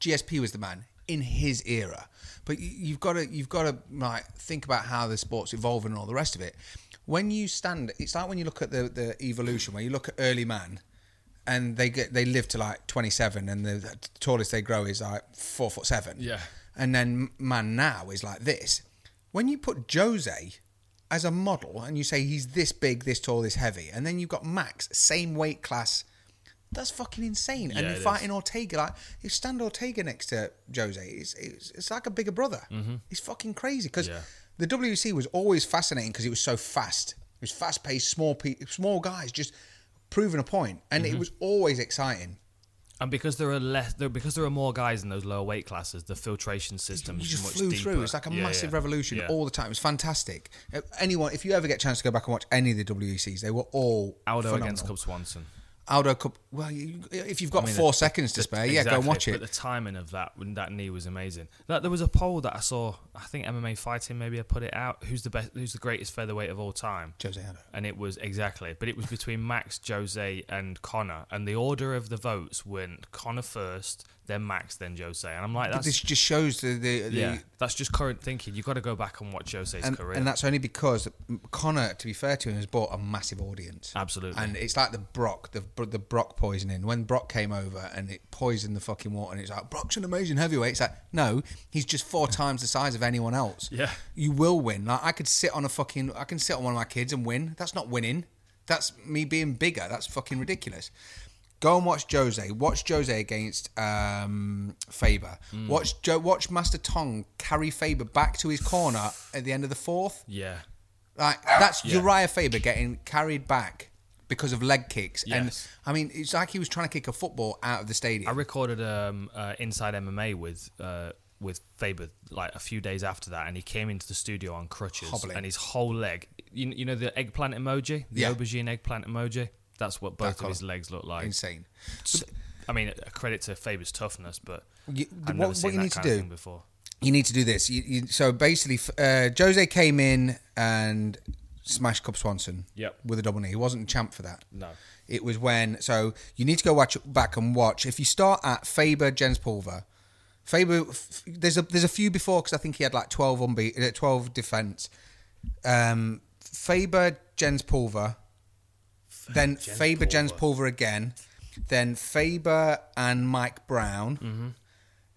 [SPEAKER 3] GSP was the man in his era, but you- you've got to you've got to like think about how the sport's evolving and all the rest of it. When you stand, it's like when you look at the the evolution. When you look at early man, and they get they live to like 27 and the tallest they grow is like four foot seven
[SPEAKER 2] Yeah.
[SPEAKER 3] and then man now is like this when you put jose as a model and you say he's this big this tall this heavy and then you've got max same weight class that's fucking insane and
[SPEAKER 2] Yeah,
[SPEAKER 3] you're
[SPEAKER 2] it
[SPEAKER 3] fighting ortega like you stand ortega next to jose it's, it's, it's like a bigger brother it's fucking crazy because
[SPEAKER 2] Mm-hmm. Yeah.
[SPEAKER 3] the WC was always fascinating because it was so fast. It was fast paced, small pe- small guys just proving a point, and
[SPEAKER 2] Mm-hmm.
[SPEAKER 3] it was always exciting.
[SPEAKER 2] And because there are less, there, because there are more guys in those lower weight classes, the filtration
[SPEAKER 3] You
[SPEAKER 2] system is
[SPEAKER 3] just
[SPEAKER 2] much
[SPEAKER 3] flew
[SPEAKER 2] deeper.
[SPEAKER 3] through. It's like a
[SPEAKER 2] Yeah,
[SPEAKER 3] massive
[SPEAKER 2] yeah.
[SPEAKER 3] revolution
[SPEAKER 2] Yeah.
[SPEAKER 3] all the time. It was fantastic. Uh, Anyone, if you ever get a chance to go back and watch any of the WECs, they were all
[SPEAKER 2] Aldo
[SPEAKER 3] phenomenal.
[SPEAKER 2] against Cub Swanson.
[SPEAKER 3] Aldo Cup. Well, you, if you've got
[SPEAKER 2] mean,
[SPEAKER 3] four
[SPEAKER 2] the-
[SPEAKER 3] seconds to spare, yeah, go and
[SPEAKER 2] Exactly,
[SPEAKER 3] watch
[SPEAKER 2] But
[SPEAKER 3] it.
[SPEAKER 2] the timing of that when that knee was amazing. That there was a poll that I saw. I think MMA fighting maybe I put it out. Who's the best? Who's the greatest featherweight of all time?
[SPEAKER 3] Jose Aldo.
[SPEAKER 2] And it was exactly, but it was between Max, Jose, and Connor. And the order of the votes went Connor first, then Max, then Jose. And I'm like, that's
[SPEAKER 3] This just shows the the, the
[SPEAKER 2] yeah, that's just current thinking. You have got to go back and watch Jose's
[SPEAKER 3] and,
[SPEAKER 2] career.
[SPEAKER 3] and that's only because Connor, to be fair to him, has bought a massive audience.
[SPEAKER 2] Absolutely.
[SPEAKER 3] And it's like the Brock, the the Brock poisoning. When Brock came over and it poisoned the fucking water, and it's like Brock's an amazing heavyweight. It's like no, he's just four times the size of anyone else.
[SPEAKER 2] Yeah.
[SPEAKER 3] you will win. Like I could sit on a fucking, I can sit on one of my kids and win. That's not winning. That's me being bigger. That's fucking ridiculous. Go and watch Jose. Watch Jose against um, Faber.
[SPEAKER 2] Mm.
[SPEAKER 3] Watch jo- watch Master Tong carry Faber back to his corner at the end of the fourth.
[SPEAKER 2] yeah,
[SPEAKER 3] Like that's
[SPEAKER 2] Yeah.
[SPEAKER 3] Uriah Faber getting carried back because of leg kicks.
[SPEAKER 2] Yes.
[SPEAKER 3] And I mean, it's like he was trying to kick a football out of the stadium.
[SPEAKER 2] I recorded um, uh, Inside MMA with uh, with Faber like a few days after that, and he came into the studio on crutches,
[SPEAKER 3] Hobbling.
[SPEAKER 2] and his whole leg, you, you know, the eggplant emoji, the
[SPEAKER 3] Yeah.
[SPEAKER 2] aubergine eggplant emoji. That's what both of
[SPEAKER 3] colour.
[SPEAKER 2] his legs look like.
[SPEAKER 3] Insane.
[SPEAKER 2] S- I mean, a credit to Faber's toughness, but
[SPEAKER 3] You-
[SPEAKER 2] I've
[SPEAKER 3] what-
[SPEAKER 2] never
[SPEAKER 3] what
[SPEAKER 2] seen
[SPEAKER 3] you
[SPEAKER 2] that
[SPEAKER 3] need to
[SPEAKER 2] kind of
[SPEAKER 3] do-
[SPEAKER 2] thing before.
[SPEAKER 3] You need to do this. You, you, so basically, f- uh, Jose came in and smashed Cub Swanson
[SPEAKER 2] Yep.
[SPEAKER 3] with a double knee. He wasn't champ for that.
[SPEAKER 2] No.
[SPEAKER 3] It was when. So you need to go watch back and watch. If you start at Faber Jens Pulver, Faber, f- there's a there's a few before because I think he had like twelve unbe- uh, twelve defense. Um, Faber Jens Pulver, then Faber Jens Pulver again, then Faber and Mike Brown,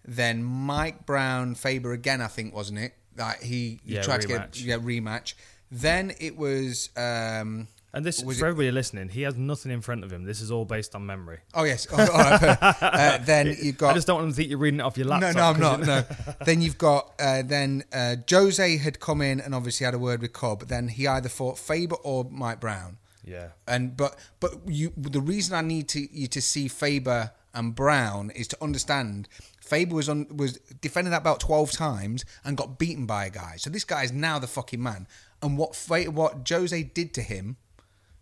[SPEAKER 3] then Mike Brown Faber again. I think wasn't it? Like he, he
[SPEAKER 2] Yeah,
[SPEAKER 3] tried to
[SPEAKER 2] rematch.
[SPEAKER 3] get yeah rematch. Then it was. Um,
[SPEAKER 2] And this
[SPEAKER 3] Was
[SPEAKER 2] for everybody listening, he has nothing in front of him. This is all based on memory.
[SPEAKER 3] Oh yes. Oh, all right. uh, then you've got
[SPEAKER 2] I just don't want them to think you're reading it off your
[SPEAKER 3] no,
[SPEAKER 2] laptop.
[SPEAKER 3] no, I'm
[SPEAKER 2] 'cause
[SPEAKER 3] not.
[SPEAKER 2] you-
[SPEAKER 3] No. then you've got uh, then uh, Jose had come in and obviously had a word with Cobb. Then he either fought Faber or Mike Brown.
[SPEAKER 2] Yeah.
[SPEAKER 3] And but but you the reason I need to you to see Faber and Brown is to understand Faber was on was defending that belt twelve times and got beaten by a guy. So this guy is now the fucking man. And what Fa- what Jose did to him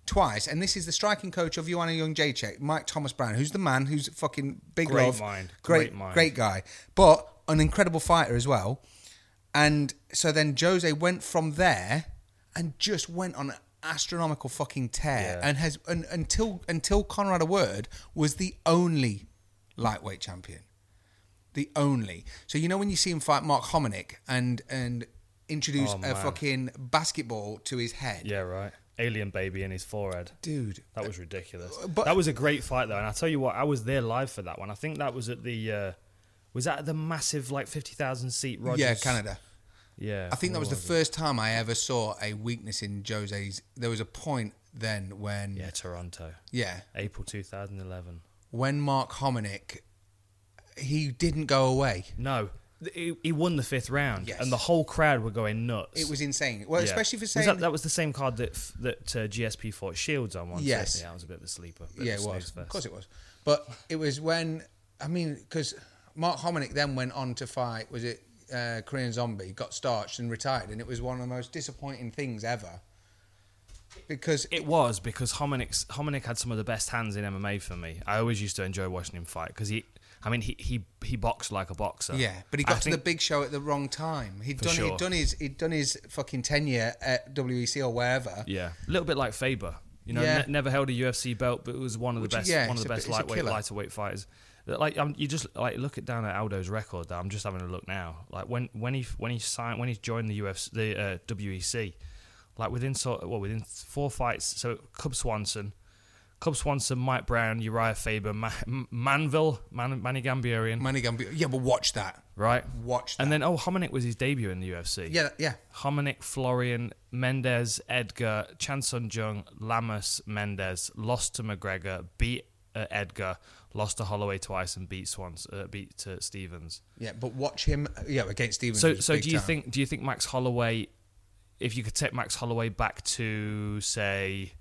[SPEAKER 3] twice, and this is the striking coach of Joanna Young Jacek, Mike Thomas Brown, who's the man who's fucking big
[SPEAKER 2] Great
[SPEAKER 3] love,
[SPEAKER 2] mind,
[SPEAKER 3] great
[SPEAKER 2] great mind.
[SPEAKER 3] great guy, but an incredible fighter as well. And so then Jose went from there and just went on an astronomical fucking tear
[SPEAKER 2] Yeah.
[SPEAKER 3] and has and, until until Conrad Word was the only lightweight champion. The only. So you know when you see him fight Mark Hominick and and introduce
[SPEAKER 2] Oh,
[SPEAKER 3] a
[SPEAKER 2] man.
[SPEAKER 3] fucking basketball to his head.
[SPEAKER 2] Yeah, right. Alien baby in his forehead.
[SPEAKER 3] Dude.
[SPEAKER 2] That was ridiculous.
[SPEAKER 3] Uh, but-
[SPEAKER 2] that was a great fight though, and I tell you what, I was there live for that one. I think that was at the uh, was that at the massive like fifty thousand seat Rogers.
[SPEAKER 3] Yeah, Canada.
[SPEAKER 2] Yeah,
[SPEAKER 3] I think that
[SPEAKER 2] where
[SPEAKER 3] was the
[SPEAKER 2] it?
[SPEAKER 3] first time I ever saw a weakness in Jose's. There was a point then when,
[SPEAKER 2] Yeah, Toronto,
[SPEAKER 3] yeah
[SPEAKER 2] April two thousand eleven.
[SPEAKER 3] when Mark Hominick, he didn't go away.
[SPEAKER 2] No, th- he, he won the fifth round,
[SPEAKER 3] Yes.
[SPEAKER 2] and the whole crowd were going nuts.
[SPEAKER 3] It was insane. Well,
[SPEAKER 2] Yeah.
[SPEAKER 3] especially for
[SPEAKER 2] Was
[SPEAKER 3] saying
[SPEAKER 2] that, that was the same card that f- that uh, GSP fought Shields on. One
[SPEAKER 3] Yes.
[SPEAKER 2] yeah, I was a bit of a sleeper. bit of
[SPEAKER 3] yeah,
[SPEAKER 2] a
[SPEAKER 3] it was.
[SPEAKER 2] snooze fest.
[SPEAKER 3] Of course, it was. But it was when I mean, because Mark Hominick then went on to fight. Was it uh, Korean Zombie? Got starched and retired, and it was one of the most disappointing things ever. Because
[SPEAKER 2] It was because Hominick's, Hominick had some of the best hands in MMA for me. I always used to enjoy watching him fight because he, I mean, he, he he boxed like a boxer.
[SPEAKER 3] yeah, but he
[SPEAKER 2] I
[SPEAKER 3] got to
[SPEAKER 2] think-
[SPEAKER 3] the big show at the wrong time. He'd done
[SPEAKER 2] sure.
[SPEAKER 3] he'd done his he'd done his fucking tenure at WEC or wherever.
[SPEAKER 2] yeah, a little bit like Faber. You know,
[SPEAKER 3] Yeah.
[SPEAKER 2] ne- never held a UFC belt, but it was one of the
[SPEAKER 3] Which,
[SPEAKER 2] best,
[SPEAKER 3] yeah,
[SPEAKER 2] one of
[SPEAKER 3] he's
[SPEAKER 2] the
[SPEAKER 3] a bit-
[SPEAKER 2] best
[SPEAKER 3] he's a
[SPEAKER 2] lightweight,
[SPEAKER 3] killer.
[SPEAKER 2] lighterweight fighters. Like um, you just like look at down at Aldo's record. That I'm just having a look now. Like when when he when he signed when he joined the UFC the uh, WEC, like within sort well within four fights. So Cub Swanson, Cub Swanson, Mike Brown, Uriah Faber, Ma- M- Manville, Man- Manny Gambarian,
[SPEAKER 3] Money gone. Yeah, but watch that.
[SPEAKER 2] right?
[SPEAKER 3] Watch that.
[SPEAKER 2] And then oh, Hominick was his debut in the UFC.
[SPEAKER 3] yeah, yeah.
[SPEAKER 2] Hominick, Florian, Mendez, Edgar, Chan Sun Jung, Lamas, Mendez lost to McGregor, beat uh, Edgar, lost to Holloway twice, and beat Swans, uh, beat uh, Stevens.
[SPEAKER 3] Yeah, but watch him. Yeah, against Stevens.
[SPEAKER 2] So,
[SPEAKER 3] was
[SPEAKER 2] so
[SPEAKER 3] big
[SPEAKER 2] do you
[SPEAKER 3] time.
[SPEAKER 2] think do you think Max Holloway, if you could take Max Holloway back to say,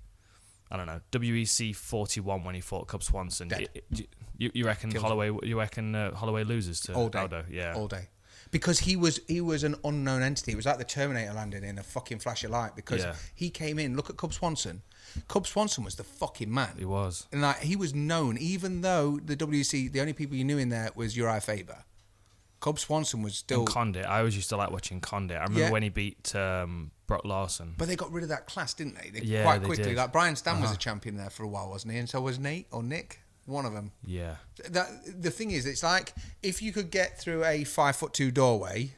[SPEAKER 2] I don't know, WEC forty one when he fought Cub Swanson,
[SPEAKER 3] Dead.
[SPEAKER 2] y- y- you, you reckon Holloway you reckon uh, Holloway loses to
[SPEAKER 3] all day,
[SPEAKER 2] Aldo? Yeah,
[SPEAKER 3] all day, because he was he was an unknown entity. It was like the Terminator landing in a fucking flash of light because
[SPEAKER 2] Yeah.
[SPEAKER 3] he came in. Look at Cub Swanson. Cub Swanson was the fucking man.
[SPEAKER 2] he was.
[SPEAKER 3] And like he was known, even though the WC, the only people you knew in there was Uriah Faber. Cub Swanson was still,
[SPEAKER 2] And Condit. I always used to like watching Condit. I remember
[SPEAKER 3] Yeah.
[SPEAKER 2] when he beat um, Brock Larson.
[SPEAKER 3] but they got rid of that class, didn't they? they
[SPEAKER 2] Yeah,
[SPEAKER 3] quite
[SPEAKER 2] they
[SPEAKER 3] quickly.
[SPEAKER 2] did. Uh-huh.
[SPEAKER 3] Like Brian Stan was a champion there for a while, wasn't he? And so was Nate or Nick, one of them.
[SPEAKER 2] yeah.
[SPEAKER 3] that the thing is, it's like if you could get through a five foot two doorway,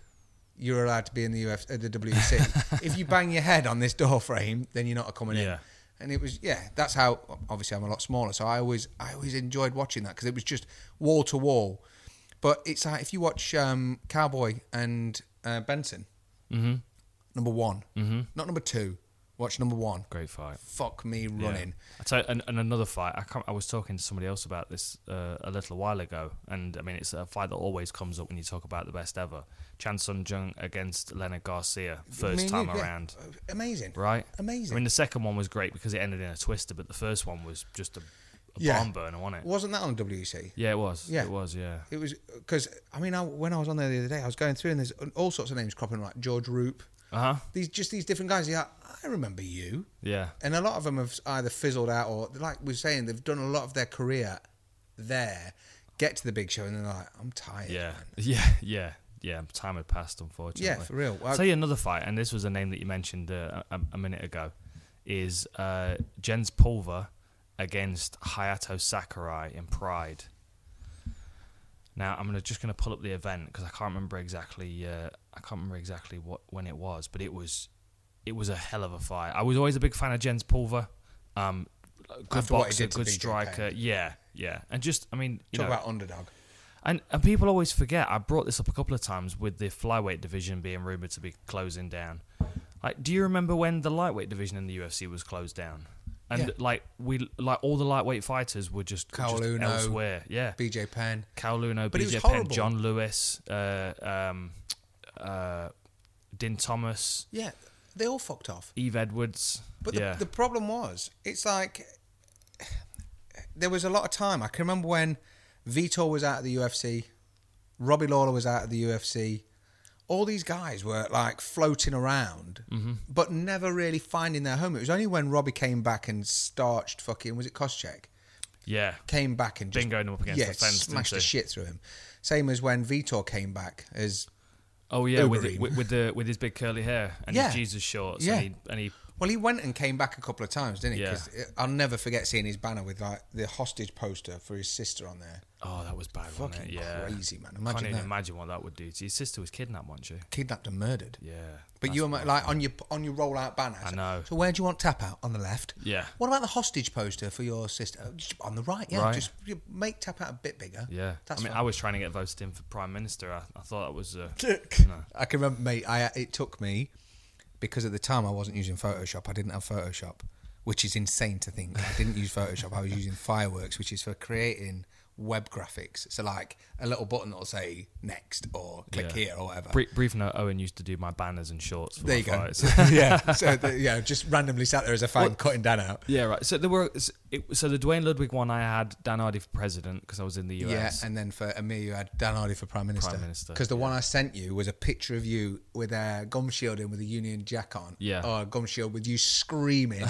[SPEAKER 3] you're allowed to be in the UF, uh, the WC. if you bang your head on this door frame, then you're not coming in.
[SPEAKER 2] Yeah.
[SPEAKER 3] And it was yeah, that's how. Obviously, I'm a lot smaller, so I always I always enjoyed watching that because it was just wall to wall. But it's like if you watch um,
[SPEAKER 2] Mm-hmm.
[SPEAKER 3] Cowboy and uh, Benson, number one, not number two, Watch number one.
[SPEAKER 2] Great fight.
[SPEAKER 3] Fuck me
[SPEAKER 2] Yeah.
[SPEAKER 3] running.
[SPEAKER 2] I tell, and, and another fight. I can't, I was talking to somebody else about this uh, a little while ago, and I mean it's a fight that always comes up when you talk about the best ever. Chan Sun Jung against Leonard Garcia, first
[SPEAKER 3] Me and
[SPEAKER 2] time
[SPEAKER 3] you, yeah.
[SPEAKER 2] around,
[SPEAKER 3] Amazing.
[SPEAKER 2] right? I
[SPEAKER 3] Amazing.
[SPEAKER 2] mean the second one was great because it ended in a twister, but the first one was just a, a
[SPEAKER 3] Yeah.
[SPEAKER 2] bomb burner, wasn't it?
[SPEAKER 3] Wasn't that on E WEC?
[SPEAKER 2] Yeah, it was.
[SPEAKER 3] Yeah.
[SPEAKER 2] it was. Yeah.
[SPEAKER 3] It was because I mean, I, when I was on there the other day, I was going through and there's all sorts of names cropping like George Roop.
[SPEAKER 2] Uh huh.
[SPEAKER 3] These just these different guys. Yeah, I remember you.
[SPEAKER 2] Yeah.
[SPEAKER 3] And a lot of them have either fizzled out or, like we are saying, they've done a lot of their career there, get to the big show, and they're like, I'm tired.
[SPEAKER 2] Yeah,
[SPEAKER 3] man."
[SPEAKER 2] yeah, yeah, yeah. Time had passed, unfortunately.
[SPEAKER 3] Yeah, for real.
[SPEAKER 2] I'll tell you another fight, and this was a name that you mentioned uh, a, a minute ago, is uh, Jens Pulver against Hayato Sakurai in Pride. Now I'm gonna, just going to pull up the event because I can't remember exactly. Uh, I can't remember exactly what when it was, but it was it was a hell of a fight. I was always a big fan of Jens Pulver. Um, good
[SPEAKER 3] After what he
[SPEAKER 2] boxer,
[SPEAKER 3] did to
[SPEAKER 2] good
[SPEAKER 3] BJ
[SPEAKER 2] striker. Yeah, yeah, and just I mean, you
[SPEAKER 3] Talk
[SPEAKER 2] know,
[SPEAKER 3] about underdog.
[SPEAKER 2] and, and people always forget. I brought this up a couple of times with the flyweight division being rumored to be closing down. Like, do you remember when the lightweight division in the UFC was closed down? And
[SPEAKER 3] Yeah.
[SPEAKER 2] like we, like all the lightweight fighters were just,
[SPEAKER 3] Kyle
[SPEAKER 2] just
[SPEAKER 3] Luno,
[SPEAKER 2] elsewhere. Yeah,
[SPEAKER 3] BJ Penn.
[SPEAKER 2] Cal Luno,
[SPEAKER 3] But it was
[SPEAKER 2] BJ Penn,
[SPEAKER 3] horrible.
[SPEAKER 2] John Lewis, uh, um, uh, Din Thomas,
[SPEAKER 3] Yeah, they all fucked off.
[SPEAKER 2] Eve Edwards.
[SPEAKER 3] But
[SPEAKER 2] yeah,
[SPEAKER 3] the, the problem was, it's like there was a lot of time. I can remember when Vitor was out of the UFC, Robbie Lawler was out of the UFC. All these guys were like floating around,
[SPEAKER 2] Mm-hmm.
[SPEAKER 3] but never really finding their home. It was only when Robbie came back and starched fucking was it Koscheck
[SPEAKER 2] yeah,
[SPEAKER 3] came back and just
[SPEAKER 2] Bingoed him up against
[SPEAKER 3] yeah,
[SPEAKER 2] the fence, didn't
[SPEAKER 3] smashed the
[SPEAKER 2] he?
[SPEAKER 3] shit through him. Same as when Vitor came back as
[SPEAKER 2] oh yeah, with,
[SPEAKER 3] Uberim.
[SPEAKER 2] with with the with his big curly hair and
[SPEAKER 3] Yeah.
[SPEAKER 2] his Jesus shorts.
[SPEAKER 3] Yeah.
[SPEAKER 2] and he, and he
[SPEAKER 3] Well, he went and came back a couple of times, didn't he?
[SPEAKER 2] Yeah.
[SPEAKER 3] 'Cause I'll never forget seeing his banner with like the hostage poster for his sister on there.
[SPEAKER 2] oh, that was bad. wasn't
[SPEAKER 3] Fucking
[SPEAKER 2] it? Yeah.
[SPEAKER 3] crazy, man!
[SPEAKER 2] I can't
[SPEAKER 3] Imagine
[SPEAKER 2] even
[SPEAKER 3] that.
[SPEAKER 2] imagine what that would do. to Your sister was kidnapped, wasn't she?
[SPEAKER 3] Kidnapped and murdered.
[SPEAKER 2] Yeah.
[SPEAKER 3] But you were like on your on your rollout banner.
[SPEAKER 2] I know.
[SPEAKER 3] So where do you want tap out on the left?
[SPEAKER 2] Yeah.
[SPEAKER 3] What about the hostage poster for your sister Oh, just on the right? Yeah.
[SPEAKER 2] Right.
[SPEAKER 3] Just you make tap out a bit bigger.
[SPEAKER 2] Yeah.
[SPEAKER 3] That's
[SPEAKER 2] I mean,
[SPEAKER 3] fine.
[SPEAKER 2] I was trying to get voted in for prime minister. I, I thought that was. Uh,
[SPEAKER 3] I can remember, mate. I it took me because at the time I wasn't using Photoshop. I didn't have Photoshop, which is insane to think. I didn't use Photoshop. I was using Fireworks, which is for creating web graphics. So like a little button that'll say next or click
[SPEAKER 2] Yeah.
[SPEAKER 3] here or whatever.
[SPEAKER 2] brief, brief note: Owen used to do my banners and shorts. For
[SPEAKER 3] there
[SPEAKER 2] my
[SPEAKER 3] you go.
[SPEAKER 2] fights.
[SPEAKER 3] yeah. So the, yeah, just randomly sat there as a fan cutting Dan out.
[SPEAKER 2] yeah, right. So there were. s- It, so the Dwayne Ludwig one, I had Dan Hardy for president because I was in the
[SPEAKER 3] Yeah,
[SPEAKER 2] US.
[SPEAKER 3] and then for Amir, you had Dan Hardy for Prime Minister.
[SPEAKER 2] Minister,
[SPEAKER 3] Because the one I sent you was a picture of you with a gum shield in with a Union Jack on.
[SPEAKER 2] Yeah.
[SPEAKER 3] Or a gum shield with you screaming.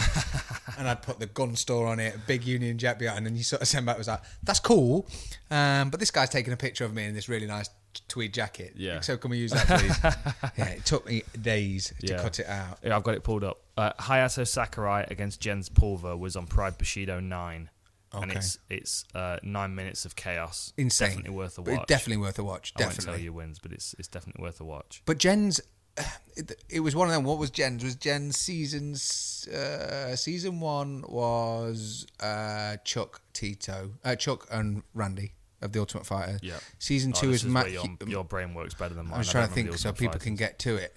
[SPEAKER 3] and I'd put the gun store on it, big Union Jack behind. And you sort of sent back, was like, that's cool. Um, but this guy's taking a picture of me in this really nice tweed jacket.
[SPEAKER 2] Yeah.
[SPEAKER 3] So can we use that, please? yeah, it took me days to
[SPEAKER 2] Yeah.
[SPEAKER 3] cut it out.
[SPEAKER 2] Yeah, I've got it pulled up. Uh, Hayato Sakurai against Jens Pulver was on Pride Bushido nine, and
[SPEAKER 3] Okay.
[SPEAKER 2] it's it's uh, nine minutes of chaos.
[SPEAKER 3] Insane.
[SPEAKER 2] Definitely worth a
[SPEAKER 3] But
[SPEAKER 2] watch.
[SPEAKER 3] Definitely worth a watch.
[SPEAKER 2] I
[SPEAKER 3] Definitely.
[SPEAKER 2] won't tell you who wins, but it's it's definitely worth a watch.
[SPEAKER 3] But Jen's, it, it was one of them. What was Jen's? Was Jen's seasons? Uh, season one was uh, Chuck Tito, uh, Chuck and Randy of the Ultimate Fighter.
[SPEAKER 2] Yeah.
[SPEAKER 3] Season
[SPEAKER 2] Oh,
[SPEAKER 3] two
[SPEAKER 2] this
[SPEAKER 3] is Matt.
[SPEAKER 2] where your,
[SPEAKER 3] Hu-
[SPEAKER 2] your brain works better than mine.
[SPEAKER 3] I was
[SPEAKER 2] don't
[SPEAKER 3] trying to
[SPEAKER 2] remember
[SPEAKER 3] think
[SPEAKER 2] the
[SPEAKER 3] so
[SPEAKER 2] ultimate
[SPEAKER 3] people
[SPEAKER 2] fight.
[SPEAKER 3] can get to it.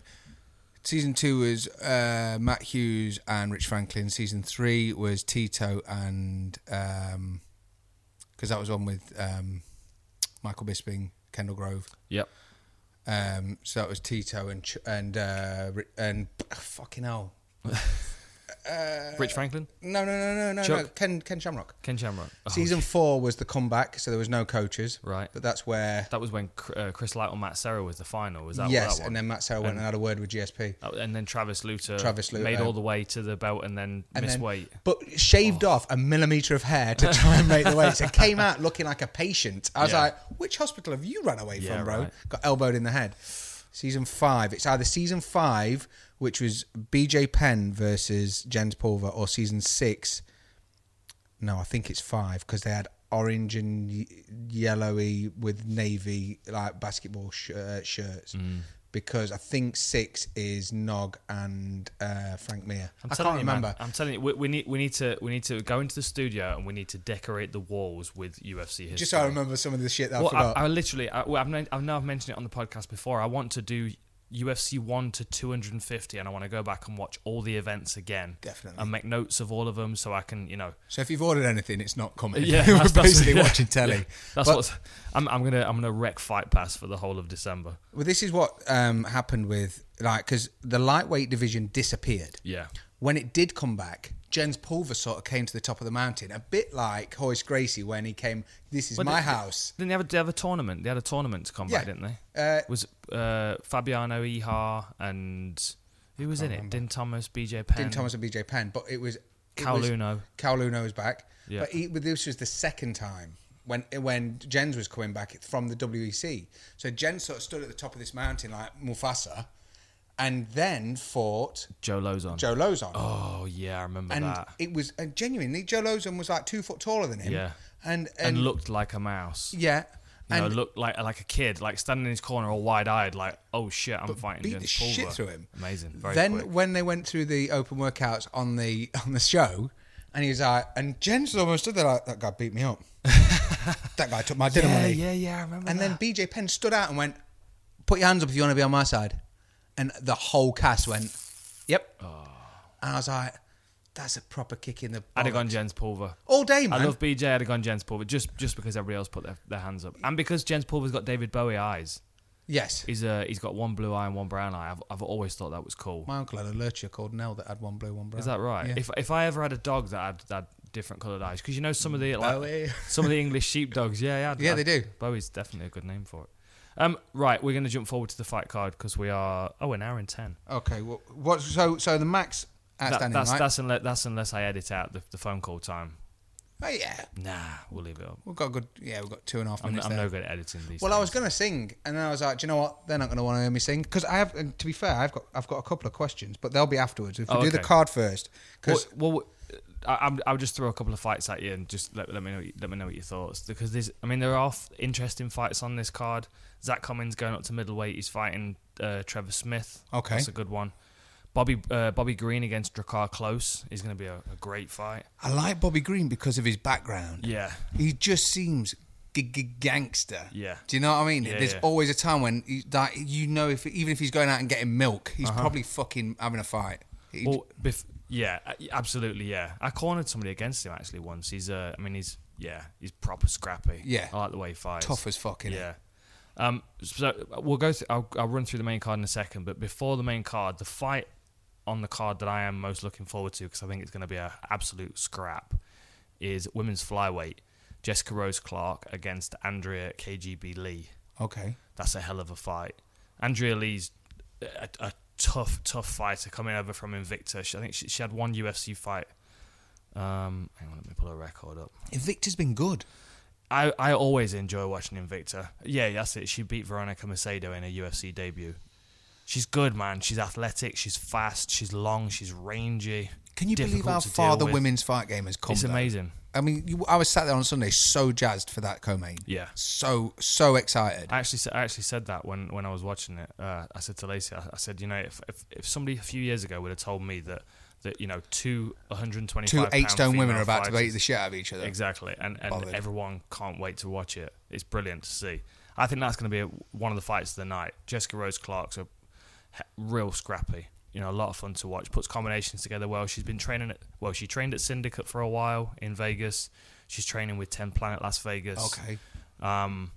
[SPEAKER 3] Season two was uh, Matt Hughes and Rich Franklin. Season three was Tito and because that was one with um, Michael Bisping, Kendall Grove.
[SPEAKER 2] Yep.
[SPEAKER 3] Um, so that was Tito and Ch- and uh, Ri- and fucking hell.
[SPEAKER 2] Rich Franklin,
[SPEAKER 3] No, no, no, no, no, no.
[SPEAKER 2] Chuck?
[SPEAKER 3] Ken Ken Shamrock.
[SPEAKER 2] Ken Shamrock. Oh,
[SPEAKER 3] Season four was the comeback, so there was no coaches.
[SPEAKER 2] Right.
[SPEAKER 3] But that's where
[SPEAKER 2] that was when Cr- uh, Chris Light or Matt Serra was the final. Was that
[SPEAKER 3] yes,
[SPEAKER 2] that one?
[SPEAKER 3] and then Matt Serra went and had a word with GSP.
[SPEAKER 2] Oh, and then Travis Luter,
[SPEAKER 3] Travis Luter.
[SPEAKER 2] made all the way to the belt and then
[SPEAKER 3] And
[SPEAKER 2] missed
[SPEAKER 3] then-
[SPEAKER 2] weight.
[SPEAKER 3] but
[SPEAKER 2] Oh.
[SPEAKER 3] shaved off a millimeter of hair to try and make the weight. So came out looking like a patient. I was
[SPEAKER 2] Yeah.
[SPEAKER 3] like, "Which hospital have you run away
[SPEAKER 2] Yeah,
[SPEAKER 3] from, bro?"
[SPEAKER 2] right.
[SPEAKER 3] Got elbowed in the head. Season five. It's either season five, which was BJ Penn versus Jens Pulver, or season six. No, I think it's five because they had orange and y- yellowy with navy like basketball sh- uh, shirts.
[SPEAKER 2] Mm.
[SPEAKER 3] Because I think six is Nog and uh, Frank Mir. I
[SPEAKER 2] telling
[SPEAKER 3] can't
[SPEAKER 2] you, man,
[SPEAKER 3] remember.
[SPEAKER 2] I'm telling you, we, we need we need to we need to go into the studio and we need to decorate the walls with UFC history.
[SPEAKER 3] Just so I remember some of the shit that I
[SPEAKER 2] Well,
[SPEAKER 3] forgot.
[SPEAKER 2] I, I literally, I, well, I've, men- I've now mentioned it on the podcast before. I want to do UFC 1 to 250 and I want to go back and watch all the events again.
[SPEAKER 3] Definitely.
[SPEAKER 2] And make notes of all of them so I can, you know.
[SPEAKER 3] So if you've ordered anything, it's not coming.
[SPEAKER 2] Yeah,
[SPEAKER 3] we're
[SPEAKER 2] that's- that's-
[SPEAKER 3] basically
[SPEAKER 2] yeah,
[SPEAKER 3] watching telly.
[SPEAKER 2] yeah. that's
[SPEAKER 3] But-
[SPEAKER 2] what's. I'm, I'm gonna I'm gonna wreck Fight Pass for the whole of December.
[SPEAKER 3] Well, this is what um, happened with like because the lightweight division disappeared.
[SPEAKER 2] Yeah.
[SPEAKER 3] When it did come back, Jens Pulver sort of came to the top of the mountain, a bit like Horace Gracie when he came. This is
[SPEAKER 2] Well,
[SPEAKER 3] my
[SPEAKER 2] they-
[SPEAKER 3] house.
[SPEAKER 2] Didn't they have a, they have a tournament? They had a tournament to come back,
[SPEAKER 3] Yeah.
[SPEAKER 2] didn't they?
[SPEAKER 3] Uh,
[SPEAKER 2] was uh, Fabiano Iha and who was in it? Din Thomas, BJ Penn.
[SPEAKER 3] Dean Thomas and BJ Penn, but it was it
[SPEAKER 2] Cal
[SPEAKER 3] was-
[SPEAKER 2] Luno.
[SPEAKER 3] Cal Luno was back,
[SPEAKER 2] Yeah.
[SPEAKER 3] but, he, but this was the second time when when Jens was coming back from the WEC. So Jens sort of stood at the top of this mountain like Mufasa, and then fought
[SPEAKER 2] Joe Lozon.
[SPEAKER 3] Joe Lozon.
[SPEAKER 2] Oh yeah, I remember
[SPEAKER 3] and
[SPEAKER 2] that.
[SPEAKER 3] it was and genuinely Joe Lozon was like two foot taller than him.
[SPEAKER 2] Yeah.
[SPEAKER 3] and and,
[SPEAKER 2] And, looked like a mouse.
[SPEAKER 3] yeah,
[SPEAKER 2] You know,
[SPEAKER 3] and
[SPEAKER 2] looked like like a kid, like standing in his corner, all wide eyed, like, "Oh shit, I'm fighting."
[SPEAKER 3] beat
[SPEAKER 2] Jens
[SPEAKER 3] the shit
[SPEAKER 2] Pulver."
[SPEAKER 3] through him.
[SPEAKER 2] Amazing. Very
[SPEAKER 3] then
[SPEAKER 2] quick.
[SPEAKER 3] when they went through the open workouts on the on the show, and he was like, and Jens almost stood there like that guy beat me up. that guy took my dinner
[SPEAKER 2] yeah,
[SPEAKER 3] money.
[SPEAKER 2] yeah, yeah, I remember.
[SPEAKER 3] And then
[SPEAKER 2] that.
[SPEAKER 3] BJ Penn stood out and went, "Put your hands up if you want to be on my side," and the whole cast went, "Yep."
[SPEAKER 2] Ah.
[SPEAKER 3] And I was like, "That's a proper kick in the."
[SPEAKER 2] I'd have
[SPEAKER 3] bollocks."
[SPEAKER 2] gone Jens Pulver.
[SPEAKER 3] all day, man.
[SPEAKER 2] I love BJ. I'd have gone Jens Pulver just just because everybody else put their, their hands up, and because Jens Pulver's got David Bowie eyes.
[SPEAKER 3] yes.
[SPEAKER 2] He's uh, he's got one blue eye and one brown eye. I've, I've always thought that was cool.
[SPEAKER 3] My uncle had a lurcher called Nell that had one blue, one brown.
[SPEAKER 2] Is that right?
[SPEAKER 3] Yeah.
[SPEAKER 2] If if I ever had a dog that had that different coloured eyes, because you know some of the
[SPEAKER 3] Bowie.
[SPEAKER 2] like, some of the English sheepdogs, yeah, yeah, I'd-
[SPEAKER 3] Yeah,
[SPEAKER 2] I'd-
[SPEAKER 3] they do.
[SPEAKER 2] Bowie's definitely a good name for it. Um, right, we're going to jump forward to the fight card because we are oh an hour and ten.
[SPEAKER 3] Okay. Well, what? So, so the max
[SPEAKER 2] That-
[SPEAKER 3] outstanding,
[SPEAKER 2] that's
[SPEAKER 3] right?
[SPEAKER 2] that's unless that's unless I edit out the, the phone call time.
[SPEAKER 3] oh yeah,
[SPEAKER 2] Nah, we'll leave it up.
[SPEAKER 3] we've got a good. Yeah, we've got two and a half
[SPEAKER 2] I'm,
[SPEAKER 3] minutes
[SPEAKER 2] I'm
[SPEAKER 3] there.
[SPEAKER 2] no good at editing these.
[SPEAKER 3] well, I
[SPEAKER 2] things.
[SPEAKER 3] was gonna sing, and then I was like, do you know what? They're not gonna want to hear me sing because I have. And to be fair, I've got I've got a couple of questions, but they'll be afterwards. If we
[SPEAKER 2] Oh,
[SPEAKER 3] do the
[SPEAKER 2] okay.
[SPEAKER 3] card first, because
[SPEAKER 2] well, well I, I'm, I'll just throw a couple of fights at you and just let, let me know let me know what your thoughts because there's I mean there are f- interesting fights on this card. Zach Cummins going up to middleweight, he's fighting uh, Trevor Smith.
[SPEAKER 3] Okay.
[SPEAKER 2] that's a good one. Bobby uh, Bobby Green against Dracar Close is going to be a, a great fight.
[SPEAKER 3] I like Bobby Green because of his background.
[SPEAKER 2] Yeah,
[SPEAKER 3] He just seems g- g- gangster.
[SPEAKER 2] Yeah.
[SPEAKER 3] Do you know what I mean?
[SPEAKER 2] Yeah,
[SPEAKER 3] There's
[SPEAKER 2] yeah.
[SPEAKER 3] always a time when he, that you know if even if he's going out and getting milk, he's probably fucking having a fight. He-
[SPEAKER 2] well, bef- yeah, a- absolutely, yeah. I cornered somebody against him actually once. He's uh, I mean he's yeah, he's proper scrappy.
[SPEAKER 3] Yeah.
[SPEAKER 2] I like the way he fights.
[SPEAKER 3] tough as fucking.
[SPEAKER 2] Yeah. Um, so we'll go. Through, I'll, I'll run through the main card in a second, but before the main card, the fight on the card that I am most looking forward to because I think it's going to be an absolute scrap is women's flyweight Jessica Rose Clark against Andrea KGB Lee.
[SPEAKER 3] Okay.
[SPEAKER 2] That's a hell of a fight. Andrea Lee's a, a tough, tough fighter coming over from Invicta. She, I think she, she had one UFC fight. Um, hang on, let me pull her record up.
[SPEAKER 3] Invicta's been good.
[SPEAKER 2] I, I always enjoy watching Invicta. Yeah, that's it. She beat Veronica Macedo in her UFC debut. She's good, man. She's athletic. She's fast. She's long. She's rangy.
[SPEAKER 3] Can you believe
[SPEAKER 2] difficult
[SPEAKER 3] how
[SPEAKER 2] to deal
[SPEAKER 3] far the
[SPEAKER 2] with.
[SPEAKER 3] women's fight game has come?
[SPEAKER 2] It's
[SPEAKER 3] though?
[SPEAKER 2] amazing.
[SPEAKER 3] I mean, you, I was sat there on Sunday, so jazzed for that co-main.
[SPEAKER 2] Yeah.
[SPEAKER 3] So so excited.
[SPEAKER 2] I actually, sa- I actually said that when, when I was watching it. Uh, I said to Lacey, I, I said, you know, if, if, if somebody a few years ago would have told me that, that you know, two 125
[SPEAKER 3] Two eight stone women are about to
[SPEAKER 2] beat
[SPEAKER 3] beat the shit out of each other.
[SPEAKER 2] Exactly, and and
[SPEAKER 3] Bothered.
[SPEAKER 2] everyone can't wait to watch it. It's brilliant to see. I think that's going to be a, one of the fights of the night. Jessica Rose Clark's a he- real scrappy. You know, a lot of fun to watch. Puts combinations together well. She's been training at well, she trained at Syndicate for a while in Vegas. She's training with Ten Planet Las Vegas.
[SPEAKER 3] Okay.
[SPEAKER 2] Um,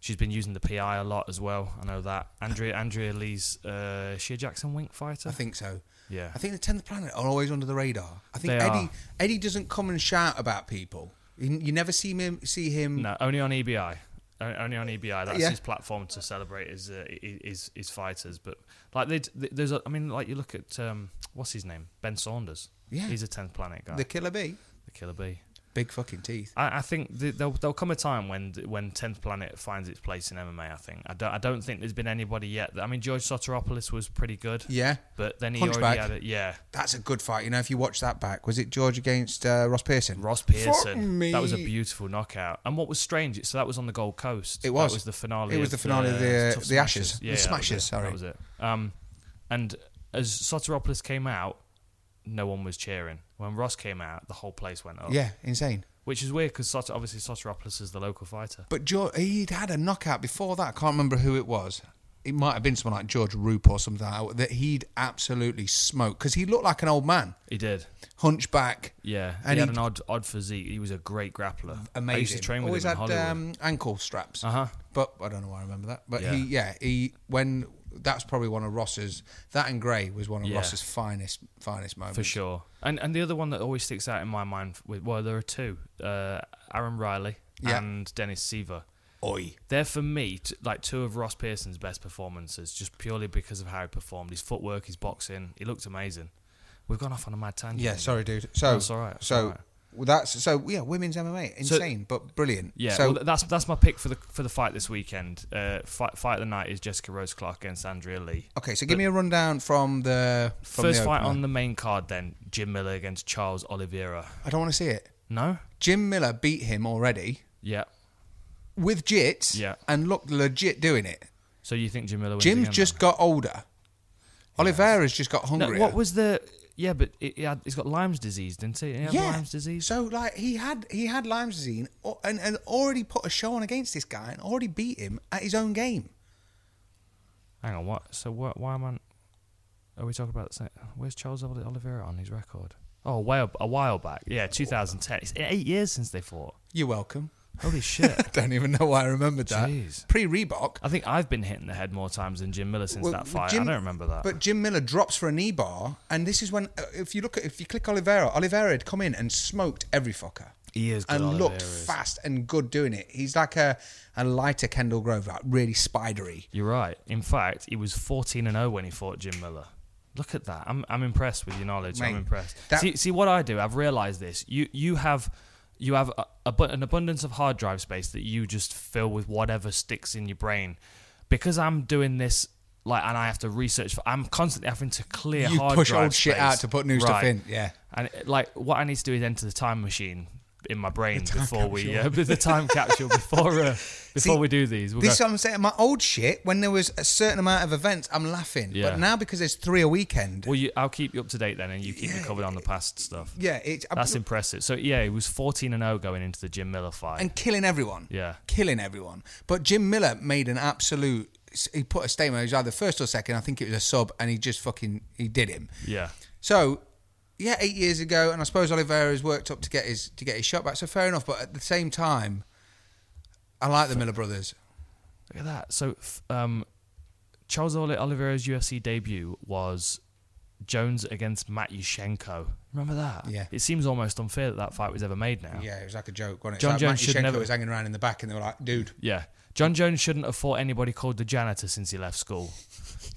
[SPEAKER 2] she's been using the PI a lot as well. I know that. Andrea Andrea Lee's uh, she a Jackson Wink fighter.
[SPEAKER 3] I think so.
[SPEAKER 2] Yeah.
[SPEAKER 3] I think the tenth planet are always under the radar. I think
[SPEAKER 2] They
[SPEAKER 3] Eddie
[SPEAKER 2] are.
[SPEAKER 3] Eddie doesn't come and shout about people. You, you never see him see him.
[SPEAKER 2] No, only on EBI. O- Only on EBI. That's
[SPEAKER 3] Yeah.
[SPEAKER 2] his platform to celebrate his uh, i- i- his his fighters. But like they, there's a, I mean, like you look at um, what's his name, Ben Saunders.
[SPEAKER 3] Yeah.
[SPEAKER 2] he's a tenth planet guy,
[SPEAKER 3] The
[SPEAKER 2] the,
[SPEAKER 3] killer bee,
[SPEAKER 2] killer bee.
[SPEAKER 3] big fucking teeth.
[SPEAKER 2] I, I think th there'll there'll come a time when th- when tenth planet finds its place in MMA. I think I don't I don't think there's been anybody yet. That, I mean, George Soteropoulos was pretty good.
[SPEAKER 3] Yeah,
[SPEAKER 2] But then he
[SPEAKER 3] Hunchback.
[SPEAKER 2] already had it. Yeah,
[SPEAKER 3] that's a good fight. You know, if you watch that back, was it George against uh, Ross Pearson?
[SPEAKER 2] Ross
[SPEAKER 3] Fuck
[SPEAKER 2] Pearson.
[SPEAKER 3] me.
[SPEAKER 2] That was a beautiful knockout. And what was strange, so that was on the Gold Coast.
[SPEAKER 3] It was.
[SPEAKER 2] That was the finale.
[SPEAKER 3] It was
[SPEAKER 2] of
[SPEAKER 3] the finale of the, uh,
[SPEAKER 2] Tough
[SPEAKER 3] the Ashes. The
[SPEAKER 2] that was
[SPEAKER 3] Smashes,
[SPEAKER 2] it.
[SPEAKER 3] sorry.
[SPEAKER 2] that was it. Um, and as Soteropoulos came out, no one was cheering. When Ross came out, the whole place went up.
[SPEAKER 3] Yeah, insane.
[SPEAKER 2] Which is weird because Sot- obviously Soteropoulos is the local fighter.
[SPEAKER 3] But George, he'd had a knockout before that. I can't remember who it was. it might have been someone like George Roop or something like that, that he'd absolutely smoke because he looked like an old man,
[SPEAKER 2] He did.
[SPEAKER 3] hunchback.
[SPEAKER 2] Yeah,
[SPEAKER 3] And
[SPEAKER 2] he had
[SPEAKER 3] he-
[SPEAKER 2] an odd, odd physique. He was a great grappler.
[SPEAKER 3] amazing.
[SPEAKER 2] I used to train with
[SPEAKER 3] Always
[SPEAKER 2] him in
[SPEAKER 3] had
[SPEAKER 2] Hollywood.
[SPEAKER 3] um, ankle straps.
[SPEAKER 2] Uh-huh.
[SPEAKER 3] But I don't know why I remember that. But he,
[SPEAKER 2] Yeah.
[SPEAKER 3] yeah, he when that's probably one of Ross's. That and Gray was one of
[SPEAKER 2] Yeah.
[SPEAKER 3] Ross's finest, finest moments.
[SPEAKER 2] for sure. And and the other one that always sticks out in my mind with well, there are two: uh, Aaron Riley
[SPEAKER 3] Yeah.
[SPEAKER 2] and Dennis Seaver.
[SPEAKER 3] Oi,
[SPEAKER 2] They're for me t- like two of Ross Pearson's best performances, just purely because of how he performed. His footwork, his boxing, he looked amazing. We've gone off on a mad tangent.
[SPEAKER 3] yeah. Sorry, dude. So
[SPEAKER 2] That's all right, that's
[SPEAKER 3] So
[SPEAKER 2] all right.
[SPEAKER 3] well, that's so yeah. Women's MMA, insane but brilliant.
[SPEAKER 2] Yeah,
[SPEAKER 3] So
[SPEAKER 2] well, that's that's my pick for the for the fight this weekend. Uh, fight fight of the night is Jessica Rose Clark against Andrea Lee.
[SPEAKER 3] okay, so give me a rundown from the from
[SPEAKER 2] First
[SPEAKER 3] the
[SPEAKER 2] fight
[SPEAKER 3] opener.
[SPEAKER 2] on the main card, then Jim Miller against Charles Oliveira.
[SPEAKER 3] I don't want to see it.
[SPEAKER 2] No,
[SPEAKER 3] Jim Miller beat him already
[SPEAKER 2] yeah.
[SPEAKER 3] with jits.
[SPEAKER 2] Yeah.
[SPEAKER 3] and looked legit doing it.
[SPEAKER 2] So you think Jim Miller? Wins
[SPEAKER 3] Jim's
[SPEAKER 2] again,
[SPEAKER 3] just got older. Oliveira's just got
[SPEAKER 2] then?
[SPEAKER 3] hungrier.
[SPEAKER 2] No, what was the? Yeah, but it, he had, he's got Lyme's disease, didn't he? He had
[SPEAKER 3] yeah.
[SPEAKER 2] Lyme's disease.
[SPEAKER 3] So like he had he had Lyme's disease and, and, and already put a show on against this guy and already beat him at his own game.
[SPEAKER 2] Hang on, what? So what, why am I? Are we talking about? the same- Where's Charles Oli- Oliveira on his record? Oh, a while, a while back. Yeah, 2010. It's eight years since they fought.
[SPEAKER 3] You're welcome.
[SPEAKER 2] Holy shit!
[SPEAKER 3] I don't even know why I remembered that.
[SPEAKER 2] Jeez.
[SPEAKER 3] Pre Reebok.
[SPEAKER 2] I think I've been hit in the head more times than Jim Miller since
[SPEAKER 3] Well,
[SPEAKER 2] that fight.
[SPEAKER 3] Jim-
[SPEAKER 2] I don't remember that.
[SPEAKER 3] But Jim Miller drops for a knee bar, and this is when uh, if you look at if you click Oliveira, Oliveira had come in and smoked every fucker.
[SPEAKER 2] He is good,
[SPEAKER 3] and
[SPEAKER 2] Oliveira
[SPEAKER 3] looked
[SPEAKER 2] is.
[SPEAKER 3] fast and good doing it. He's like a, a lighter Kendall Grove, like really spidery.
[SPEAKER 2] You're right. In fact, he was 14 and 0 when he fought Jim Miller. Look at that. I'm, I'm impressed with your knowledge. I'm
[SPEAKER 3] Mate,
[SPEAKER 2] impressed.
[SPEAKER 3] that-
[SPEAKER 2] see, see what I do. I've realized this. You you have you have a, abu- an abundance of hard drive space that you just fill with whatever sticks in your brain. Because I'm doing this like and I have to research for, I'm constantly having to clear
[SPEAKER 3] You
[SPEAKER 2] hard
[SPEAKER 3] push
[SPEAKER 2] drive
[SPEAKER 3] old shit
[SPEAKER 2] space.
[SPEAKER 3] out to put new stuff
[SPEAKER 2] Right.
[SPEAKER 3] in, yeah.
[SPEAKER 2] And like what I need to do is enter the time machine in my brain before we uh, the time capsule before uh, before
[SPEAKER 3] See,
[SPEAKER 2] we do these. We'll
[SPEAKER 3] this is
[SPEAKER 2] go-
[SPEAKER 3] what I'm saying. My old shit, when there was a certain amount of events, I'm laughing.
[SPEAKER 2] Yeah.
[SPEAKER 3] But now because there's three a weekend,
[SPEAKER 2] Well, you, I'll keep you up to date then, and you keep me covered on the past stuff.
[SPEAKER 3] yeah, it's I'm-
[SPEAKER 2] that's impressive. So yeah, it was fourteen and zero going into the Jim Miller fight.
[SPEAKER 3] and killing everyone.
[SPEAKER 2] Yeah.
[SPEAKER 3] killing everyone. But Jim Miller made an absolute. He put a statement. He was either first or second. I think it was a sub, and he just fucking he did him.
[SPEAKER 2] yeah,
[SPEAKER 3] So, yeah, eight years ago, and I suppose Oliveira's worked up to get his to get his shot back. So fair enough. But at the same time, I like the Miller brothers.
[SPEAKER 2] look at that. So f- um, Charles Oli- Oliveira's UFC debut was Jones against Matt Yushchenko. Remember that?
[SPEAKER 3] Yeah.
[SPEAKER 2] It seems almost unfair that that fight was ever made now.
[SPEAKER 3] Yeah, it was like a joke. Wasn't it? It's
[SPEAKER 2] John
[SPEAKER 3] like
[SPEAKER 2] Jones
[SPEAKER 3] Matt
[SPEAKER 2] should
[SPEAKER 3] Yushchenko
[SPEAKER 2] never-
[SPEAKER 3] was hanging around in the back, and they were like, "Dude,
[SPEAKER 2] Yeah. John Jones shouldn't have fought anybody called the janitor since he left school.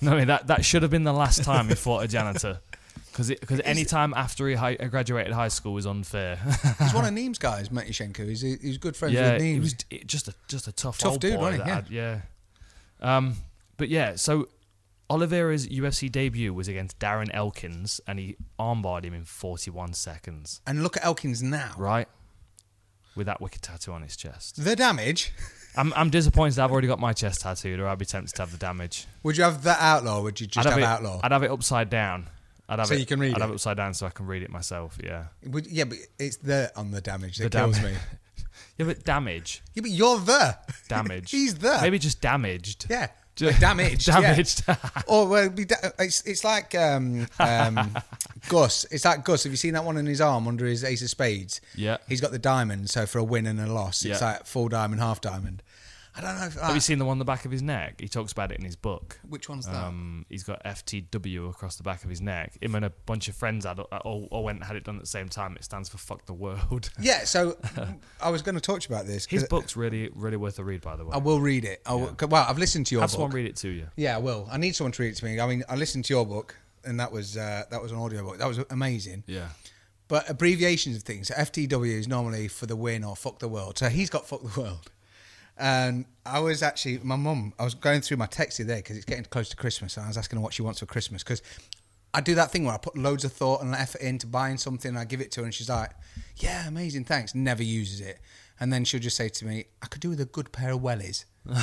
[SPEAKER 2] no, I mean, that that should have been the last time he fought a janitor. Because any time after he hi- graduated high school was unfair.
[SPEAKER 3] he's one of Neem's guys, Matt Yushchenko. He's he's good friends
[SPEAKER 2] yeah,
[SPEAKER 3] with Neem."
[SPEAKER 2] he was it, just a just a tough,
[SPEAKER 3] Tough
[SPEAKER 2] old
[SPEAKER 3] dude,
[SPEAKER 2] boy
[SPEAKER 3] wasn't he?
[SPEAKER 2] that had- yeah. Um, but yeah, so Oliveira's UFC debut was against Darren Elkins, and he armbarred him in 41 seconds,
[SPEAKER 3] and look at Elkins now.
[SPEAKER 2] right? With that wicked tattoo on his chest.
[SPEAKER 3] The damage.
[SPEAKER 2] I'm, I'm disappointed that I've already got my chest tattooed, or I'd be tempted to have the damage.
[SPEAKER 3] Would you have that outlaw? Or would you just
[SPEAKER 2] I'd
[SPEAKER 3] have,
[SPEAKER 2] have it,
[SPEAKER 3] outlaw?
[SPEAKER 2] I'd have it upside down. I'd have
[SPEAKER 3] So
[SPEAKER 2] it,
[SPEAKER 3] you can read
[SPEAKER 2] I'd have
[SPEAKER 3] it?
[SPEAKER 2] it upside down so I can read it myself, yeah.
[SPEAKER 3] Would, yeah, but it's the on the damage that
[SPEAKER 2] The
[SPEAKER 3] kills
[SPEAKER 2] damage.
[SPEAKER 3] me.
[SPEAKER 2] Yeah, but damage.
[SPEAKER 3] Yeah, but you're the
[SPEAKER 2] Damage.
[SPEAKER 3] He's the
[SPEAKER 2] Maybe just damaged.
[SPEAKER 3] Yeah.
[SPEAKER 2] Ju-
[SPEAKER 3] Like damaged, yeah.
[SPEAKER 2] damaged.
[SPEAKER 3] Or well, it'd be da- it's it's like um, um, Gus. It's like Gus. Have you seen that one on his arm under his ace of spades?
[SPEAKER 2] Yeah.
[SPEAKER 3] He's got the diamond. So for a win and a loss, it's
[SPEAKER 2] Yeah.
[SPEAKER 3] like full diamond, half diamond. I don't know. If, ah.
[SPEAKER 2] Have
[SPEAKER 3] like-
[SPEAKER 2] you seen the one on the back of his neck? He talks about it in his book.
[SPEAKER 3] which one's that?
[SPEAKER 2] Um, he's got FTW across the back of his neck. Him and a bunch of friends had uh, all, all went and had it done at the same time. It stands for "fuck the world."
[SPEAKER 3] yeah. So I was going to talk to you about this. 'cause
[SPEAKER 2] His book's really, really worth a read, by the way.
[SPEAKER 3] Uh, I will read it. I will, Well, I've listened to your
[SPEAKER 2] Have
[SPEAKER 3] book.
[SPEAKER 2] someone read it to you.
[SPEAKER 3] Yeah, I will. I need someone to read it to me. I mean, I listened to your book, and that was uh, that was an audio book. That was amazing.
[SPEAKER 2] Yeah,
[SPEAKER 3] But abbreviations of things. So FTW is normally for the win or fuck the world. So he's got fuck the world. And I was actually my mum. I was going through my texts the other day because it's getting close to Christmas, and I was asking her what she wants for Christmas because I do that thing where I put loads of thought and effort into buying something, and I give it to her, and she's like, "Yeah, amazing, thanks." Never uses it, and then she'll just say to me, "I could do with a good pair of wellies." do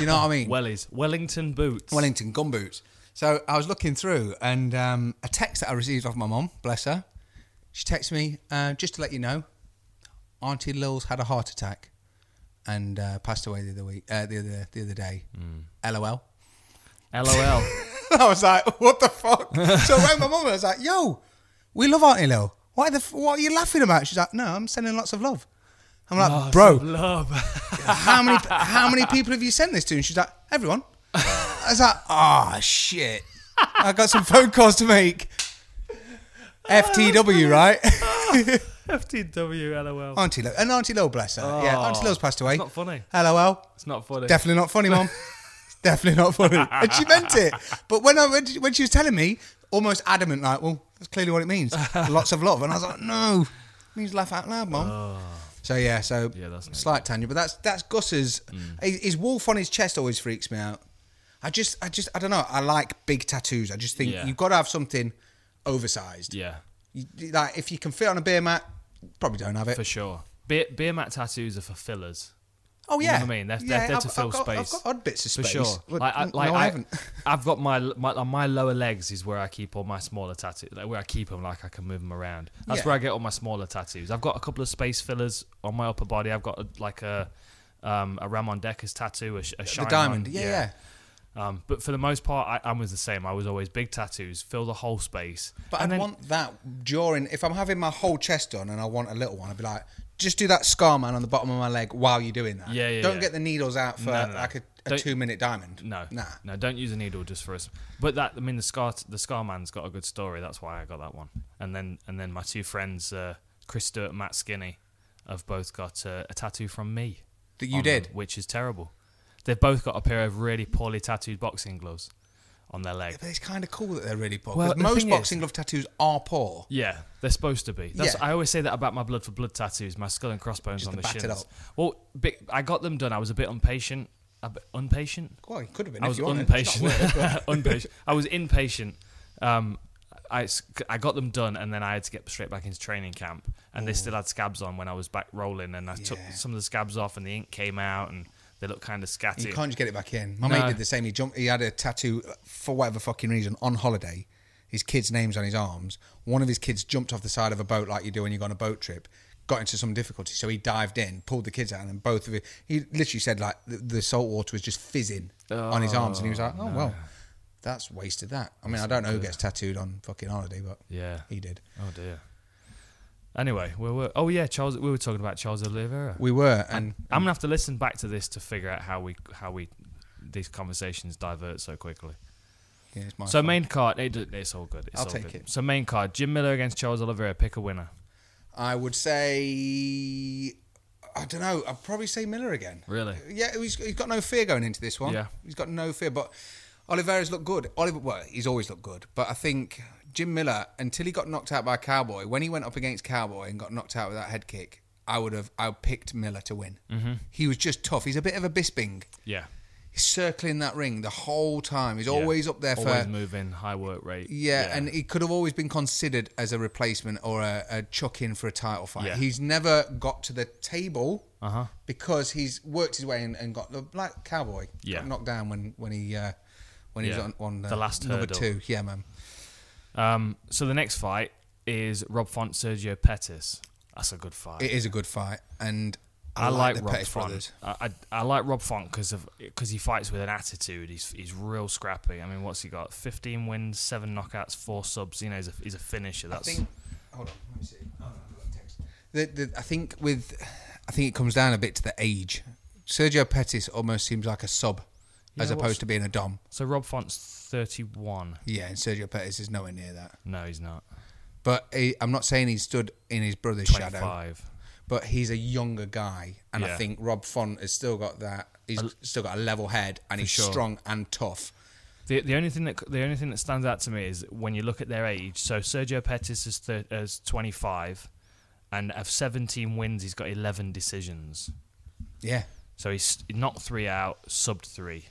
[SPEAKER 3] you know what I mean?
[SPEAKER 2] Wellies, Wellington boots.
[SPEAKER 3] Wellington gumboots. So I was looking through, and um, a text that I received off my mum, bless her. She texted me uh, just to let you know, Auntie Lil's had a heart attack and uh, passed away the other week, uh, the other the other day. LOL.
[SPEAKER 2] LOL.
[SPEAKER 3] I was like, what the fuck? so I rang my mum and I was like, yo, we love Auntie Lil. Why the f- what are you laughing about? She's like, no, I'm sending lots of love. I'm like, Oh, bro,
[SPEAKER 2] Love.
[SPEAKER 3] how many how many people have you sent this to? And she's like, everyone. I was like, oh shit, I got some phone calls to make. FTW, right?
[SPEAKER 2] FTW, LOL.
[SPEAKER 3] Auntie Lil, and Auntie Lil, bless her. yeah,
[SPEAKER 2] Oh,
[SPEAKER 3] Auntie Lil's passed away.
[SPEAKER 2] it's not funny.
[SPEAKER 3] LOL.
[SPEAKER 2] It's not funny.
[SPEAKER 3] Definitely not funny, mom. It's Definitely not funny. And she meant it. But when I when she- when she was telling me, almost adamant, like, well, that's clearly what it means. Lots of love. And I was like, no, it means laugh out loud, mom. So yeah,
[SPEAKER 2] Oh.
[SPEAKER 3] so
[SPEAKER 2] Yeah, that's Mm. not
[SPEAKER 3] slight tangent, but that's that's Gus's. His, his wolf on his chest always freaks me out. I just, I just, I don't know. I like big tattoos. I just think
[SPEAKER 2] Yeah.
[SPEAKER 3] you've got to have something oversized.
[SPEAKER 2] yeah,
[SPEAKER 3] You- you- like if you can fit on a beer mat, probably don't have it.
[SPEAKER 2] for sure. Beer, beer mat tattoos are for fillers.
[SPEAKER 3] Oh
[SPEAKER 2] You know
[SPEAKER 3] yeah,
[SPEAKER 2] what I mean? They're- they're-
[SPEAKER 3] yeah,
[SPEAKER 2] they're to
[SPEAKER 3] I've-
[SPEAKER 2] fill
[SPEAKER 3] I've got,
[SPEAKER 2] space.
[SPEAKER 3] I've got odd bits of
[SPEAKER 2] for
[SPEAKER 3] space.
[SPEAKER 2] sure.
[SPEAKER 3] But
[SPEAKER 2] Like, I,
[SPEAKER 3] n-
[SPEAKER 2] like
[SPEAKER 3] no, I,
[SPEAKER 2] I,
[SPEAKER 3] haven't.
[SPEAKER 2] I've got my, my like, my lower legs is where I keep all my smaller tattoos. Like where I keep them, like I can move them around. That's
[SPEAKER 3] Yeah.
[SPEAKER 2] where I get all my smaller tattoos. I've got a couple of space fillers on my upper body. I've got a, like a um, a Ramon Decker's tattoo, a, sh- a
[SPEAKER 3] The
[SPEAKER 2] shine
[SPEAKER 3] diamond,
[SPEAKER 2] on-
[SPEAKER 3] yeah, yeah.
[SPEAKER 2] Um, but for the most part, I, I was the same. I was always big tattoos, fill the whole space.
[SPEAKER 3] But
[SPEAKER 2] And
[SPEAKER 3] I'd
[SPEAKER 2] then-
[SPEAKER 3] want that during. If I'm having my whole chest done and I want a little one, I'd be like, just do that scar man on the bottom of my leg while you're doing that.
[SPEAKER 2] Yeah, yeah,
[SPEAKER 3] Don't
[SPEAKER 2] yeah.
[SPEAKER 3] get the needles out for
[SPEAKER 2] No, no, no.
[SPEAKER 3] like a, a
[SPEAKER 2] Don't-
[SPEAKER 3] two minute diamond.
[SPEAKER 2] No,
[SPEAKER 3] Nah.
[SPEAKER 2] no, don't use a needle just for us. But that, I mean, the scar, the scar man's got a good story. That's why I got that one. And then, and then my two friends, uh, Chris Stewart, and Matt Skinny, have both got uh, a tattoo from me.
[SPEAKER 3] That you
[SPEAKER 2] on them,
[SPEAKER 3] did?
[SPEAKER 2] which is terrible. They've both got a pair of really poorly tattooed boxing gloves on their leg.
[SPEAKER 3] But it's kind of cool that they're really poor.
[SPEAKER 2] Well,
[SPEAKER 3] Because
[SPEAKER 2] the
[SPEAKER 3] most
[SPEAKER 2] thing
[SPEAKER 3] boxing
[SPEAKER 2] is-
[SPEAKER 3] glove tattoos are poor.
[SPEAKER 2] Yeah, they're supposed to be. That's,
[SPEAKER 3] Yeah.
[SPEAKER 2] I always say that about my blood for blood tattoos, my skull and crossbones
[SPEAKER 3] Just
[SPEAKER 2] on
[SPEAKER 3] to
[SPEAKER 2] the
[SPEAKER 3] bat it
[SPEAKER 2] shins.
[SPEAKER 3] up.
[SPEAKER 2] Well, bi- I got them done. I was a bit impatient. A bit unpatient.
[SPEAKER 3] Well, you could have been.
[SPEAKER 2] I
[SPEAKER 3] if
[SPEAKER 2] was
[SPEAKER 3] you wanted. It's
[SPEAKER 2] impatient.
[SPEAKER 3] not worth it.
[SPEAKER 2] Unpatient. I was impatient. Um, I, s- I got them done and then I had to get straight back into training camp. And they still had scabs on when I was back rolling. And I took
[SPEAKER 3] Yeah.
[SPEAKER 2] some of the scabs off and the ink came out and they looked kind of
[SPEAKER 3] You
[SPEAKER 2] scatty.
[SPEAKER 3] can't just get it back in. My
[SPEAKER 2] No.
[SPEAKER 3] mate did the same. He jumped. He had a tattoo uh, for whatever fucking reason on holiday. His kids' names on his arms. One of his kids jumped off the side of a boat like you do when you go on a boat trip. Got into some difficulty, so he dived in, pulled the kids out, and both of it. He literally said like the, the salt water was just fizzing on his arms, and he was like, "Oh well, that's wasted." That. I mean, I don't know who gets tattooed on fucking holiday, but
[SPEAKER 2] Yeah.
[SPEAKER 3] he did.
[SPEAKER 2] Oh, dear. Anyway, we were. Oh, yeah, Charles. We were talking about Charles Oliveira.
[SPEAKER 3] We were, and
[SPEAKER 2] I'm gonna have to listen back to this to figure out how we how we these conversations divert so quickly.
[SPEAKER 3] yeah, it's my
[SPEAKER 2] So
[SPEAKER 3] fault.
[SPEAKER 2] main card, it, it's all good. It's
[SPEAKER 3] I'll
[SPEAKER 2] all
[SPEAKER 3] take
[SPEAKER 2] good.
[SPEAKER 3] it.
[SPEAKER 2] So main card, Jim Miller against Charles Oliveira. Pick a winner.
[SPEAKER 3] I would say, I don't know. I'd probably say Miller again.
[SPEAKER 2] Really?
[SPEAKER 3] Yeah, he's, he's got no fear going into this one.
[SPEAKER 2] Yeah.
[SPEAKER 3] he's got no fear. But Oliveira's looked good. Oliver, well, he's always looked good. But I think Jim Miller, until he got knocked out by Cowboy, when he went up against Cowboy and got knocked out with that head kick, I would have. I picked Miller to win. Mm-hmm. He was just tough. He's a bit of a Bisping.
[SPEAKER 2] Yeah.
[SPEAKER 3] He's circling that ring the whole time. He's always up there for
[SPEAKER 2] always moving, high work rate.
[SPEAKER 3] yeah, and he could have always been considered as a replacement or a, a chuck in for a title fight.
[SPEAKER 2] Yeah.
[SPEAKER 3] He's never got to the table
[SPEAKER 2] Uh-huh.
[SPEAKER 3] because he's worked his way in and got the like cowboy
[SPEAKER 2] Yeah.
[SPEAKER 3] got knocked down when when he uh, when he was
[SPEAKER 2] Yeah.
[SPEAKER 3] on, on uh,
[SPEAKER 2] The last
[SPEAKER 3] number
[SPEAKER 2] hurdle.
[SPEAKER 3] two. Yeah, man.
[SPEAKER 2] um, so the next fight is Rob Font, Sergio Pettis. That's a good fight.
[SPEAKER 3] It is a good fight, and I,
[SPEAKER 2] I, like,
[SPEAKER 3] the
[SPEAKER 2] Rob
[SPEAKER 3] Pettis
[SPEAKER 2] Font.
[SPEAKER 3] brothers.
[SPEAKER 2] I, I, I like Rob Font because of because he fights with an attitude. He's he's real scrappy. I mean, what's he got? Fifteen wins, seven knockouts, four subs. You know, he's a, he's a finisher.
[SPEAKER 3] I
[SPEAKER 2] That's
[SPEAKER 3] think. Hold on, let me see. Oh, no, I've got text. The, the, I think with, I think it comes down a bit to the age. Sergio Pettis almost seems like a sub, as
[SPEAKER 2] Yeah,
[SPEAKER 3] opposed
[SPEAKER 2] what's-
[SPEAKER 3] to being a dom.
[SPEAKER 2] so. Rob Font's thirty-one.
[SPEAKER 3] Yeah, and Sergio Pettis is nowhere near that.
[SPEAKER 2] No, he's not.
[SPEAKER 3] But he, I'm not saying he stood in his brother's shadow,
[SPEAKER 2] Twenty-five.
[SPEAKER 3] but he's a younger guy, and I
[SPEAKER 2] Yeah.
[SPEAKER 3] think Rob Font has still got that. He's still got a level head, and he's
[SPEAKER 2] sure.
[SPEAKER 3] strong and tough.
[SPEAKER 2] The, the only thing that the only thing that stands out to me is when you look at their age. So Sergio Pettis is thir- is 25, and of 17 wins, he's got 11 decisions.
[SPEAKER 3] Yeah,
[SPEAKER 2] So he's knocked three out, subbed three.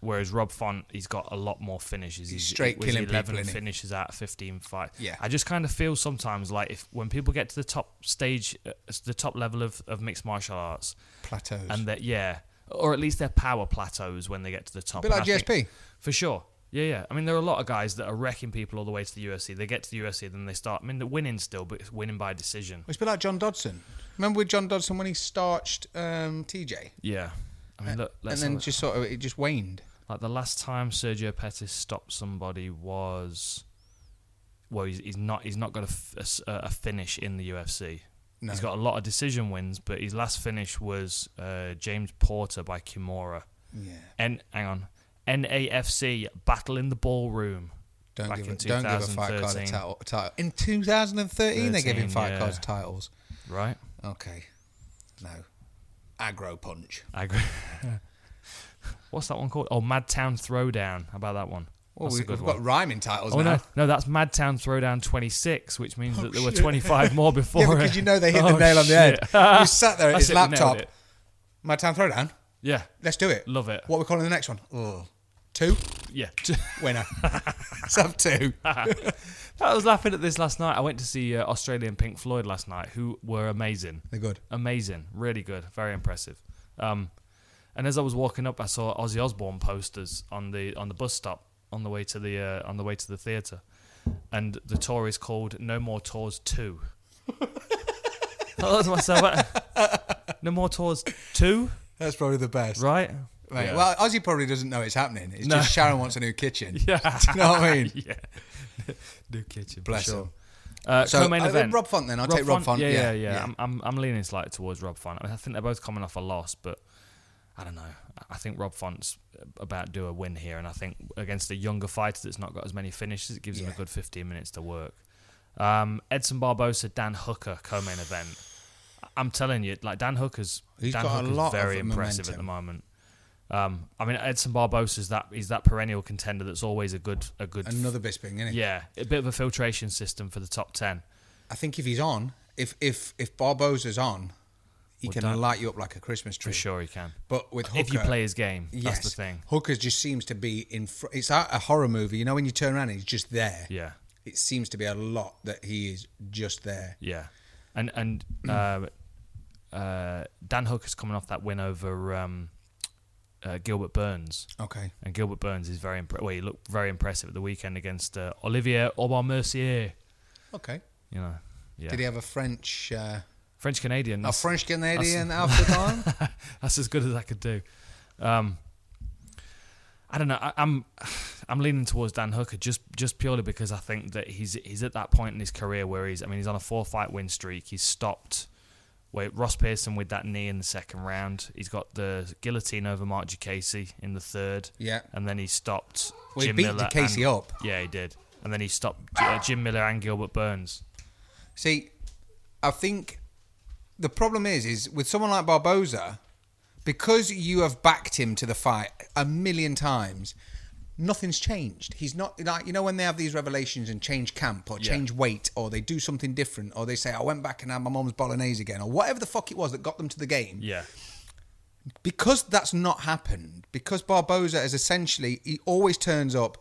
[SPEAKER 2] Whereas Rob Font, he's got a lot more finishes. He's
[SPEAKER 3] straight
[SPEAKER 2] was
[SPEAKER 3] killing
[SPEAKER 2] 11
[SPEAKER 3] people, innit?
[SPEAKER 2] finishes out of 15 fights.
[SPEAKER 3] Yeah.
[SPEAKER 2] I just kind of feel sometimes like if when people get to the top stage, uh, the top level of, of mixed martial arts,
[SPEAKER 3] plateaus.
[SPEAKER 2] and that yeah, or at least their power plateaus when they get to the top.
[SPEAKER 3] bit
[SPEAKER 2] And
[SPEAKER 3] like
[SPEAKER 2] I think-
[SPEAKER 3] GSP.
[SPEAKER 2] for sure. Yeah, yeah. I mean, there are a lot of guys that are wrecking people all the way to the UFC. They get to the UFC, then they start. I mean, they're winning still, but it's winning by decision.
[SPEAKER 3] it's a bit like John Dodson. Remember with John Dodson when he starched um, TJ,
[SPEAKER 2] Yeah. I mean, look. Let's
[SPEAKER 3] Uh, and then
[SPEAKER 2] have a-
[SPEAKER 3] just sort of it just waned.
[SPEAKER 2] Like the last time Sergio Pettis stopped somebody was, well, he's, he's not he's not got a f- a, s- a finish in the UFC.
[SPEAKER 3] No.
[SPEAKER 2] He's got a lot of decision wins, but his last finish was uh, James Porter by Kimura.
[SPEAKER 3] Yeah.
[SPEAKER 2] N hang on, NAFC battle in the ballroom.
[SPEAKER 3] Don't
[SPEAKER 2] back
[SPEAKER 3] give,
[SPEAKER 2] in
[SPEAKER 3] a, don't give a fight card a
[SPEAKER 2] 2013.
[SPEAKER 3] title. title. In 2013, they're giving
[SPEAKER 2] 13,
[SPEAKER 3] fight
[SPEAKER 2] yeah.
[SPEAKER 3] cards titles.
[SPEAKER 2] Right,
[SPEAKER 3] Okay. No. Aggro punch.
[SPEAKER 2] I agree. What's that one called? Oh, Madtown Throwdown. How about that one?
[SPEAKER 3] Well,
[SPEAKER 2] That's a
[SPEAKER 3] we,
[SPEAKER 2] good
[SPEAKER 3] Oh, we've
[SPEAKER 2] one.
[SPEAKER 3] got rhyming titles
[SPEAKER 2] Oh
[SPEAKER 3] now.
[SPEAKER 2] no, no, that's Madtown Throwdown 26, which means that there were
[SPEAKER 3] Oh, shit.
[SPEAKER 2] 25 more before
[SPEAKER 3] Yeah, but
[SPEAKER 2] it.
[SPEAKER 3] did you know they hit
[SPEAKER 2] Oh,
[SPEAKER 3] the nail on the
[SPEAKER 2] shit.
[SPEAKER 3] head? you sat there at
[SPEAKER 2] That's
[SPEAKER 3] his
[SPEAKER 2] it, we nailed
[SPEAKER 3] laptop.
[SPEAKER 2] it.
[SPEAKER 3] My town throwdown.
[SPEAKER 2] Yeah,
[SPEAKER 3] Let's do it.
[SPEAKER 2] Love it.
[SPEAKER 3] What are we calling the next one? Ugh. Two
[SPEAKER 2] yeah.
[SPEAKER 3] winner. Sub two.
[SPEAKER 2] I was laughing at this last night. I went to see uh, Australian Pink Floyd last night, who were amazing.
[SPEAKER 3] They're good.
[SPEAKER 2] Amazing, really good, very impressive. Um, and as I was walking up, I saw Ozzy Osbourne posters on the on the bus stop on the way to the uh, on the way to the theatre, and the tour is called No More Tours Two. I thought to myself, No More Tours Two,
[SPEAKER 3] That's probably the best. Right.
[SPEAKER 2] right? Yeah.
[SPEAKER 3] Well, Ozzy probably doesn't know it's happening. It's
[SPEAKER 2] No.
[SPEAKER 3] just Sharon wants a new kitchen.
[SPEAKER 2] yeah,
[SPEAKER 3] Do you know what I mean?
[SPEAKER 2] yeah. New kitchen, for
[SPEAKER 3] Bless
[SPEAKER 2] sure.
[SPEAKER 3] him.
[SPEAKER 2] Uh,
[SPEAKER 3] So,
[SPEAKER 2] main
[SPEAKER 3] uh,
[SPEAKER 2] event.
[SPEAKER 3] Rob Font then. I'll take Rob Font.
[SPEAKER 2] Yeah,
[SPEAKER 3] Yeah,
[SPEAKER 2] yeah, yeah.
[SPEAKER 3] yeah.
[SPEAKER 2] I'm, I'm, I'm leaning slightly towards Rob Font. I, mean, I think they're both coming off a loss, but I don't know. I- I think Rob Font's about to do a win here, and I think against a younger fighter that's not got as many finishes, it gives him
[SPEAKER 3] Yeah.
[SPEAKER 2] a good 15 minutes to work. Um, Edson Barbosa, Dan Hooker, co-main event. I'm telling you, like Dan Hooker's,
[SPEAKER 3] He's
[SPEAKER 2] Dan
[SPEAKER 3] got a
[SPEAKER 2] Hooker's
[SPEAKER 3] lot
[SPEAKER 2] very
[SPEAKER 3] of
[SPEAKER 2] impressive at the
[SPEAKER 3] momentum.
[SPEAKER 2] moment. Um, I mean, Edson Barbosa's that he's that perennial contender that's always a good a good
[SPEAKER 3] Another Bisping, innit?
[SPEAKER 2] yeah a bit of a filtration system for the top ten.
[SPEAKER 3] I think if he's on, if if if Barbosa's on, he can
[SPEAKER 2] Dan-
[SPEAKER 3] light you up like a Christmas tree.
[SPEAKER 2] For sure, he can.
[SPEAKER 3] But with Hooker,
[SPEAKER 2] if you play his game, that's the thing.
[SPEAKER 3] Hooker just seems to be in. Fr- it's like a horror movie. You know, when you turn around, he's just there.
[SPEAKER 2] Yeah,
[SPEAKER 3] It seems to be a lot that he is just there.
[SPEAKER 2] yeah, and and uh, uh, Dan Hooker's coming off that win over um, uh, Gilbert Burns,
[SPEAKER 3] Okay.
[SPEAKER 2] and Gilbert Burns is very impre- well, he looked very impressive at the weekend against uh, Olivier Aubin Mercier.
[SPEAKER 3] Okay.
[SPEAKER 2] You know, yeah,
[SPEAKER 3] Did he have a French, uh,
[SPEAKER 2] French Canadian.
[SPEAKER 3] a French Canadian African?
[SPEAKER 2] That's as good as I could do. Um, I don't know. I, I'm I'm leaning towards Dan Hooker just just purely because I think that he's he's at that point in his career where he's I mean he's on a four fight win streak. He's stopped. Wait, Ross Pearson with that knee in the second round. He's got the guillotine over Mark Casey in the third.
[SPEAKER 3] Yeah.
[SPEAKER 2] and then he stopped.
[SPEAKER 3] Well, he
[SPEAKER 2] Jim
[SPEAKER 3] beat
[SPEAKER 2] Miller
[SPEAKER 3] Casey
[SPEAKER 2] and-
[SPEAKER 3] up.
[SPEAKER 2] Yeah, he did. And then he stopped uh, Jim Miller and Gilbert Burns.
[SPEAKER 3] See, I think the problem is, is with someone like Barboza, because you have backed him to the fight a million times, nothing's changed. He's not like you know when they have these revelations and change camp or
[SPEAKER 2] Yeah.
[SPEAKER 3] change weight or they do something different or they say I went back and had my mom's bolognese again or whatever the fuck it was that got them to the game.
[SPEAKER 2] Yeah,
[SPEAKER 3] because that's not happened, because Barboza is essentially he always turns up.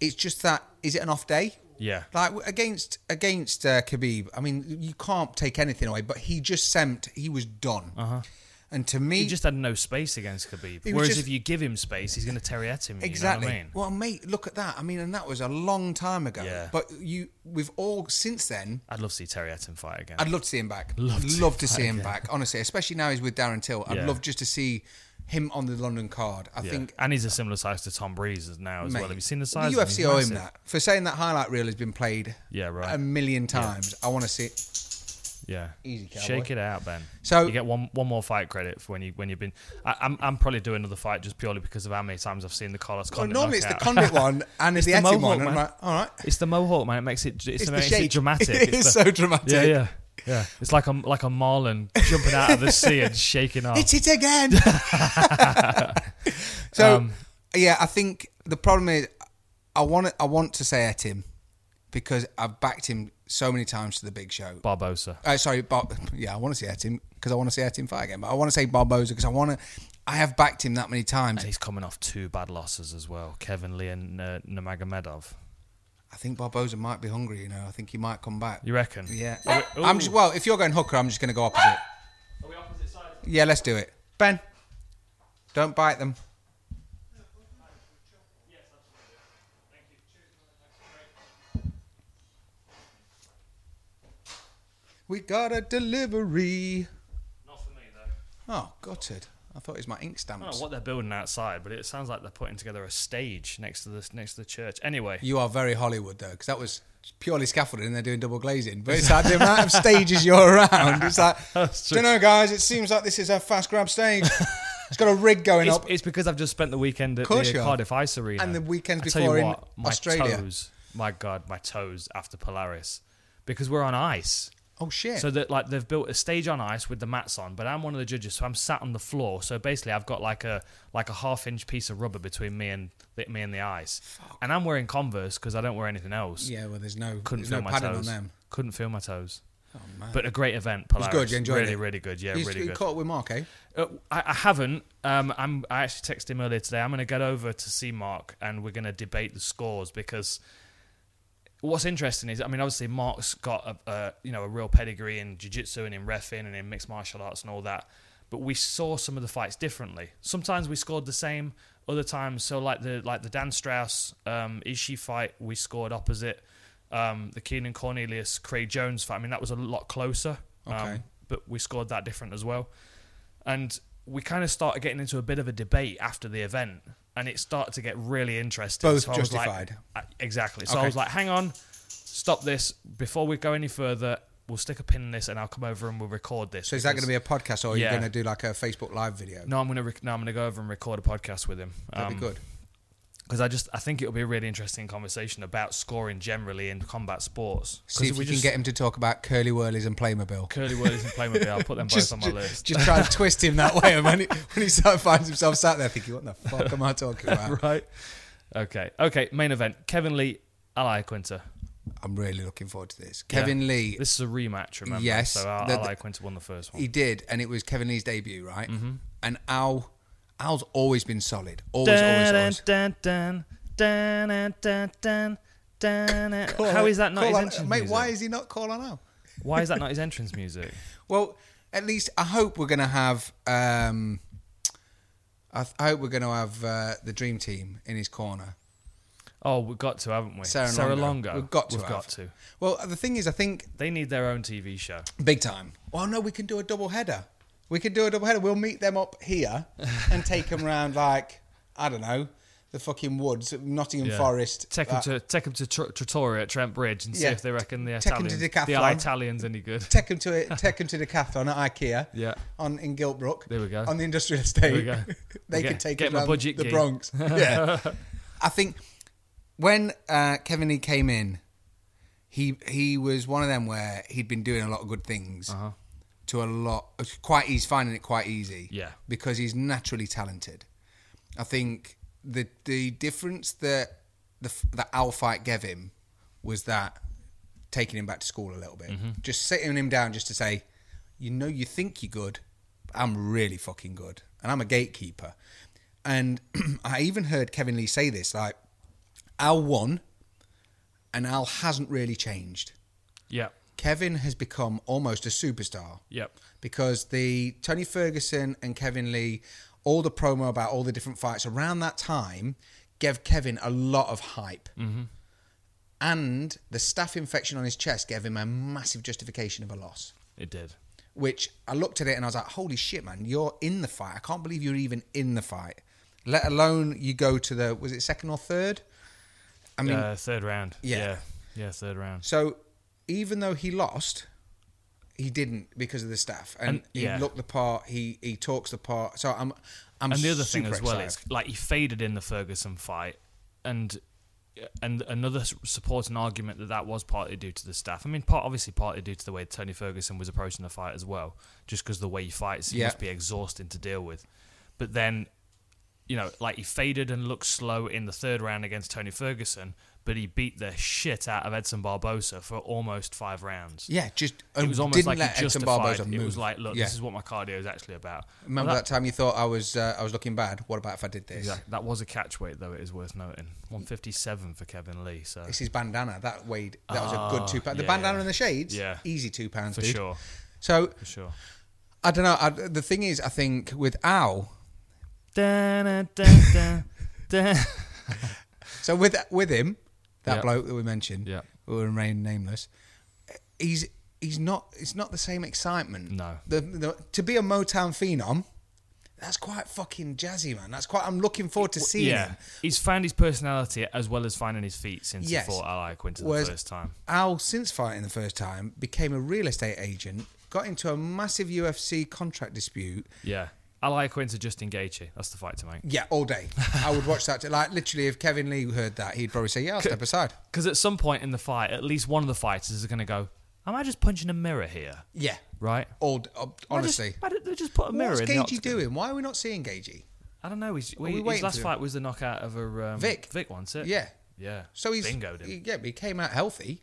[SPEAKER 3] It's just that is it an off day?
[SPEAKER 2] Yeah.
[SPEAKER 3] Like w- against against uh, Khabib, I mean you can't take anything away, but he just semped. He was done. Uh-huh. And to me,
[SPEAKER 2] he just had no space against Khabib.
[SPEAKER 3] He was
[SPEAKER 2] Whereas
[SPEAKER 3] just-
[SPEAKER 2] if you give him space, he's going to terriette him.
[SPEAKER 3] exactly.
[SPEAKER 2] You know what I mean?
[SPEAKER 3] Well, mate, look at that. I mean, and that was a long time ago.
[SPEAKER 2] Yeah.
[SPEAKER 3] But you, we've all since then.
[SPEAKER 2] I'd love to see Terry Etten fight again.
[SPEAKER 3] I'd love to see him back.
[SPEAKER 2] Love to
[SPEAKER 3] Love, to see him back. Honestly, especially now he's with Darren Till. I'd
[SPEAKER 2] Yeah.
[SPEAKER 3] love just to see him on the London card. I
[SPEAKER 2] Yeah.
[SPEAKER 3] think
[SPEAKER 2] and he's a similar size to Tom Breeze as now as
[SPEAKER 3] Mate,
[SPEAKER 2] well. Have you seen the size?
[SPEAKER 3] The
[SPEAKER 2] of him?
[SPEAKER 3] UFC
[SPEAKER 2] He's
[SPEAKER 3] owe him
[SPEAKER 2] massive.
[SPEAKER 3] that for saying that highlight reel has been played.
[SPEAKER 2] Yeah, right.
[SPEAKER 3] A million times. I want to see it.
[SPEAKER 2] Yeah,
[SPEAKER 3] Easy, cowboy.
[SPEAKER 2] Shake it out, Ben.
[SPEAKER 3] So-
[SPEAKER 2] you get one one more fight credit for when you when you've been. I, I'm I'm probably doing another fight just purely because of how many times I've seen the Carlos
[SPEAKER 3] Well,
[SPEAKER 2] Condit.
[SPEAKER 3] normally it's the
[SPEAKER 2] knockout.
[SPEAKER 3] Condit one and it's the,
[SPEAKER 2] the
[SPEAKER 3] Etin
[SPEAKER 2] mohawk,
[SPEAKER 3] one. And I'm
[SPEAKER 2] man.
[SPEAKER 3] like, all right.
[SPEAKER 2] It's the mohawk, man. It makes it. It's,
[SPEAKER 3] It's
[SPEAKER 2] it
[SPEAKER 3] the
[SPEAKER 2] makes it
[SPEAKER 3] shape.
[SPEAKER 2] dramatic.
[SPEAKER 3] It
[SPEAKER 2] It's
[SPEAKER 3] is
[SPEAKER 2] the-
[SPEAKER 3] so dramatic.
[SPEAKER 2] Yeah, yeah, yeah. It's like a like a marlin jumping out of the sea and shaking off.
[SPEAKER 3] It's it again. so
[SPEAKER 2] Um,
[SPEAKER 3] yeah, I think the problem is I want to, I want to say Etim because I've backed him so many times to the big show.
[SPEAKER 2] Barbosa.
[SPEAKER 3] Uh, sorry, Bar- yeah, I want to see Etim because I want to see Etim fight again. But I want to say Barboza because I want to. I have backed him that many times.
[SPEAKER 2] And he's coming off two bad losses as well. Kevin Lee and uh, Namagomedov.
[SPEAKER 3] I think Barboza might be hungry. You know, I think he might come back.
[SPEAKER 2] You reckon?
[SPEAKER 3] Yeah.
[SPEAKER 2] Ooh.
[SPEAKER 3] I'm just well, if you're going hooker, I'm just gonna go opposite.
[SPEAKER 2] Are we opposite sides?
[SPEAKER 3] Yeah, let's do it. Ben. Don't bite them. We got a delivery.
[SPEAKER 2] Not for me though.
[SPEAKER 3] Oh, gutted. I thought it was my ink
[SPEAKER 2] I don't
[SPEAKER 3] stamps.
[SPEAKER 2] know Oh, what they're building outside, but it sounds like they're putting together a stage next to this next to the church. Anyway,
[SPEAKER 3] You are very Hollywood though, because that was purely scaffolding and they're doing double glazing. But it's like the amount of stages you're around. It's like,
[SPEAKER 2] That's
[SPEAKER 3] don't know, guys. It seems like this is a fast grab stage. it's got a rig going
[SPEAKER 2] it's,
[SPEAKER 3] up.
[SPEAKER 2] it's because I've just spent the weekend at
[SPEAKER 3] course
[SPEAKER 2] the
[SPEAKER 3] you have.
[SPEAKER 2] Cardiff Ice Arena
[SPEAKER 3] And the weekends
[SPEAKER 2] I tell
[SPEAKER 3] before
[SPEAKER 2] you
[SPEAKER 3] in
[SPEAKER 2] what, my
[SPEAKER 3] Australia.
[SPEAKER 2] Toes, my God, my toes after Polaris, because we're on ice.
[SPEAKER 3] Oh shit!
[SPEAKER 2] So that like they've built a stage on ice with the mats on, but I'm one of the judges, so I'm sat on the floor. So basically, I've got like a like a half inch piece of rubber between me and the, me and the ice, and I'm wearing Converse because I don't wear anything else.
[SPEAKER 3] yeah, well, there's no
[SPEAKER 2] couldn't
[SPEAKER 3] there's
[SPEAKER 2] feel
[SPEAKER 3] no
[SPEAKER 2] my
[SPEAKER 3] padding
[SPEAKER 2] toes.
[SPEAKER 3] on them.
[SPEAKER 2] Couldn't feel my toes.
[SPEAKER 3] Oh man,
[SPEAKER 2] But a great event, Polaris.
[SPEAKER 3] good, you enjoyed
[SPEAKER 2] really,
[SPEAKER 3] it?
[SPEAKER 2] Really, good. Yeah,
[SPEAKER 3] you
[SPEAKER 2] really
[SPEAKER 3] you
[SPEAKER 2] good.
[SPEAKER 3] caught up with Mark, eh?
[SPEAKER 2] Uh, I, I haven't. Um, I'm. I actually texted him earlier today. I'm going to get over to see Mark, and we're going to debate the scores because what's interesting is, I mean, obviously Mark's got a, a you know a real pedigree in jiu-jitsu and in refing and in mixed martial arts and all that. But we saw some of the fights differently. Sometimes we scored the same. Other times, so like the like the Dan Strauss um, Ishii fight, we scored opposite. Um, the Keenan Cornelius Craig Jones fight. I mean, that was a lot closer.
[SPEAKER 3] Okay.
[SPEAKER 2] Um, but we scored that different as well. And we kind of started getting into a bit of a debate after the event, and it started to get really interesting.
[SPEAKER 3] Both
[SPEAKER 2] So I was like-
[SPEAKER 3] justified.
[SPEAKER 2] I- exactly. So I
[SPEAKER 3] Okay.
[SPEAKER 2] was like, hang on, stop this. Before we go any further, we'll stick a pin in this and I'll come over and we'll record this.
[SPEAKER 3] So is that going to be a podcast, or are you
[SPEAKER 2] Yeah.
[SPEAKER 3] going to do like a Facebook Live video?
[SPEAKER 2] No, I'm going to rec- no, I'm going to go over and record a podcast with him.
[SPEAKER 3] That'd
[SPEAKER 2] Um,
[SPEAKER 3] be good.
[SPEAKER 2] because I just I think it'll be a really interesting conversation about scoring generally in combat sports. 'Cause
[SPEAKER 3] See if
[SPEAKER 2] we
[SPEAKER 3] we can
[SPEAKER 2] just-
[SPEAKER 3] get him to talk about curly whirlies and Playmobil.
[SPEAKER 2] curly words and Playmobil. I'll put them both
[SPEAKER 3] Just,
[SPEAKER 2] on my
[SPEAKER 3] ju-
[SPEAKER 2] list.
[SPEAKER 3] just try to twist him that way, and when he, when he start, finds himself sat there thinking, "What the fuck am I talking about?"
[SPEAKER 2] right. Okay. Okay. Main event: Kevin Lee, Ali Quinter.
[SPEAKER 3] I'm really looking forward to this. Kevin Lee,
[SPEAKER 2] This is a rematch, remember?
[SPEAKER 3] Yes.
[SPEAKER 2] So Al-
[SPEAKER 3] The- the-
[SPEAKER 2] Ali Quinter won the first one.
[SPEAKER 3] he did, and it was Kevin Lee's debut, right?
[SPEAKER 2] Mm-hmm.
[SPEAKER 3] And Al, Al's always been solid, always, always, always.
[SPEAKER 2] Dun, dun, dun, dun, dun, dun, dun, dun.
[SPEAKER 3] Call
[SPEAKER 2] How
[SPEAKER 3] on-
[SPEAKER 2] is that not
[SPEAKER 3] call
[SPEAKER 2] his
[SPEAKER 3] on-
[SPEAKER 2] entrance
[SPEAKER 3] mate?
[SPEAKER 2] music?
[SPEAKER 3] Why is he not call on Al?
[SPEAKER 2] Why is that not his entrance music?
[SPEAKER 3] Well, at least I hope we're going to have. Um, I, th- I hope we're going to have uh, the dream team in his corner.
[SPEAKER 2] Oh, we've got to, haven't we?
[SPEAKER 3] Sarah,
[SPEAKER 2] Sarah
[SPEAKER 3] Longo.
[SPEAKER 2] Longo.
[SPEAKER 3] We've got to.
[SPEAKER 2] We've
[SPEAKER 3] have.
[SPEAKER 2] got to.
[SPEAKER 3] Well, the thing is, I think
[SPEAKER 2] They need their own TV show.
[SPEAKER 3] big time. Well, no, we can do a double header. We can do a double header. We'll meet them up here and take them round like I don't know the fucking woods, Nottingham
[SPEAKER 2] Yeah.
[SPEAKER 3] Forest.
[SPEAKER 2] Take them
[SPEAKER 3] like-
[SPEAKER 2] to take 'em to Tr- Trattoria at Trent Bridge and see
[SPEAKER 3] Yeah.
[SPEAKER 2] if they reckon the
[SPEAKER 3] Take 'em to
[SPEAKER 2] Italians, the
[SPEAKER 3] Decathlon.
[SPEAKER 2] Italians any good.
[SPEAKER 3] Take him to a, take him to Decathlon at IKEA.
[SPEAKER 2] Yeah.
[SPEAKER 3] On in Giltbrook.
[SPEAKER 2] There we go.
[SPEAKER 3] On the industrial estate.
[SPEAKER 2] we go.
[SPEAKER 3] they
[SPEAKER 2] Get-
[SPEAKER 3] could take
[SPEAKER 2] get
[SPEAKER 3] him
[SPEAKER 2] my
[SPEAKER 3] around
[SPEAKER 2] budget
[SPEAKER 3] the
[SPEAKER 2] gig.
[SPEAKER 3] Bronx. yeah. I think when uh, Kevin Lee came in, he he was one of them where he'd been doing a lot of good things.
[SPEAKER 2] Uh-huh.
[SPEAKER 3] To a lot, it's quite he's finding it quite easy.
[SPEAKER 2] Yeah.
[SPEAKER 3] Because he's naturally talented. I think the the difference that the f- that Al fight gave him was that taking him back to school a little bit, just sitting him down, just to say, you know, you think you're good, but I'm really fucking good, and I'm a gatekeeper. And I even heard Kevin Lee say this, like, Al won, and Al hasn't really changed.
[SPEAKER 2] Yep.
[SPEAKER 3] Kevin has become almost a superstar.
[SPEAKER 2] Yep.
[SPEAKER 3] Because the Tony Ferguson and Kevin Lee, all the promo about all the different fights around that time gave Kevin a lot of hype. And the staph infection on his chest gave him a massive justification of a loss.
[SPEAKER 2] It did.
[SPEAKER 3] Which I looked at it and I was like, holy shit, man, you're in the fight. I can't believe you're even in the fight. Let alone you go to the, was it second or third? I mean,
[SPEAKER 2] uh, third round.
[SPEAKER 3] Yeah.
[SPEAKER 2] yeah. Yeah, third round.
[SPEAKER 3] So even though he lost, he didn't because of the staff, and,
[SPEAKER 2] And- yeah.
[SPEAKER 3] he looked the part. He he talks the part. So I'm I'm
[SPEAKER 2] and the other thing
[SPEAKER 3] super
[SPEAKER 2] as well
[SPEAKER 3] excited.
[SPEAKER 2] is like he faded in the Ferguson fight, and and another s- supporting argument that that was partly due to the staff. I mean, part obviously partly due to the way Tony Ferguson was approaching the fight as well, just because the way he fights, he
[SPEAKER 3] Yeah.
[SPEAKER 2] must be exhausting to deal with. But then, you know, like he faded and looked slow in the third round against Tony Ferguson, but he beat the shit out of Edson Barbosa for almost five rounds.
[SPEAKER 3] yeah, just um,
[SPEAKER 2] It was almost
[SPEAKER 3] didn't
[SPEAKER 2] like
[SPEAKER 3] let
[SPEAKER 2] he
[SPEAKER 3] Edson
[SPEAKER 2] justified.
[SPEAKER 3] Barboza
[SPEAKER 2] It was
[SPEAKER 3] move.
[SPEAKER 2] like, look,
[SPEAKER 3] Yeah.
[SPEAKER 2] this is what my cardio is actually about.
[SPEAKER 3] Remember
[SPEAKER 2] Well,
[SPEAKER 3] that, time you thought I was uh, I was looking bad? What about if I did this?
[SPEAKER 2] Exactly. That was a catch weight, though. It is worth noting. 157 for Kevin Lee. So
[SPEAKER 3] It's his bandana that weighed. That was a
[SPEAKER 2] Ah,
[SPEAKER 3] good two pound. The
[SPEAKER 2] yeah,
[SPEAKER 3] bandana
[SPEAKER 2] yeah.
[SPEAKER 3] and the shades,
[SPEAKER 2] Yeah.
[SPEAKER 3] easy two pounds
[SPEAKER 2] for
[SPEAKER 3] dude.
[SPEAKER 2] sure,
[SPEAKER 3] So
[SPEAKER 2] for sure.
[SPEAKER 3] I don't know. I, the thing is, I think with Al, So with with him, that
[SPEAKER 2] Yeah.
[SPEAKER 3] bloke that we mentioned,
[SPEAKER 2] Yeah.
[SPEAKER 3] who will remain nameless, he's he's not it's not the same excitement.
[SPEAKER 2] No.
[SPEAKER 3] The, the, to be a Motown phenom, that's quite fucking jazzy, man. That's quite. I'm looking forward to seeing
[SPEAKER 2] yeah,
[SPEAKER 3] him.
[SPEAKER 2] he's found his personality as well as finding his feet since
[SPEAKER 3] Yes.
[SPEAKER 2] he fought Ally Quinton
[SPEAKER 3] Whereas-
[SPEAKER 2] the first time.
[SPEAKER 3] Al, since fighting the first time, became a real estate agent, got into a massive UFC contract dispute.
[SPEAKER 2] Yeah, Ally Quinton Justin Gaethje. That's the fight to make.
[SPEAKER 3] Yeah, all day. I would watch that. Like literally, if Kevin Lee heard that, he'd probably say, "Yeah, I'll step aside."
[SPEAKER 2] Because at some point in the fight, at least one of the fighters is going to go, "Am I just punching a mirror here?"
[SPEAKER 3] Yeah,
[SPEAKER 2] Right?
[SPEAKER 3] all d- uh, honestly.
[SPEAKER 2] I just, I did- just put a mirror
[SPEAKER 3] What's
[SPEAKER 2] in the
[SPEAKER 3] Gagey
[SPEAKER 2] octagon.
[SPEAKER 3] doing? Why are we not seeing Gagey?
[SPEAKER 2] I don't know. He's, we,
[SPEAKER 3] we
[SPEAKER 2] his
[SPEAKER 3] waiting
[SPEAKER 2] last
[SPEAKER 3] for him?
[SPEAKER 2] fight was the knockout of a um,
[SPEAKER 3] Vic.
[SPEAKER 2] Vic, once it.
[SPEAKER 3] Yeah.
[SPEAKER 2] yeah.
[SPEAKER 3] So he's
[SPEAKER 2] bingoed him.
[SPEAKER 3] he- yeah, but he came out healthy.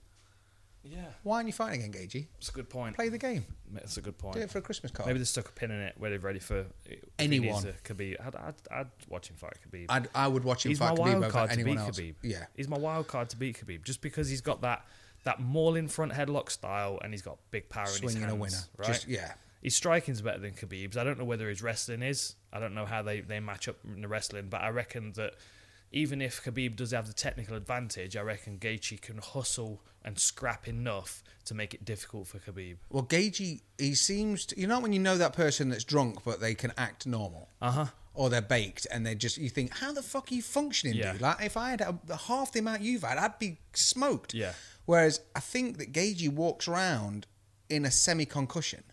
[SPEAKER 2] yeah,
[SPEAKER 3] Why aren't you fighting again, Gagey?
[SPEAKER 2] that's a good point.
[SPEAKER 3] Play the game.
[SPEAKER 2] That's a good point.
[SPEAKER 3] Do it for a Christmas card.
[SPEAKER 2] Maybe they stuck a pin in it where they're ready for if he needs
[SPEAKER 3] Anyone.
[SPEAKER 2] to- Khabib. I'd, I'd, I'd watch him fight Khabib.
[SPEAKER 3] I'd, I would watch him
[SPEAKER 2] he's my
[SPEAKER 3] fight Khabib
[SPEAKER 2] wild
[SPEAKER 3] over
[SPEAKER 2] card to
[SPEAKER 3] anyone
[SPEAKER 2] beat
[SPEAKER 3] else.
[SPEAKER 2] Khabib.
[SPEAKER 3] Yeah,
[SPEAKER 2] he's my wild card to beat Khabib just because he's got that that mauling front headlock style and he's got big power in
[SPEAKER 3] swinging
[SPEAKER 2] his hands.
[SPEAKER 3] a winner.
[SPEAKER 2] right?
[SPEAKER 3] Just yeah.
[SPEAKER 2] His striking's better than Khabib's. I don't know whether his wrestling is. I don't know how they, they match up in the wrestling, but I reckon that even if Khabib does have the technical advantage, I reckon Gaethje can hustle and scrap enough to make it difficult for Khabib.
[SPEAKER 3] Well, Gagey, he seems to, you know when you know that person that's drunk but they can act normal. Uh
[SPEAKER 2] Uh-huh.
[SPEAKER 3] huh. Or they're baked and they're just you think how the fuck are you functioning,
[SPEAKER 2] Yeah.
[SPEAKER 3] dude? Like if I had a, half the amount you've had, I'd be smoked.
[SPEAKER 2] Yeah.
[SPEAKER 3] Whereas I think that Gagey walks around in a semi-concussion.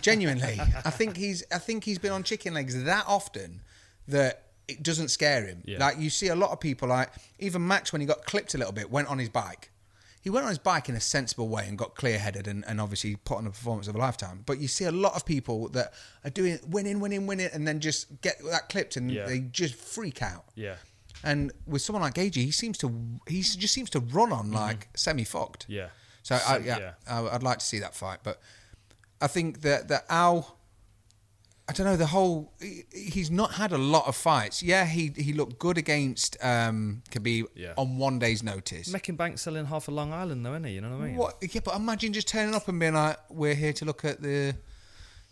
[SPEAKER 3] Genuinely, I think he's I think he's been on chicken legs that often that it doesn't scare him.
[SPEAKER 2] Yeah.
[SPEAKER 3] Like you see a lot of people, like even Max when he got clipped a little bit, went on his bike. He went on his bike in a sensible way and got clear headed and, and obviously put on a performance of a lifetime. But you see a lot of people that are doing winning, winning, winning, and then just get that clipped and
[SPEAKER 2] Yeah.
[SPEAKER 3] they just freak out.
[SPEAKER 2] Yeah.
[SPEAKER 3] And with someone like Gagey, he seems to he just seems to run on like semi fucked.
[SPEAKER 2] Mm-hmm. Yeah.
[SPEAKER 3] So I,
[SPEAKER 2] Sem-
[SPEAKER 3] yeah,
[SPEAKER 2] yeah.
[SPEAKER 3] I, I'd like to see that fight, but I think that that Al, I don't know the whole. he- He's not had a lot of fights. Yeah, he he looked good against um, Khabib
[SPEAKER 2] Yeah.
[SPEAKER 3] on one day's notice.
[SPEAKER 2] Making bank selling half of Long Island, though, isn't he? You know what I mean?
[SPEAKER 3] What? Yeah, but imagine just turning up and being like, "We're here to look at the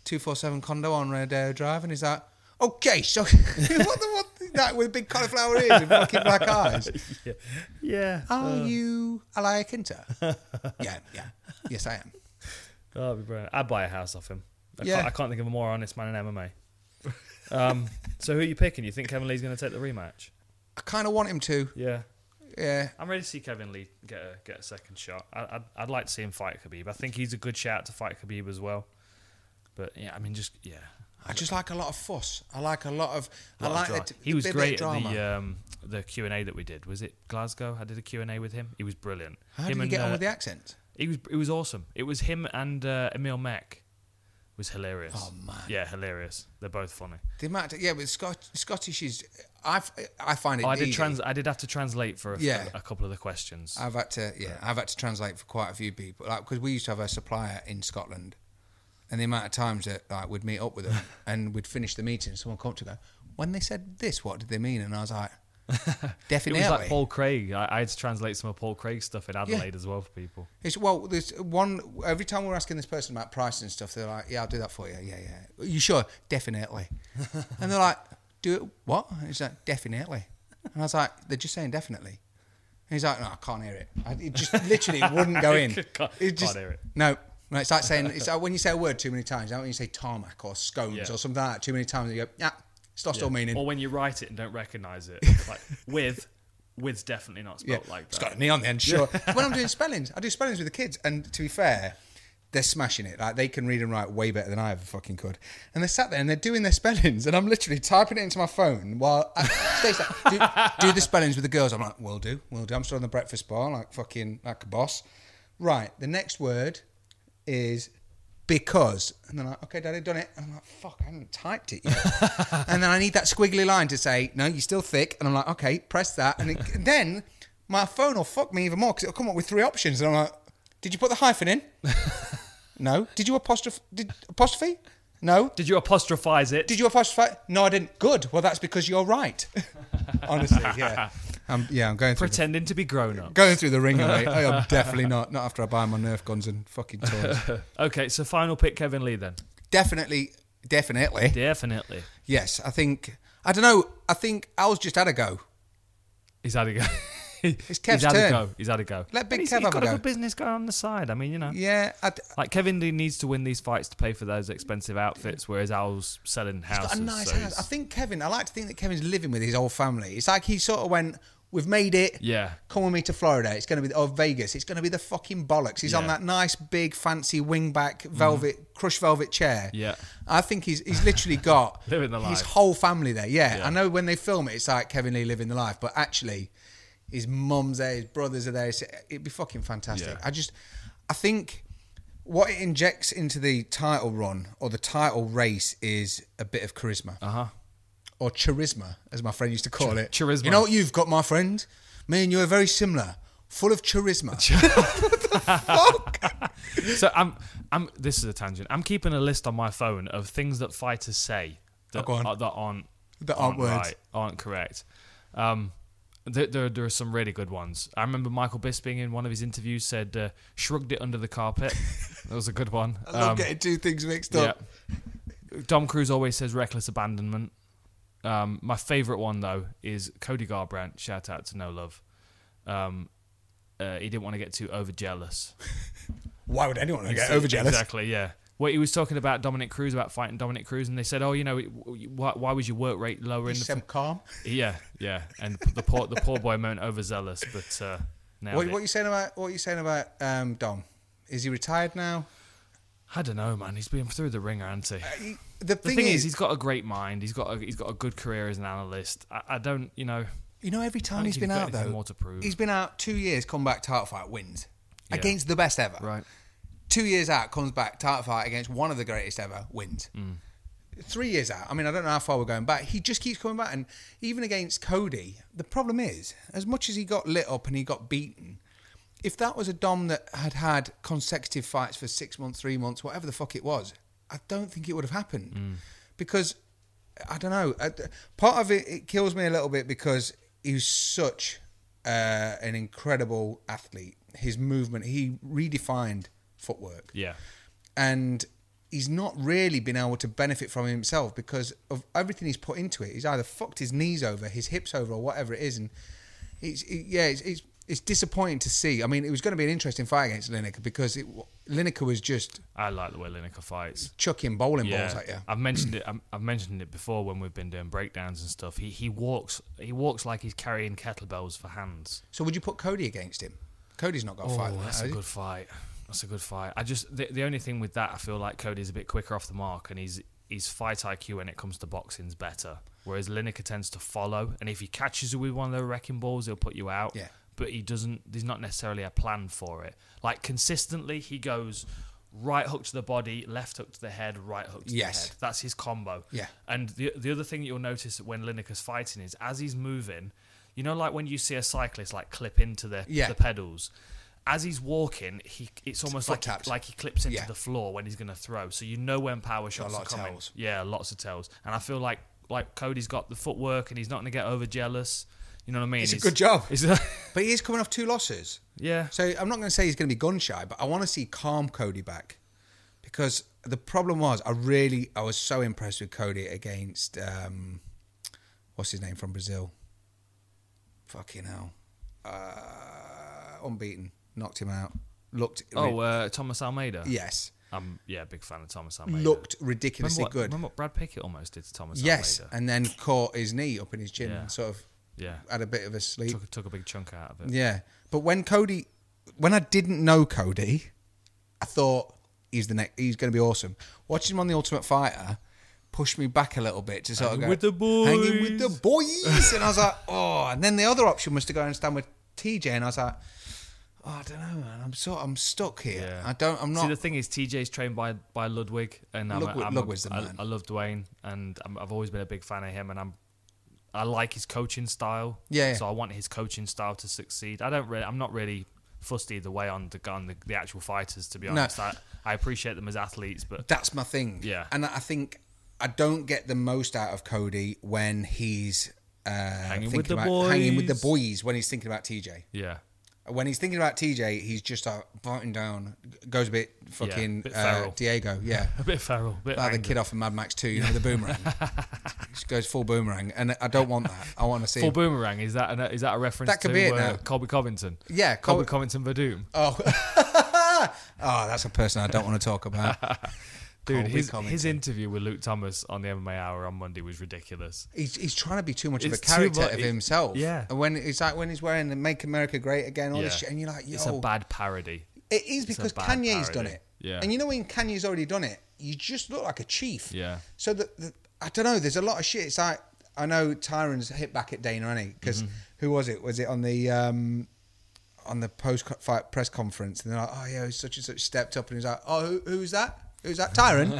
[SPEAKER 3] two four seven condo on Rodeo Drive," and he's like, "Okay, so what the what?" That with big cauliflower ears and fucking black eyes.
[SPEAKER 2] Yeah. Yeah.
[SPEAKER 3] Are you Alaya Kinter? yeah, yeah, yes, I am.
[SPEAKER 2] That'd Oh, be brilliant. I'd buy a house off him. I,
[SPEAKER 3] Yeah.
[SPEAKER 2] can't, I can't think of a more honest man in MMA. Um, so who are you picking? You think Kevin Lee's going to take the rematch?
[SPEAKER 3] I kind of want him to.
[SPEAKER 2] Yeah.
[SPEAKER 3] Yeah,
[SPEAKER 2] I'm ready to see Kevin Lee get a get a second shot. I, I'd I'd like to see him fight Khabib. I think he's a good shout to fight Khabib as well. But yeah, I mean, just yeah.
[SPEAKER 3] I just like a lot of fuss. I like a lot of.
[SPEAKER 2] A lot
[SPEAKER 3] I
[SPEAKER 2] of
[SPEAKER 3] like
[SPEAKER 2] dra-
[SPEAKER 3] that t-
[SPEAKER 2] he was
[SPEAKER 3] bit- bit
[SPEAKER 2] great
[SPEAKER 3] of
[SPEAKER 2] at
[SPEAKER 3] drama.
[SPEAKER 2] the um, the Q and A that we did. Was it Glasgow? I did a Q and A with him. He was brilliant.
[SPEAKER 3] How
[SPEAKER 2] him
[SPEAKER 3] did he
[SPEAKER 2] and,
[SPEAKER 3] get on
[SPEAKER 2] uh,
[SPEAKER 3] with the accent?
[SPEAKER 2] He was it was awesome. It was him and uh, Emil Mack. Was hilarious.
[SPEAKER 3] Oh, man.
[SPEAKER 2] Yeah, hilarious. They're both funny.
[SPEAKER 3] The amount, yeah, with Scot- Scottish is. I I find it.
[SPEAKER 2] Oh, I did
[SPEAKER 3] easy.
[SPEAKER 2] trans. I did have to translate for a,
[SPEAKER 3] Yeah.
[SPEAKER 2] a couple of the questions.
[SPEAKER 3] I've had to yeah, I've had to translate for quite a few people, like because we used to have a supplier in Scotland, and the amount of times that like we'd meet up with them and we'd finish the meeting, and someone come up to go, when they said this, what did they mean? And I was like,
[SPEAKER 2] it
[SPEAKER 3] definitely.
[SPEAKER 2] was like Paul Craig. I, I had to translate some of Paul Craig's stuff in Adelaide as well for people.
[SPEAKER 3] It's well, there's one. Every time we're asking this person about price and stuff, they're like, "Yeah, I'll do that for you. Yeah, yeah. You sure? Definitely." and they're like, "Do it what?" And he's like, "Definitely." And I was like, "They're just saying definitely." And he's like, "No, I can't hear it. I, it just literally wouldn't go in.
[SPEAKER 2] Can't-
[SPEAKER 3] it just,
[SPEAKER 2] can't hear it.
[SPEAKER 3] No." No, it's like saying it's like when you say a word too many times. Like when you say tarmac or scones
[SPEAKER 2] Yeah.
[SPEAKER 3] or something like that too many times, you go, "Yeah, it's lost all meaning."
[SPEAKER 2] Or when you write it and don't recognize it, It's like with, with's definitely not
[SPEAKER 3] Yeah,
[SPEAKER 2] spelt like
[SPEAKER 3] It's
[SPEAKER 2] that.
[SPEAKER 3] got a knee on the end, sure. when I'm doing spellings, I do spellings with the kids, and to be fair, they're smashing it. Like they can read and write way better than I ever fucking could. And they're sat there and they're doing their spellings, and I'm literally typing it into my phone while I, Stace, like, do, do the spellings with the girls. I'm like, will do, will do. I'm still on the breakfast bar, like fucking like a boss. Right, the next word is because. And then like, okay, Daddy, done it. And I'm like, fuck, I haven't typed it yet. and then I need that squiggly line to say, no, you're still thick. And I'm like, okay, press that. And, it, and then my phone will fuck me even more because it'll come up with three options. And I'm like, did you put the hyphen in? no. Did you apostrophe? Did apostrophe? No.
[SPEAKER 2] Did you apostrophize it?
[SPEAKER 3] Did you apostrophe? No, I didn't. Good. Well, that's because you're right. Honestly, yeah. I'm, yeah, I'm going through the
[SPEAKER 2] pretending to be grown up?
[SPEAKER 3] Going through the ringer, mate. I am definitely not. Not after I buy my Nerf guns and fucking toys.
[SPEAKER 2] Okay, so final pick Kevin Lee then.
[SPEAKER 3] definitely, definitely.
[SPEAKER 2] Definitely.
[SPEAKER 3] Yes, I think. I don't know. I think Al's just had a go.
[SPEAKER 2] He's had a go. he's
[SPEAKER 3] Kev's
[SPEAKER 2] had
[SPEAKER 3] turn.
[SPEAKER 2] a go. He's had a go.
[SPEAKER 3] Let Big
[SPEAKER 2] And he's-
[SPEAKER 3] Kev
[SPEAKER 2] he's
[SPEAKER 3] have a
[SPEAKER 2] got
[SPEAKER 3] go.
[SPEAKER 2] good business going on the side. I mean, you know,
[SPEAKER 3] Yeah, I d-
[SPEAKER 2] like Kevin Lee needs to win these fights to pay for those expensive outfits, whereas Al's selling houses.
[SPEAKER 3] got a nice
[SPEAKER 2] so
[SPEAKER 3] house.
[SPEAKER 2] he's-
[SPEAKER 3] I think Kevin. I like to think that Kevin's living with his whole family. It's like he sort of went, "We've made it.
[SPEAKER 2] Yeah.
[SPEAKER 3] come with me to Florida. It's going to be or Vegas. It's going to be the fucking bollocks." He's on
[SPEAKER 2] Yeah. Mm-hmm.
[SPEAKER 3] that nice big fancy wingback velvet crushed velvet chair.
[SPEAKER 2] Yeah.
[SPEAKER 3] I think he's he's literally got
[SPEAKER 2] Living the life.
[SPEAKER 3] his whole family there. Yeah.
[SPEAKER 2] Yeah.
[SPEAKER 3] I know when they film it, it's like Kevin Lee living the life, but actually, his mum's there, his brothers are there. It's- It'd be fucking fantastic.
[SPEAKER 2] Yeah.
[SPEAKER 3] I just, I think what it injects into the title run or the title race is a bit of charisma. Uh huh. Or charisma, as my friend used to call it.
[SPEAKER 2] Uh-huh. charisma.
[SPEAKER 3] You know what you've got, my friend? Me and you are very similar. Full of charisma. What the fuck?
[SPEAKER 2] So I'm, I'm. This is a tangent. I'm keeping a list on my phone of things that fighters say that,
[SPEAKER 3] go on.
[SPEAKER 2] are, that aren't
[SPEAKER 3] That aren't words.
[SPEAKER 2] right, aren't correct. Um, there, there, there are some really good ones. I remember Michael Bisping in one of his interviews said, uh, "Shrugged it under the carpet." that was a good one.
[SPEAKER 3] I love
[SPEAKER 2] Um,
[SPEAKER 3] getting two things mixed up.
[SPEAKER 2] yeah. Tom Cruise always says reckless abandonment. Um, my favorite one though is Cody Garbrandt. Shout out to No Love. Um, uh, he didn't want to get too over jealous.
[SPEAKER 3] Why would anyone get over jealous?
[SPEAKER 2] Exactly, yeah. Well, he was talking about Dominic Cruz, about fighting Dominic Cruz, and they said, "Oh, you know, why, why was your work rate lower in the?"
[SPEAKER 3] Sam calm.
[SPEAKER 2] yeah, yeah. And the poor, the poor boy moment overzealous, but uh, now
[SPEAKER 3] What, what you saying about what you saying about um, Dom? Is he retired now?
[SPEAKER 2] I don't know, man. He's been through the ringer, hasn't he?
[SPEAKER 3] He-
[SPEAKER 2] the thing, is, he's got a great mind. He's got a, he's got a good career as an analyst. I, I don't, you know,
[SPEAKER 3] you know, every time
[SPEAKER 2] think
[SPEAKER 3] he's
[SPEAKER 2] he's
[SPEAKER 3] been
[SPEAKER 2] got
[SPEAKER 3] out
[SPEAKER 2] anything
[SPEAKER 3] though,
[SPEAKER 2] more to prove.
[SPEAKER 3] he's been out two years, come back title fight, wins
[SPEAKER 2] Yeah.
[SPEAKER 3] against the best ever.
[SPEAKER 2] Right.
[SPEAKER 3] Two years out, comes back title fight against one of the greatest ever, wins.
[SPEAKER 2] Mm.
[SPEAKER 3] Three years out. I mean, I don't know how far we're going back. He just keeps coming back, and even against Cody, the problem is, as much as he got lit up and he got beaten. If that was a Dom that had had consecutive fights for six months, three months, whatever the fuck it was, I don't think it would have happened. Because I don't know. I- Part of it, it kills me a little bit because he's such uh, an incredible athlete. His movement, he redefined footwork,
[SPEAKER 2] yeah,
[SPEAKER 3] and he's not really been able to benefit from himself because of everything he's put into it. He's either fucked his knees over, his hips over, or whatever it is, and it's it, yeah, it's, it's it's disappointing to see. I mean, it was going to be an interesting fight against Lineker because it, Lineker was just
[SPEAKER 2] I like the way Lineker fights.
[SPEAKER 3] chucking bowling
[SPEAKER 2] Yeah,
[SPEAKER 3] balls at you.
[SPEAKER 2] I've mentioned it. I'm- I've mentioned it before when we've been doing breakdowns and stuff. He he walks he walks like he's carrying kettlebells for hands.
[SPEAKER 3] So would you put Cody against him? Cody's not got a
[SPEAKER 2] Oh,
[SPEAKER 3] fight.
[SPEAKER 2] that's a good fight. That's a good fight. I just the, the only thing with that, I feel like Cody's a bit quicker off the mark, and he's his fight IQ when it comes to boxing's better. Whereas Lineker tends to follow, and if he catches you with one of the wrecking balls, he'll put you out.
[SPEAKER 3] Yeah.
[SPEAKER 2] But he doesn't. There's not necessarily a plan for it. Like consistently, he goes right hook to the body, left hook to the head, right hook to
[SPEAKER 3] Yes.
[SPEAKER 2] the head. That's his combo.
[SPEAKER 3] Yeah.
[SPEAKER 2] And the the other thing that you'll notice when Lineker's fighting is as he's moving, you know, like when you see a cyclist like clip into the
[SPEAKER 3] Yeah.
[SPEAKER 2] the pedals. As he's walking, he it's almost
[SPEAKER 3] foot
[SPEAKER 2] like he,
[SPEAKER 3] taps.
[SPEAKER 2] like he clips into
[SPEAKER 3] Yeah,
[SPEAKER 2] the floor when he's going to throw. So you know when power shots
[SPEAKER 3] lot
[SPEAKER 2] are
[SPEAKER 3] of
[SPEAKER 2] coming.
[SPEAKER 3] tells.
[SPEAKER 2] Yeah, lots of tells. And I feel like like Cody's got the footwork and he's not going to get over jealous. You know what I mean?
[SPEAKER 3] It's a good job.
[SPEAKER 2] It's
[SPEAKER 3] But he is coming off two losses.
[SPEAKER 2] yeah.
[SPEAKER 3] So I'm not going to say he's going to be gun shy, but I want to see calm Cody back because the problem was I really I was so impressed with Cody against um, what's his name from Brazil. Fucking hell, uh, unbeaten, knocked him out. Looked
[SPEAKER 2] Oh, uh, Thomas Almeida.
[SPEAKER 3] yes,
[SPEAKER 2] I'm Oh, yeah, big fan of Thomas Almeida.
[SPEAKER 3] looked
[SPEAKER 2] remember
[SPEAKER 3] ridiculously
[SPEAKER 2] what,
[SPEAKER 3] good.
[SPEAKER 2] Remember what Brad Pickett almost did to Thomas
[SPEAKER 3] Yes,
[SPEAKER 2] Almeida?
[SPEAKER 3] and then caught his knee up in his chin
[SPEAKER 2] Yeah.
[SPEAKER 3] and sort of
[SPEAKER 2] Yeah.
[SPEAKER 3] had a bit of a sleep.
[SPEAKER 2] Took, took a big chunk out of it.
[SPEAKER 3] Yeah. But when Cody, when I didn't know Cody, I thought he's the next, he's going to be awesome. Watching him on The Ultimate Fighter pushed me back a little bit to sort
[SPEAKER 2] Hanging
[SPEAKER 3] of go,
[SPEAKER 2] with the
[SPEAKER 3] Hanging with the
[SPEAKER 2] boys."
[SPEAKER 3] boys. and I was like, oh. And then the other option was to go and stand with TJ. And I was like, oh, I don't know, man. I'm sort I'm stuck here.
[SPEAKER 2] Yeah.
[SPEAKER 3] I don't, I'm
[SPEAKER 2] See,
[SPEAKER 3] not.
[SPEAKER 2] the thing is, TJ's trained by by Ludwig, and I'm,
[SPEAKER 3] Ludwig-
[SPEAKER 2] I'm
[SPEAKER 3] Ludwig's the
[SPEAKER 2] I-
[SPEAKER 3] man.
[SPEAKER 2] I love Dwayne, and I'm, I've always been a big fan of him, and I'm I like his coaching style.
[SPEAKER 3] Yeah, yeah.
[SPEAKER 2] So I want his coaching style to succeed. I don't really, I'm not really fussed either way on the on the, the actual fighters. To be honest, I, I appreciate them as athletes, but
[SPEAKER 3] That's my thing.
[SPEAKER 2] Yeah.
[SPEAKER 3] And I think I don't get the most out of Cody when he's uh,
[SPEAKER 2] Hanging
[SPEAKER 3] thinking
[SPEAKER 2] with the
[SPEAKER 3] about hanging with the
[SPEAKER 2] boys.
[SPEAKER 3] boys when he's thinking about TJ.
[SPEAKER 2] yeah,
[SPEAKER 3] when he's thinking about TJ, he's just like biting down, goes a bit fucking
[SPEAKER 2] bit
[SPEAKER 3] uh,
[SPEAKER 2] feral.
[SPEAKER 3] Diego, yeah,
[SPEAKER 2] A bit feral, a bit
[SPEAKER 3] like the
[SPEAKER 2] angry.
[SPEAKER 3] kid off of Mad Max Two, you know, the boomerang. just goes full boomerang, and I don't want that. I want to see.
[SPEAKER 2] Full
[SPEAKER 3] him-
[SPEAKER 2] boomerang is that? An, is that a reference
[SPEAKER 3] That could
[SPEAKER 2] to
[SPEAKER 3] be it
[SPEAKER 2] uh,
[SPEAKER 3] now.
[SPEAKER 2] Colby Covington?
[SPEAKER 3] Yeah,
[SPEAKER 2] Colby
[SPEAKER 3] Col-
[SPEAKER 2] Covington Vadum.
[SPEAKER 3] oh, oh, that's a person I don't want to talk about.
[SPEAKER 2] Dude,
[SPEAKER 3] Colby
[SPEAKER 2] his, his
[SPEAKER 3] Covington.
[SPEAKER 2] interview with Luke Thomas on the MMA Hour on Monday was ridiculous.
[SPEAKER 3] He's, he's trying to be too much of a
[SPEAKER 2] It's too
[SPEAKER 3] character
[SPEAKER 2] much-
[SPEAKER 3] of himself.
[SPEAKER 2] yeah.
[SPEAKER 3] and when it's like when he's wearing the "Make America Great Again" all Oh, this
[SPEAKER 2] Yeah.
[SPEAKER 3] shit, and you're like, yo,
[SPEAKER 2] It's a bad parody.
[SPEAKER 3] It is because
[SPEAKER 2] bad
[SPEAKER 3] Kanye's done
[SPEAKER 2] parody.
[SPEAKER 3] it.
[SPEAKER 2] Yeah.
[SPEAKER 3] And you know when Kanye's already done it, you just look like a chief.
[SPEAKER 2] Yeah.
[SPEAKER 3] So that the, I don't know. There's a lot of shit. It's like I know Tyron's hit back at Dana Rennie because
[SPEAKER 2] Mm-hmm.
[SPEAKER 3] who was it? Was it on the um, on the post fight press conference? And they're like, oh yeah, such and such stepped up, and he's like, oh, who, who's that? Who's that? Tyron?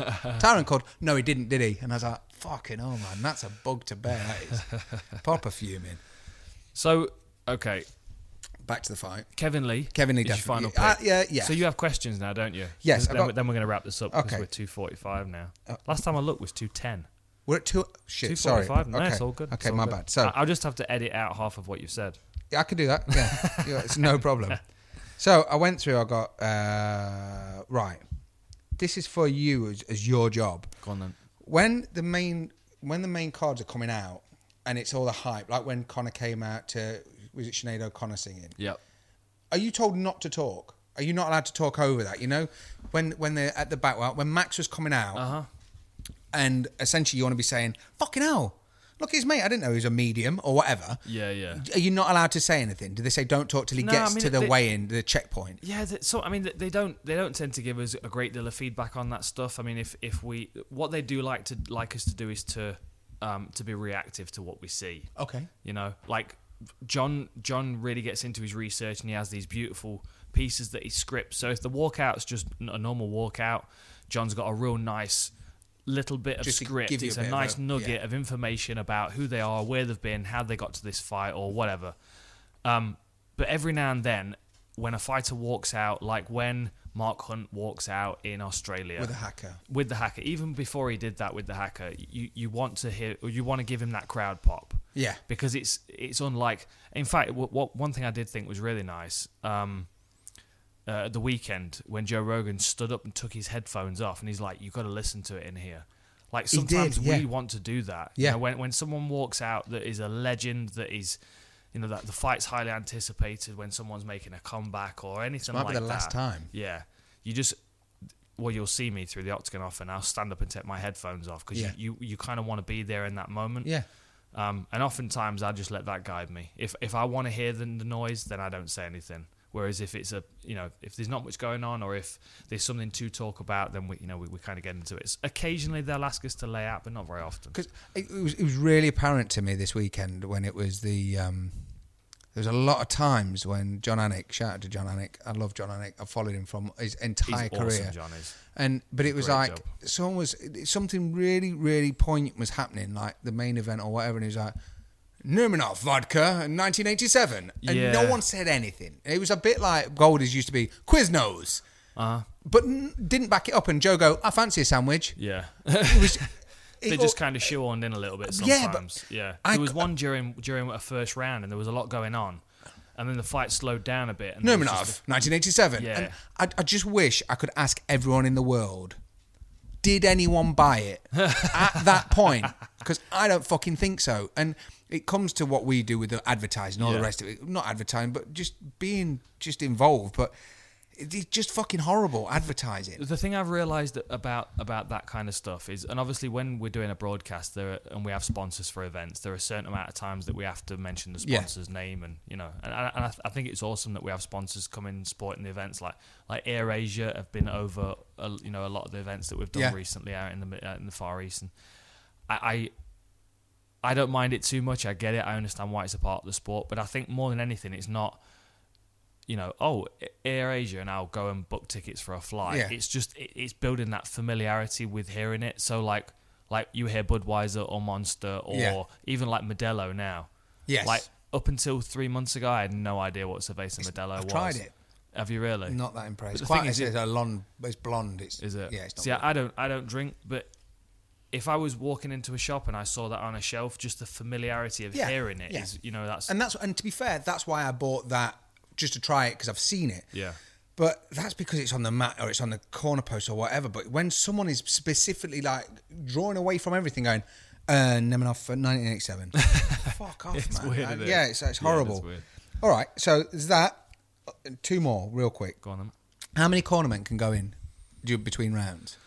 [SPEAKER 3] Tyron called. No, he didn't, did he? And I was like, fucking oh man, that's a bug to bear. That is proper fuming.
[SPEAKER 2] So, okay,
[SPEAKER 3] Back to the fight.
[SPEAKER 2] Kevin Lee.
[SPEAKER 3] Kevin Lee
[SPEAKER 2] is your
[SPEAKER 3] definitely-
[SPEAKER 2] final pick.
[SPEAKER 3] Uh, yeah, yeah.
[SPEAKER 2] So you have questions now, don't you?
[SPEAKER 3] Yes,
[SPEAKER 2] Then,
[SPEAKER 3] I've got-
[SPEAKER 2] then we're going to wrap this up because
[SPEAKER 3] Okay.
[SPEAKER 2] we're two forty-five now. Last time I looked was two ten.
[SPEAKER 3] We're at two. Shit,
[SPEAKER 2] Two
[SPEAKER 3] sorry.
[SPEAKER 2] forty-five. No,
[SPEAKER 3] okay.
[SPEAKER 2] it's all good.
[SPEAKER 3] Okay,
[SPEAKER 2] It's all
[SPEAKER 3] my
[SPEAKER 2] good. Uh,
[SPEAKER 3] bad. So
[SPEAKER 2] I- I'll just have to edit out half of what you've said.
[SPEAKER 3] Yeah, I could do that. Yeah, Yeah, it's no problem. So I went through. I got uh, right. This is for you as, as your job.
[SPEAKER 2] Go on then.
[SPEAKER 3] When the main when the main cards are coming out and it's all the hype, like when Connor came out to was it Sinead O'Connor singing?
[SPEAKER 2] Yep.
[SPEAKER 3] Are you told not to talk? Are you not allowed to talk over that? You know, when when they're at the back, well, when Max was coming out,
[SPEAKER 2] Uh-huh.
[SPEAKER 3] and essentially you want to be saying "fucking hell." Look, at his mate. I didn't know he was a medium or whatever.
[SPEAKER 2] Yeah, yeah.
[SPEAKER 3] Are you not allowed to say anything? Do they say don't talk till he
[SPEAKER 2] No,
[SPEAKER 3] gets
[SPEAKER 2] I mean,
[SPEAKER 3] to the
[SPEAKER 2] they-
[SPEAKER 3] weigh-in, the checkpoint?
[SPEAKER 2] Yeah, th- so I mean, th- they don't they don't tend to give us a great deal of feedback on that stuff. I mean, if if we what they do like to like us to do is to um, to be reactive to what we see.
[SPEAKER 3] Okay.
[SPEAKER 2] You know, like John John really gets into his research and he has these beautiful pieces that he scripts. So if the walkout's just n- a normal walkout, John's got a real nice little bit of
[SPEAKER 3] Just to
[SPEAKER 2] script.
[SPEAKER 3] give you
[SPEAKER 2] It's
[SPEAKER 3] a
[SPEAKER 2] a,
[SPEAKER 3] bit of
[SPEAKER 2] nice
[SPEAKER 3] a-
[SPEAKER 2] nugget
[SPEAKER 3] yeah.
[SPEAKER 2] of information about who they are, where they've been, how they got to this fight, or whatever. Um, but every now and then, when a fighter walks out, like when Mark Hunt walks out in Australia
[SPEAKER 3] With a hacker.
[SPEAKER 2] with the hacker, even before he did that with the hacker, you you want to hear or you want to give him that crowd pop.
[SPEAKER 3] Yeah.
[SPEAKER 2] because it's it's unlike. In fact, what, what one thing I did think was really nice. Um, uh, at the weekend when Joe Rogan stood up and took his headphones off, and he's like, "You got to listen to it in here." Like
[SPEAKER 3] He did,
[SPEAKER 2] sometimes
[SPEAKER 3] yeah.
[SPEAKER 2] we want to do that. You
[SPEAKER 3] Yeah.
[SPEAKER 2] know, when when someone walks out that is a legend, that is, you know, that the fight's highly anticipated. When someone's making a comeback or anything
[SPEAKER 3] might be
[SPEAKER 2] like
[SPEAKER 3] the last
[SPEAKER 2] that.
[SPEAKER 3] time.
[SPEAKER 2] Yeah, you just well, you'll see me through the octagon off, and I'll stand up and take my headphones off because
[SPEAKER 3] Yeah.
[SPEAKER 2] you, you you kind of want to be there in that moment.
[SPEAKER 3] Yeah.
[SPEAKER 2] Um, and oftentimes I just let that guide me. If if I want to hear the, the noise, then I don't say anything. Whereas if it's a you know if there's not much going on or if there's something to talk about, then we you know we, we kind of get into it. Occasionally they'll ask us to lay out, but not very often.
[SPEAKER 3] Because it, it was it was really apparent to me this weekend when it was the um, there was a lot of times when John Anik shout out to John Anik I love John Anik I followed him from his entire
[SPEAKER 2] awesome,
[SPEAKER 3] career
[SPEAKER 2] John is.
[SPEAKER 3] and but it was
[SPEAKER 2] Great
[SPEAKER 3] like
[SPEAKER 2] job.
[SPEAKER 3] someone was something really really poignant was happening like the main event or whatever and he was like Numinov vodka in 1987 and no
[SPEAKER 2] Yeah.
[SPEAKER 3] one said anything it was a bit like Golders used to be Quiznos
[SPEAKER 2] Uh,
[SPEAKER 3] but n- didn't back it up. And Joe go, I fancy a sandwich.
[SPEAKER 2] yeah.
[SPEAKER 3] It was,
[SPEAKER 2] they
[SPEAKER 3] it-
[SPEAKER 2] just kind of shoehorned in a little bit
[SPEAKER 3] Yeah, but
[SPEAKER 2] sometimes. Yeah,
[SPEAKER 3] I-
[SPEAKER 2] there was one during during a first round, and there was a lot going on, and then the fight slowed down a bit. And there was just
[SPEAKER 3] Nermanov, 1987.
[SPEAKER 2] Yeah.
[SPEAKER 3] And I, I just wish I could ask everyone in the world, did anyone buy it at that point? Because I don't fucking think so. And it comes to what we do with the advertising, all the
[SPEAKER 2] Yeah.
[SPEAKER 3] rest of it. Not advertising, but just being just involved. But it- it's just fucking horrible advertising.
[SPEAKER 2] the thing I've realised about about that kind of stuff is, and obviously when we're doing a broadcast there are, and we have sponsors for events, there are a certain amount of times that we have to mention the
[SPEAKER 3] Yeah.
[SPEAKER 2] sponsor's name, and you know, and, and I, I think it's awesome that we have sponsors come in supporting the events, like like Air Asia have been over, a, you know, a lot of the events that we've done
[SPEAKER 3] Yeah.
[SPEAKER 2] recently out in the Mi- out in the Far East, and I. I I don't mind it too much. I get it. I understand why it's a part of the sport, but I think more than anything, it's not you know, oh, Air Asia, and I'll go and book tickets for a flight.
[SPEAKER 3] Yeah.
[SPEAKER 2] It's just it, it's building that familiarity with hearing it. So like like you hear Budweiser or Monster or
[SPEAKER 3] Yeah.
[SPEAKER 2] even like Modelo now.
[SPEAKER 3] Yes.
[SPEAKER 2] Like up until three months ago, I had no idea what Cerveza Modelo
[SPEAKER 3] I've
[SPEAKER 2] was.
[SPEAKER 3] tried it.
[SPEAKER 2] Have you really?
[SPEAKER 3] Not that impressed.
[SPEAKER 2] the
[SPEAKER 3] Quite,
[SPEAKER 2] thing
[SPEAKER 3] it's,
[SPEAKER 2] is,
[SPEAKER 3] it's a blonde. It's blonde. It's,
[SPEAKER 2] Is it?
[SPEAKER 3] Yeah, it's not
[SPEAKER 2] See, I, I don't I don't drink, but if I was walking into a shop and I saw that on a shelf, just the familiarity of
[SPEAKER 3] Yeah,
[SPEAKER 2] hearing it is,
[SPEAKER 3] yeah.
[SPEAKER 2] you know, that's
[SPEAKER 3] and that's and to be fair, that's why I bought that just to try it because I've seen it.
[SPEAKER 2] Yeah.
[SPEAKER 3] But that's because it's on the mat or it's on the corner post or whatever. But when someone is specifically like drawing away from everything, going, uh, Nemenov for 1987. Fuck off,
[SPEAKER 2] It's
[SPEAKER 3] man.
[SPEAKER 2] weird,
[SPEAKER 3] Uh,
[SPEAKER 2] isn't it?
[SPEAKER 3] yeah, it's, it's
[SPEAKER 2] Yeah, it is
[SPEAKER 3] horrible.
[SPEAKER 2] weird.
[SPEAKER 3] All right, so there's that. Uh, Two more, real quick.
[SPEAKER 2] Go on then.
[SPEAKER 3] How many cornermen can go in do- between rounds?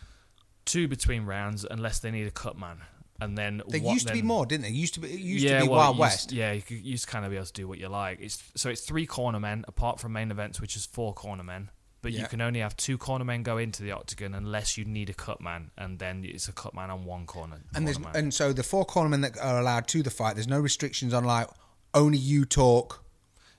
[SPEAKER 2] Two between rounds, unless they need a cut man, and then
[SPEAKER 3] There
[SPEAKER 2] what
[SPEAKER 3] used to
[SPEAKER 2] then-
[SPEAKER 3] be more, didn't there? Used to be, it used to be
[SPEAKER 2] well,
[SPEAKER 3] Wild
[SPEAKER 2] you
[SPEAKER 3] West.
[SPEAKER 2] Used, yeah, you, could- you used to kind of be able to do what you like. It's so it's three corner men apart from main events, which is four corner men. But
[SPEAKER 3] Yeah.
[SPEAKER 2] you can only have two corner men go into the octagon unless you need a cut man, and then it's a cut man on one corner.
[SPEAKER 3] and there's
[SPEAKER 2] corner man.
[SPEAKER 3] and so the four cornermen that are allowed to the fight, there's no restrictions on like only you talk.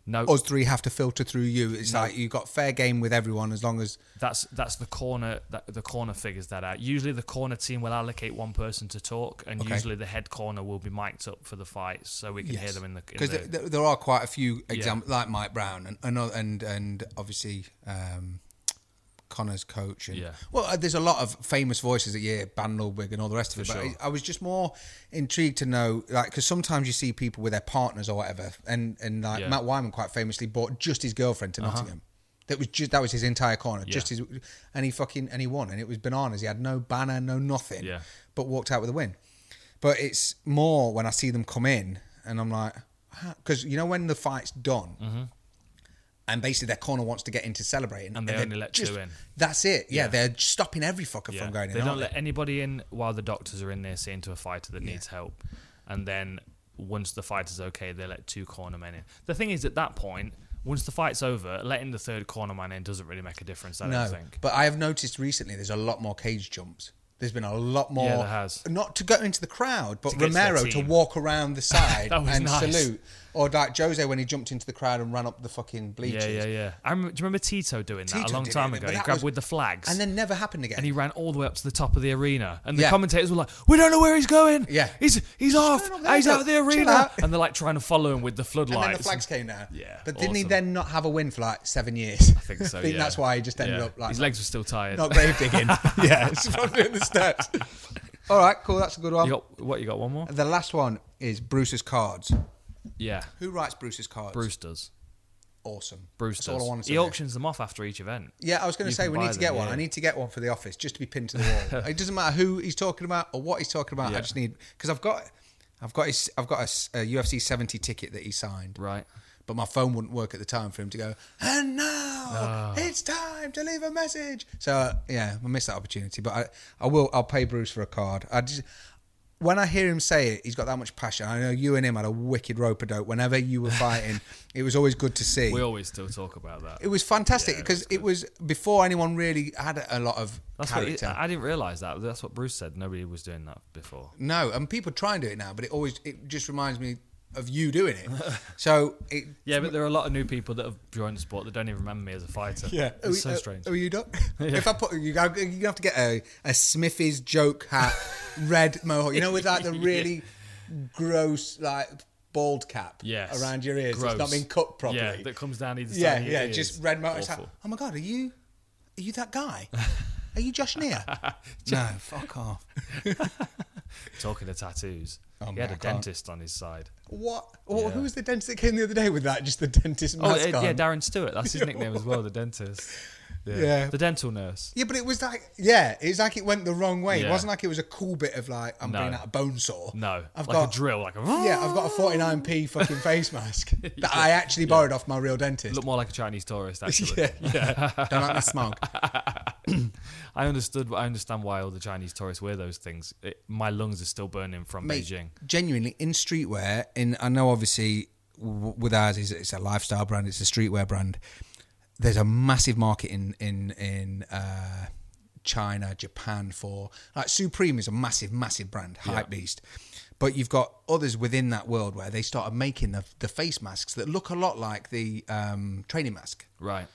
[SPEAKER 2] no,
[SPEAKER 3] Us three have to filter through you. It's like you've got fair game with everyone as long as
[SPEAKER 2] that's that's the corner that the corner figures that out. Usually the corner team will allocate one person to talk, and
[SPEAKER 3] Okay.
[SPEAKER 2] usually the head corner will be mic'd up for the fight, so we can hear them in the. in
[SPEAKER 3] because
[SPEAKER 2] the-
[SPEAKER 3] there, there are quite a few examples like Mike Brown and and and, and obviously um, Connor's coach and
[SPEAKER 2] Yeah.
[SPEAKER 3] well, uh, there's a lot of famous voices that you hear, Bandlewig and all the rest of it. but
[SPEAKER 2] sure.
[SPEAKER 3] I I was just more intrigued to know like because sometimes you see people with their partners or whatever, and and like
[SPEAKER 2] Yeah. Uh-huh.
[SPEAKER 3] Matt Wyman quite famously bought just his girlfriend to Nottingham. That was just that was his entire corner, just his, and he fucking and he won, and it was bananas. He had no banner, no nothing,
[SPEAKER 2] Yeah.
[SPEAKER 3] but walked out with a win. But it's more when I see them come in and I'm like, because you know when the fight's done, and basically their corner wants to get in to celebrate,
[SPEAKER 2] Mm-hmm. And they
[SPEAKER 3] they're
[SPEAKER 2] only let two in.
[SPEAKER 3] That's it. Yeah,
[SPEAKER 2] Yeah.
[SPEAKER 3] they're stopping every fucker
[SPEAKER 2] Yeah.
[SPEAKER 3] from going in.
[SPEAKER 2] They don't
[SPEAKER 3] aren't
[SPEAKER 2] let anybody in while the doctors are in there seeing to a fighter that needs help. And then once the fighter's okay, they let two corner men in. The thing is, at that point, once the fight's over, letting the third corner man in doesn't really make a difference, I
[SPEAKER 3] no,
[SPEAKER 2] don't think.
[SPEAKER 3] but I have noticed recently there's a lot more cage jumps. There's been a lot more.
[SPEAKER 2] Yeah, there has.
[SPEAKER 3] Not to go into the crowd, but
[SPEAKER 2] To get to their
[SPEAKER 3] Romero to,
[SPEAKER 2] team.
[SPEAKER 3] walk around the side
[SPEAKER 2] That was
[SPEAKER 3] and
[SPEAKER 2] nice.
[SPEAKER 3] salute, or like Jose when he jumped into the crowd and ran up the fucking bleachers.
[SPEAKER 2] Yeah, yeah, yeah. I remember, do you remember Tito doing that
[SPEAKER 3] Tito
[SPEAKER 2] a long
[SPEAKER 3] did it,
[SPEAKER 2] time
[SPEAKER 3] but
[SPEAKER 2] ago? He
[SPEAKER 3] that
[SPEAKER 2] grabbed
[SPEAKER 3] was-
[SPEAKER 2] with the flags.
[SPEAKER 3] And then never happened again.
[SPEAKER 2] and he ran all the way up to the top of the arena. And the
[SPEAKER 3] Yeah.
[SPEAKER 2] commentators were like, "We don't know where he's going.
[SPEAKER 3] Yeah.
[SPEAKER 2] he's he's off. Ah,
[SPEAKER 3] going on there?
[SPEAKER 2] He's out of the
[SPEAKER 3] Chill
[SPEAKER 2] arena."
[SPEAKER 3] out.
[SPEAKER 2] And they're like trying to follow him with the
[SPEAKER 3] and
[SPEAKER 2] floodlights.
[SPEAKER 3] then the flags came down.
[SPEAKER 2] Yeah,
[SPEAKER 3] But didn't he
[SPEAKER 2] awesome.
[SPEAKER 3] then not have a win for like seven years? I
[SPEAKER 2] think so. yeah.
[SPEAKER 3] that's why he just ended
[SPEAKER 2] Yeah.
[SPEAKER 3] up like
[SPEAKER 2] his legs were still tired.
[SPEAKER 3] not grave digging. yeah, it's from doing the steps. All right, cool. That's a good one.
[SPEAKER 2] You got what? You got one more?
[SPEAKER 3] The last one is Bruce's cards.
[SPEAKER 2] Yeah,
[SPEAKER 3] Who writes Bruce's cards?
[SPEAKER 2] Bruce does.
[SPEAKER 3] Awesome.
[SPEAKER 2] Bruce
[SPEAKER 3] That's
[SPEAKER 2] does.
[SPEAKER 3] all I want to say.
[SPEAKER 2] he auctions them off after each event.
[SPEAKER 3] yeah, I was going to
[SPEAKER 2] You
[SPEAKER 3] say
[SPEAKER 2] can
[SPEAKER 3] we
[SPEAKER 2] buy
[SPEAKER 3] need to get
[SPEAKER 2] them,
[SPEAKER 3] one.
[SPEAKER 2] yeah.
[SPEAKER 3] I need to get one for the office just to be pinned to the wall. it doesn't matter who he's talking about or what he's talking about. I
[SPEAKER 2] Yeah.
[SPEAKER 3] just need because I've got, I've got his, I've got a, s- a UFC 70 ticket that he signed.
[SPEAKER 2] Right.
[SPEAKER 3] but my phone wouldn't work at the time for him to go. And
[SPEAKER 2] Ah.
[SPEAKER 3] now it's time to leave a message. So uh, yeah, I missed that opportunity, but I, I will. I'll pay Bruce for a card. I just when I hear him say it, he's got that much passion. I know you and him had a wicked rope a dope. Whenever you were fighting, it was always good to see.
[SPEAKER 2] We always still talk about that.
[SPEAKER 3] it was fantastic
[SPEAKER 2] Yeah, it
[SPEAKER 3] because it, was before anyone really had a lot of
[SPEAKER 2] That's what he,
[SPEAKER 3] character.
[SPEAKER 2] I didn't realize that. That's what Bruce said. Nobody was doing that before.
[SPEAKER 3] no, and people try and do it now, but it always it just reminds me of you doing it. so it
[SPEAKER 2] Yeah, but there are a lot of new people that have joined the sport that don't even remember me as a fighter.
[SPEAKER 3] Are
[SPEAKER 2] it's
[SPEAKER 3] we-
[SPEAKER 2] so
[SPEAKER 3] uh,
[SPEAKER 2] strange.
[SPEAKER 3] Are you not? If I put you, go- you have to get a, a Smithy's joke hat, red mohawk. You know, with like the really gross like bald cap
[SPEAKER 2] Yes.
[SPEAKER 3] around your ears. It's not
[SPEAKER 2] Gross.
[SPEAKER 3] been cut properly.
[SPEAKER 2] Yeah, that comes down either side.
[SPEAKER 3] yeah,
[SPEAKER 2] of your
[SPEAKER 3] yeah,
[SPEAKER 2] ears.
[SPEAKER 3] just red mohawk. It's like,
[SPEAKER 2] Awful.
[SPEAKER 3] oh my god, are you are you that guy? Are you Josh Neer? no, fuck off.
[SPEAKER 2] Talking of tattoos.
[SPEAKER 3] Oh,
[SPEAKER 2] he
[SPEAKER 3] man,
[SPEAKER 2] had
[SPEAKER 3] I
[SPEAKER 2] a
[SPEAKER 3] can't.
[SPEAKER 2] dentist on his side.
[SPEAKER 3] What? Well,
[SPEAKER 2] Yeah.
[SPEAKER 3] Who was the dentist that came the other day with that? Just the dentist
[SPEAKER 2] Oh,
[SPEAKER 3] mask
[SPEAKER 2] uh,
[SPEAKER 3] on.
[SPEAKER 2] yeah, Darren Stewart. That's his nickname as well, the dentist.
[SPEAKER 3] Yeah.
[SPEAKER 2] The dental nurse.
[SPEAKER 3] Yeah, but it was like, yeah, it's like it went the wrong way. It
[SPEAKER 2] Yeah.
[SPEAKER 3] wasn't like it was a cool bit of like I'm
[SPEAKER 2] No.
[SPEAKER 3] bringing out a bone saw.
[SPEAKER 2] No.
[SPEAKER 3] I've
[SPEAKER 2] like
[SPEAKER 3] got
[SPEAKER 2] a drill, like a.
[SPEAKER 3] yeah, I've got a 49p fucking face mask that I actually borrowed off my real dentist.
[SPEAKER 2] Look more like a Chinese tourist, actually.
[SPEAKER 3] yeah, don't like my smog.
[SPEAKER 2] I understood. I understand why all the Chinese tourists wear those things. It, my lungs are still burning from
[SPEAKER 3] Mate,
[SPEAKER 2] Beijing.
[SPEAKER 3] Genuinely in streetwear, in I know obviously w- with ours is it's a lifestyle brand, it's a streetwear brand. There's a massive market in in in uh, China, Japan for like Supreme is a massive massive brand, hype beast. But you've got others within that world where they started making the, the face masks that look a lot like the um, training mask.
[SPEAKER 2] Right.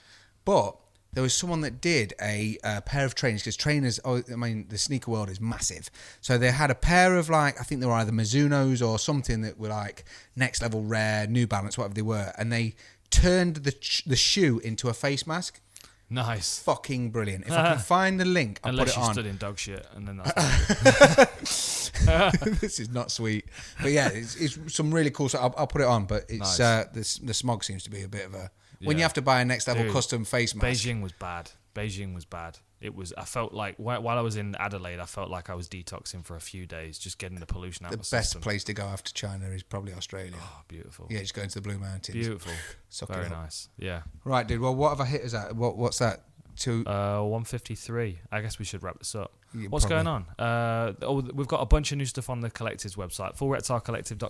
[SPEAKER 3] But there was someone that did a, uh pair of trainers because trainers. Oh, I mean, the sneaker world is massive. So they had a pair of like I think they were either Mizuno's or something that were like next level rare, New Balance, whatever they were, and they turned the ch- the shoe into a face mask.
[SPEAKER 2] Nice.
[SPEAKER 3] Fucking brilliant! If I can find the link, I'll
[SPEAKER 2] Unless
[SPEAKER 3] put
[SPEAKER 2] you
[SPEAKER 3] it on.
[SPEAKER 2] stood in dog shit, and then that's not good.
[SPEAKER 3] this is not sweet, but yeah, it's, it's some really cool stuff. I'll, I'll put it on, but it's
[SPEAKER 2] Nice.
[SPEAKER 3] uh, this the smog seems to be a bit of a when you
[SPEAKER 2] Yeah.
[SPEAKER 3] have to buy a next level
[SPEAKER 2] Dude,
[SPEAKER 3] custom face mask.
[SPEAKER 2] Beijing was bad. Beijing was bad. It was. I felt like whi- while I was in Adelaide, I felt like I was detoxing for a few days, just getting the pollution out.
[SPEAKER 3] the
[SPEAKER 2] of my
[SPEAKER 3] best
[SPEAKER 2] system.
[SPEAKER 3] place to go after China is probably Australia.
[SPEAKER 2] Oh, beautiful.
[SPEAKER 3] Yeah, just go into the Blue Mountains.
[SPEAKER 2] Beautiful.
[SPEAKER 3] Suck it
[SPEAKER 2] Very
[SPEAKER 3] up.
[SPEAKER 2] nice. Yeah.
[SPEAKER 3] Right, dude. Well, what have I hit us at? What, what's that? Two.
[SPEAKER 2] Uh, 153. I guess we should wrap this up.
[SPEAKER 3] Yeah,
[SPEAKER 2] What's
[SPEAKER 3] probably.
[SPEAKER 2] going on? Uh, oh, we've got a bunch of new stuff on the collective's website,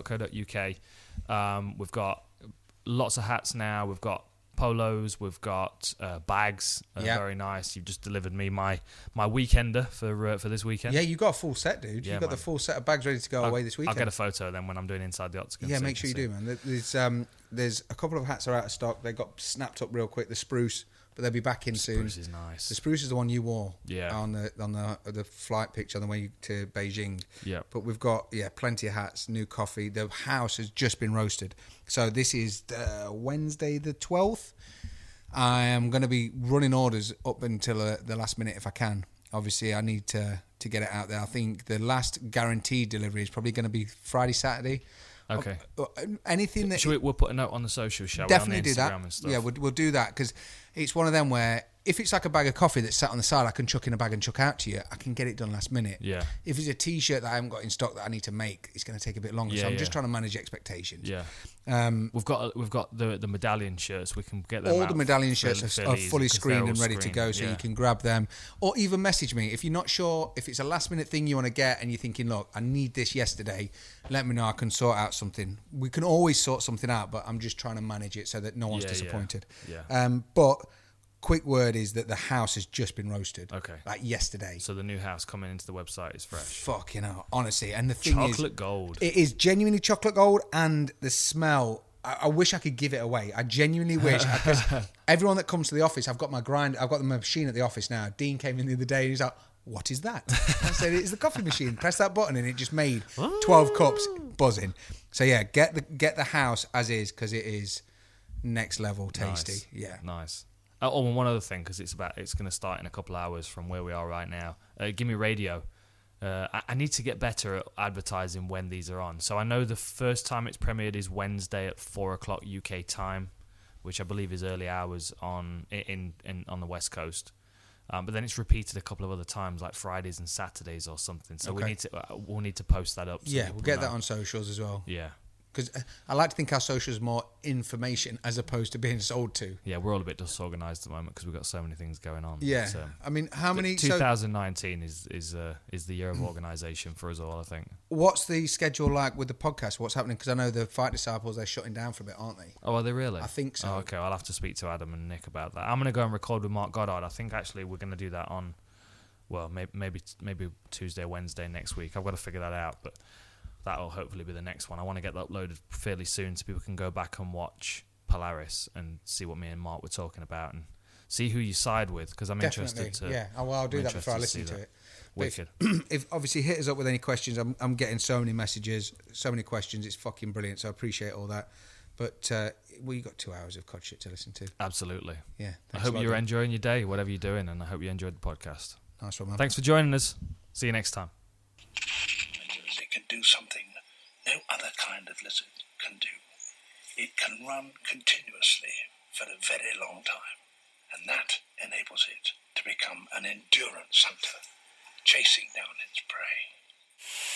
[SPEAKER 2] fullreptilecollective.co.uk. Um, we've got lots of hats now. We've got polos. We've got uh, bags. Uh,
[SPEAKER 3] Yeah.
[SPEAKER 2] Very nice. You've just delivered me my my weekender for uh, for this weekend.
[SPEAKER 3] yeah, you got a full set, dude.
[SPEAKER 2] Yeah,
[SPEAKER 3] you got
[SPEAKER 2] man.
[SPEAKER 3] the full set of bags ready to go away this weekend.
[SPEAKER 2] I'll get a photo then when I'm doing inside the octagon.
[SPEAKER 3] yeah,
[SPEAKER 2] so
[SPEAKER 3] make
[SPEAKER 2] can
[SPEAKER 3] sure you
[SPEAKER 2] see.
[SPEAKER 3] do, man. There- There's um, there's a couple of hats are out of stock. They got snapped up real quick. The spruce, but they'll be back in soon.
[SPEAKER 2] Bruce is nice.
[SPEAKER 3] The spruce is the one you wore.
[SPEAKER 2] Yeah.
[SPEAKER 3] On the on the the flight picture on the way to Beijing.
[SPEAKER 2] Yeah.
[SPEAKER 3] But we've got yeah plenty of hats, new coffee. The house has just been roasted, so this is uh, Wednesday the twelfth. I am going to be running orders up until uh, the last minute if I can. Obviously, I need to to get it out there. I think the last guaranteed delivery is probably going to be Friday, Saturday.
[SPEAKER 2] Okay.
[SPEAKER 3] Uh, Anything that
[SPEAKER 2] Should we, we'll put a note on the social, shall
[SPEAKER 3] definitely
[SPEAKER 2] we?
[SPEAKER 3] do
[SPEAKER 2] On the Instagram
[SPEAKER 3] that.
[SPEAKER 2] And stuff.
[SPEAKER 3] Yeah, we'll, we'll do that because it's one of them where if it's like a bag of coffee that's sat on the side, I can chuck in a bag and chuck out to you. I can get it done last minute.
[SPEAKER 2] Yeah.
[SPEAKER 3] If it's a T-shirt that I haven't got in stock that I need to make, it's going to take a bit longer. so
[SPEAKER 2] Yeah,
[SPEAKER 3] I'm
[SPEAKER 2] yeah.
[SPEAKER 3] just trying to manage expectations.
[SPEAKER 2] Yeah.
[SPEAKER 3] Um,
[SPEAKER 2] We've got we've got the the medallion shirts. We can get them
[SPEAKER 3] all
[SPEAKER 2] out
[SPEAKER 3] the medallion
[SPEAKER 2] fairly-
[SPEAKER 3] shirts are,
[SPEAKER 2] fairly
[SPEAKER 3] are
[SPEAKER 2] easy
[SPEAKER 3] fully
[SPEAKER 2] 'cause they're
[SPEAKER 3] screened
[SPEAKER 2] all
[SPEAKER 3] and ready
[SPEAKER 2] screened,
[SPEAKER 3] to go, so
[SPEAKER 2] yeah.
[SPEAKER 3] you can grab them. Or even message me if you're not sure if it's a last minute thing you want to get and you're thinking, look, I need this yesterday. Let me know. I can sort out something. We can always sort something out, but I'm just trying to manage it so that no one's
[SPEAKER 2] Yeah, yeah.
[SPEAKER 3] disappointed.
[SPEAKER 2] Yeah.
[SPEAKER 3] Um, but quick word is that the house has just been roasted.
[SPEAKER 2] Okay.
[SPEAKER 3] Like yesterday.
[SPEAKER 2] So the new house coming into the website is fresh.
[SPEAKER 3] Fucking hell, honestly. And the thing is,
[SPEAKER 2] Chocolate gold.
[SPEAKER 3] it is genuinely chocolate gold, and the smell. I, I wish I could give it away. I genuinely wish. Because everyone that comes to the office, I've got my grind. I've got the machine at the office now. Dean came in the other day and he's like, "What is that?" I said, "It's the coffee machine. Press that button, and it just made
[SPEAKER 2] Oh.
[SPEAKER 3] twelve cups buzzing." So yeah, get the get the house as is because it is next level
[SPEAKER 2] Nice.
[SPEAKER 3] tasty. Yeah.
[SPEAKER 2] Nice. Oh, oh, and one other thing because it's about it's going to start in a couple hours from where we are right now. Uh, Give me radio. Uh, I, I need to get better at advertising when these are on. So I know the first time it's premiered is Wednesday at four o'clock UK time, which I believe is early hours on i- in, in on the west coast. Um, but then it's repeated a couple of other times, like Fridays and Saturdays or something. So we
[SPEAKER 3] Okay.
[SPEAKER 2] need to uh, we'll need to post that up. so
[SPEAKER 3] Yeah,
[SPEAKER 2] people
[SPEAKER 3] we'll get
[SPEAKER 2] know.
[SPEAKER 3] that on socials as well.
[SPEAKER 2] Yeah,
[SPEAKER 3] Because I like to think our socials are more information as opposed to being sold to.
[SPEAKER 2] yeah, we're all a bit disorganized at the moment because we've got so many things going on.
[SPEAKER 3] Yeah.
[SPEAKER 2] But, um,
[SPEAKER 3] I mean, how many? so-
[SPEAKER 2] 2019 is is uh, is the year of organisation for us all. I think.
[SPEAKER 3] What's the schedule like with the podcast? What's happening? Because I know the Fight Disciples they're shutting down for a bit, aren't they?
[SPEAKER 2] Oh, are they really?
[SPEAKER 3] I think so.
[SPEAKER 2] Oh, okay, I'll have to speak to Adam and Nick about that. I'm going to go and record with Mark Goddard. I think actually we're going to do that on, well, maybe maybe maybe Tuesday, Wednesday next week. I've got to figure that out, but that'll hopefully be the next one. I want to get that uploaded fairly soon so people can go back and watch Polaris and see what me and Mark were talking about and see who you side with because I'm
[SPEAKER 3] Definitely.
[SPEAKER 2] interested to.
[SPEAKER 3] yeah. Oh, well, I'll do
[SPEAKER 2] I'm
[SPEAKER 3] that before I
[SPEAKER 2] interested
[SPEAKER 3] listen
[SPEAKER 2] to
[SPEAKER 3] to,
[SPEAKER 2] see
[SPEAKER 3] it. But if-
[SPEAKER 2] Wicked.
[SPEAKER 3] if obviously hit us up with any questions, I'm, I'm getting so many messages, so many questions. It's fucking brilliant. So I appreciate all that. But uh, well, you got two hours of cod shit to listen to.
[SPEAKER 2] Absolutely.
[SPEAKER 3] Yeah.
[SPEAKER 2] I
[SPEAKER 3] thanks a
[SPEAKER 2] hope
[SPEAKER 3] lot,
[SPEAKER 2] you're
[SPEAKER 3] dude.
[SPEAKER 2] enjoying your day, whatever you're doing, and I hope you enjoyed the podcast.
[SPEAKER 3] Nice one, man.
[SPEAKER 2] Thanks for joining us. See you next time.
[SPEAKER 4] lizards, it can do something no other kind of lizard can do. It can run continuously for a very long time, and that enables it to become an endurance hunter, chasing down its prey.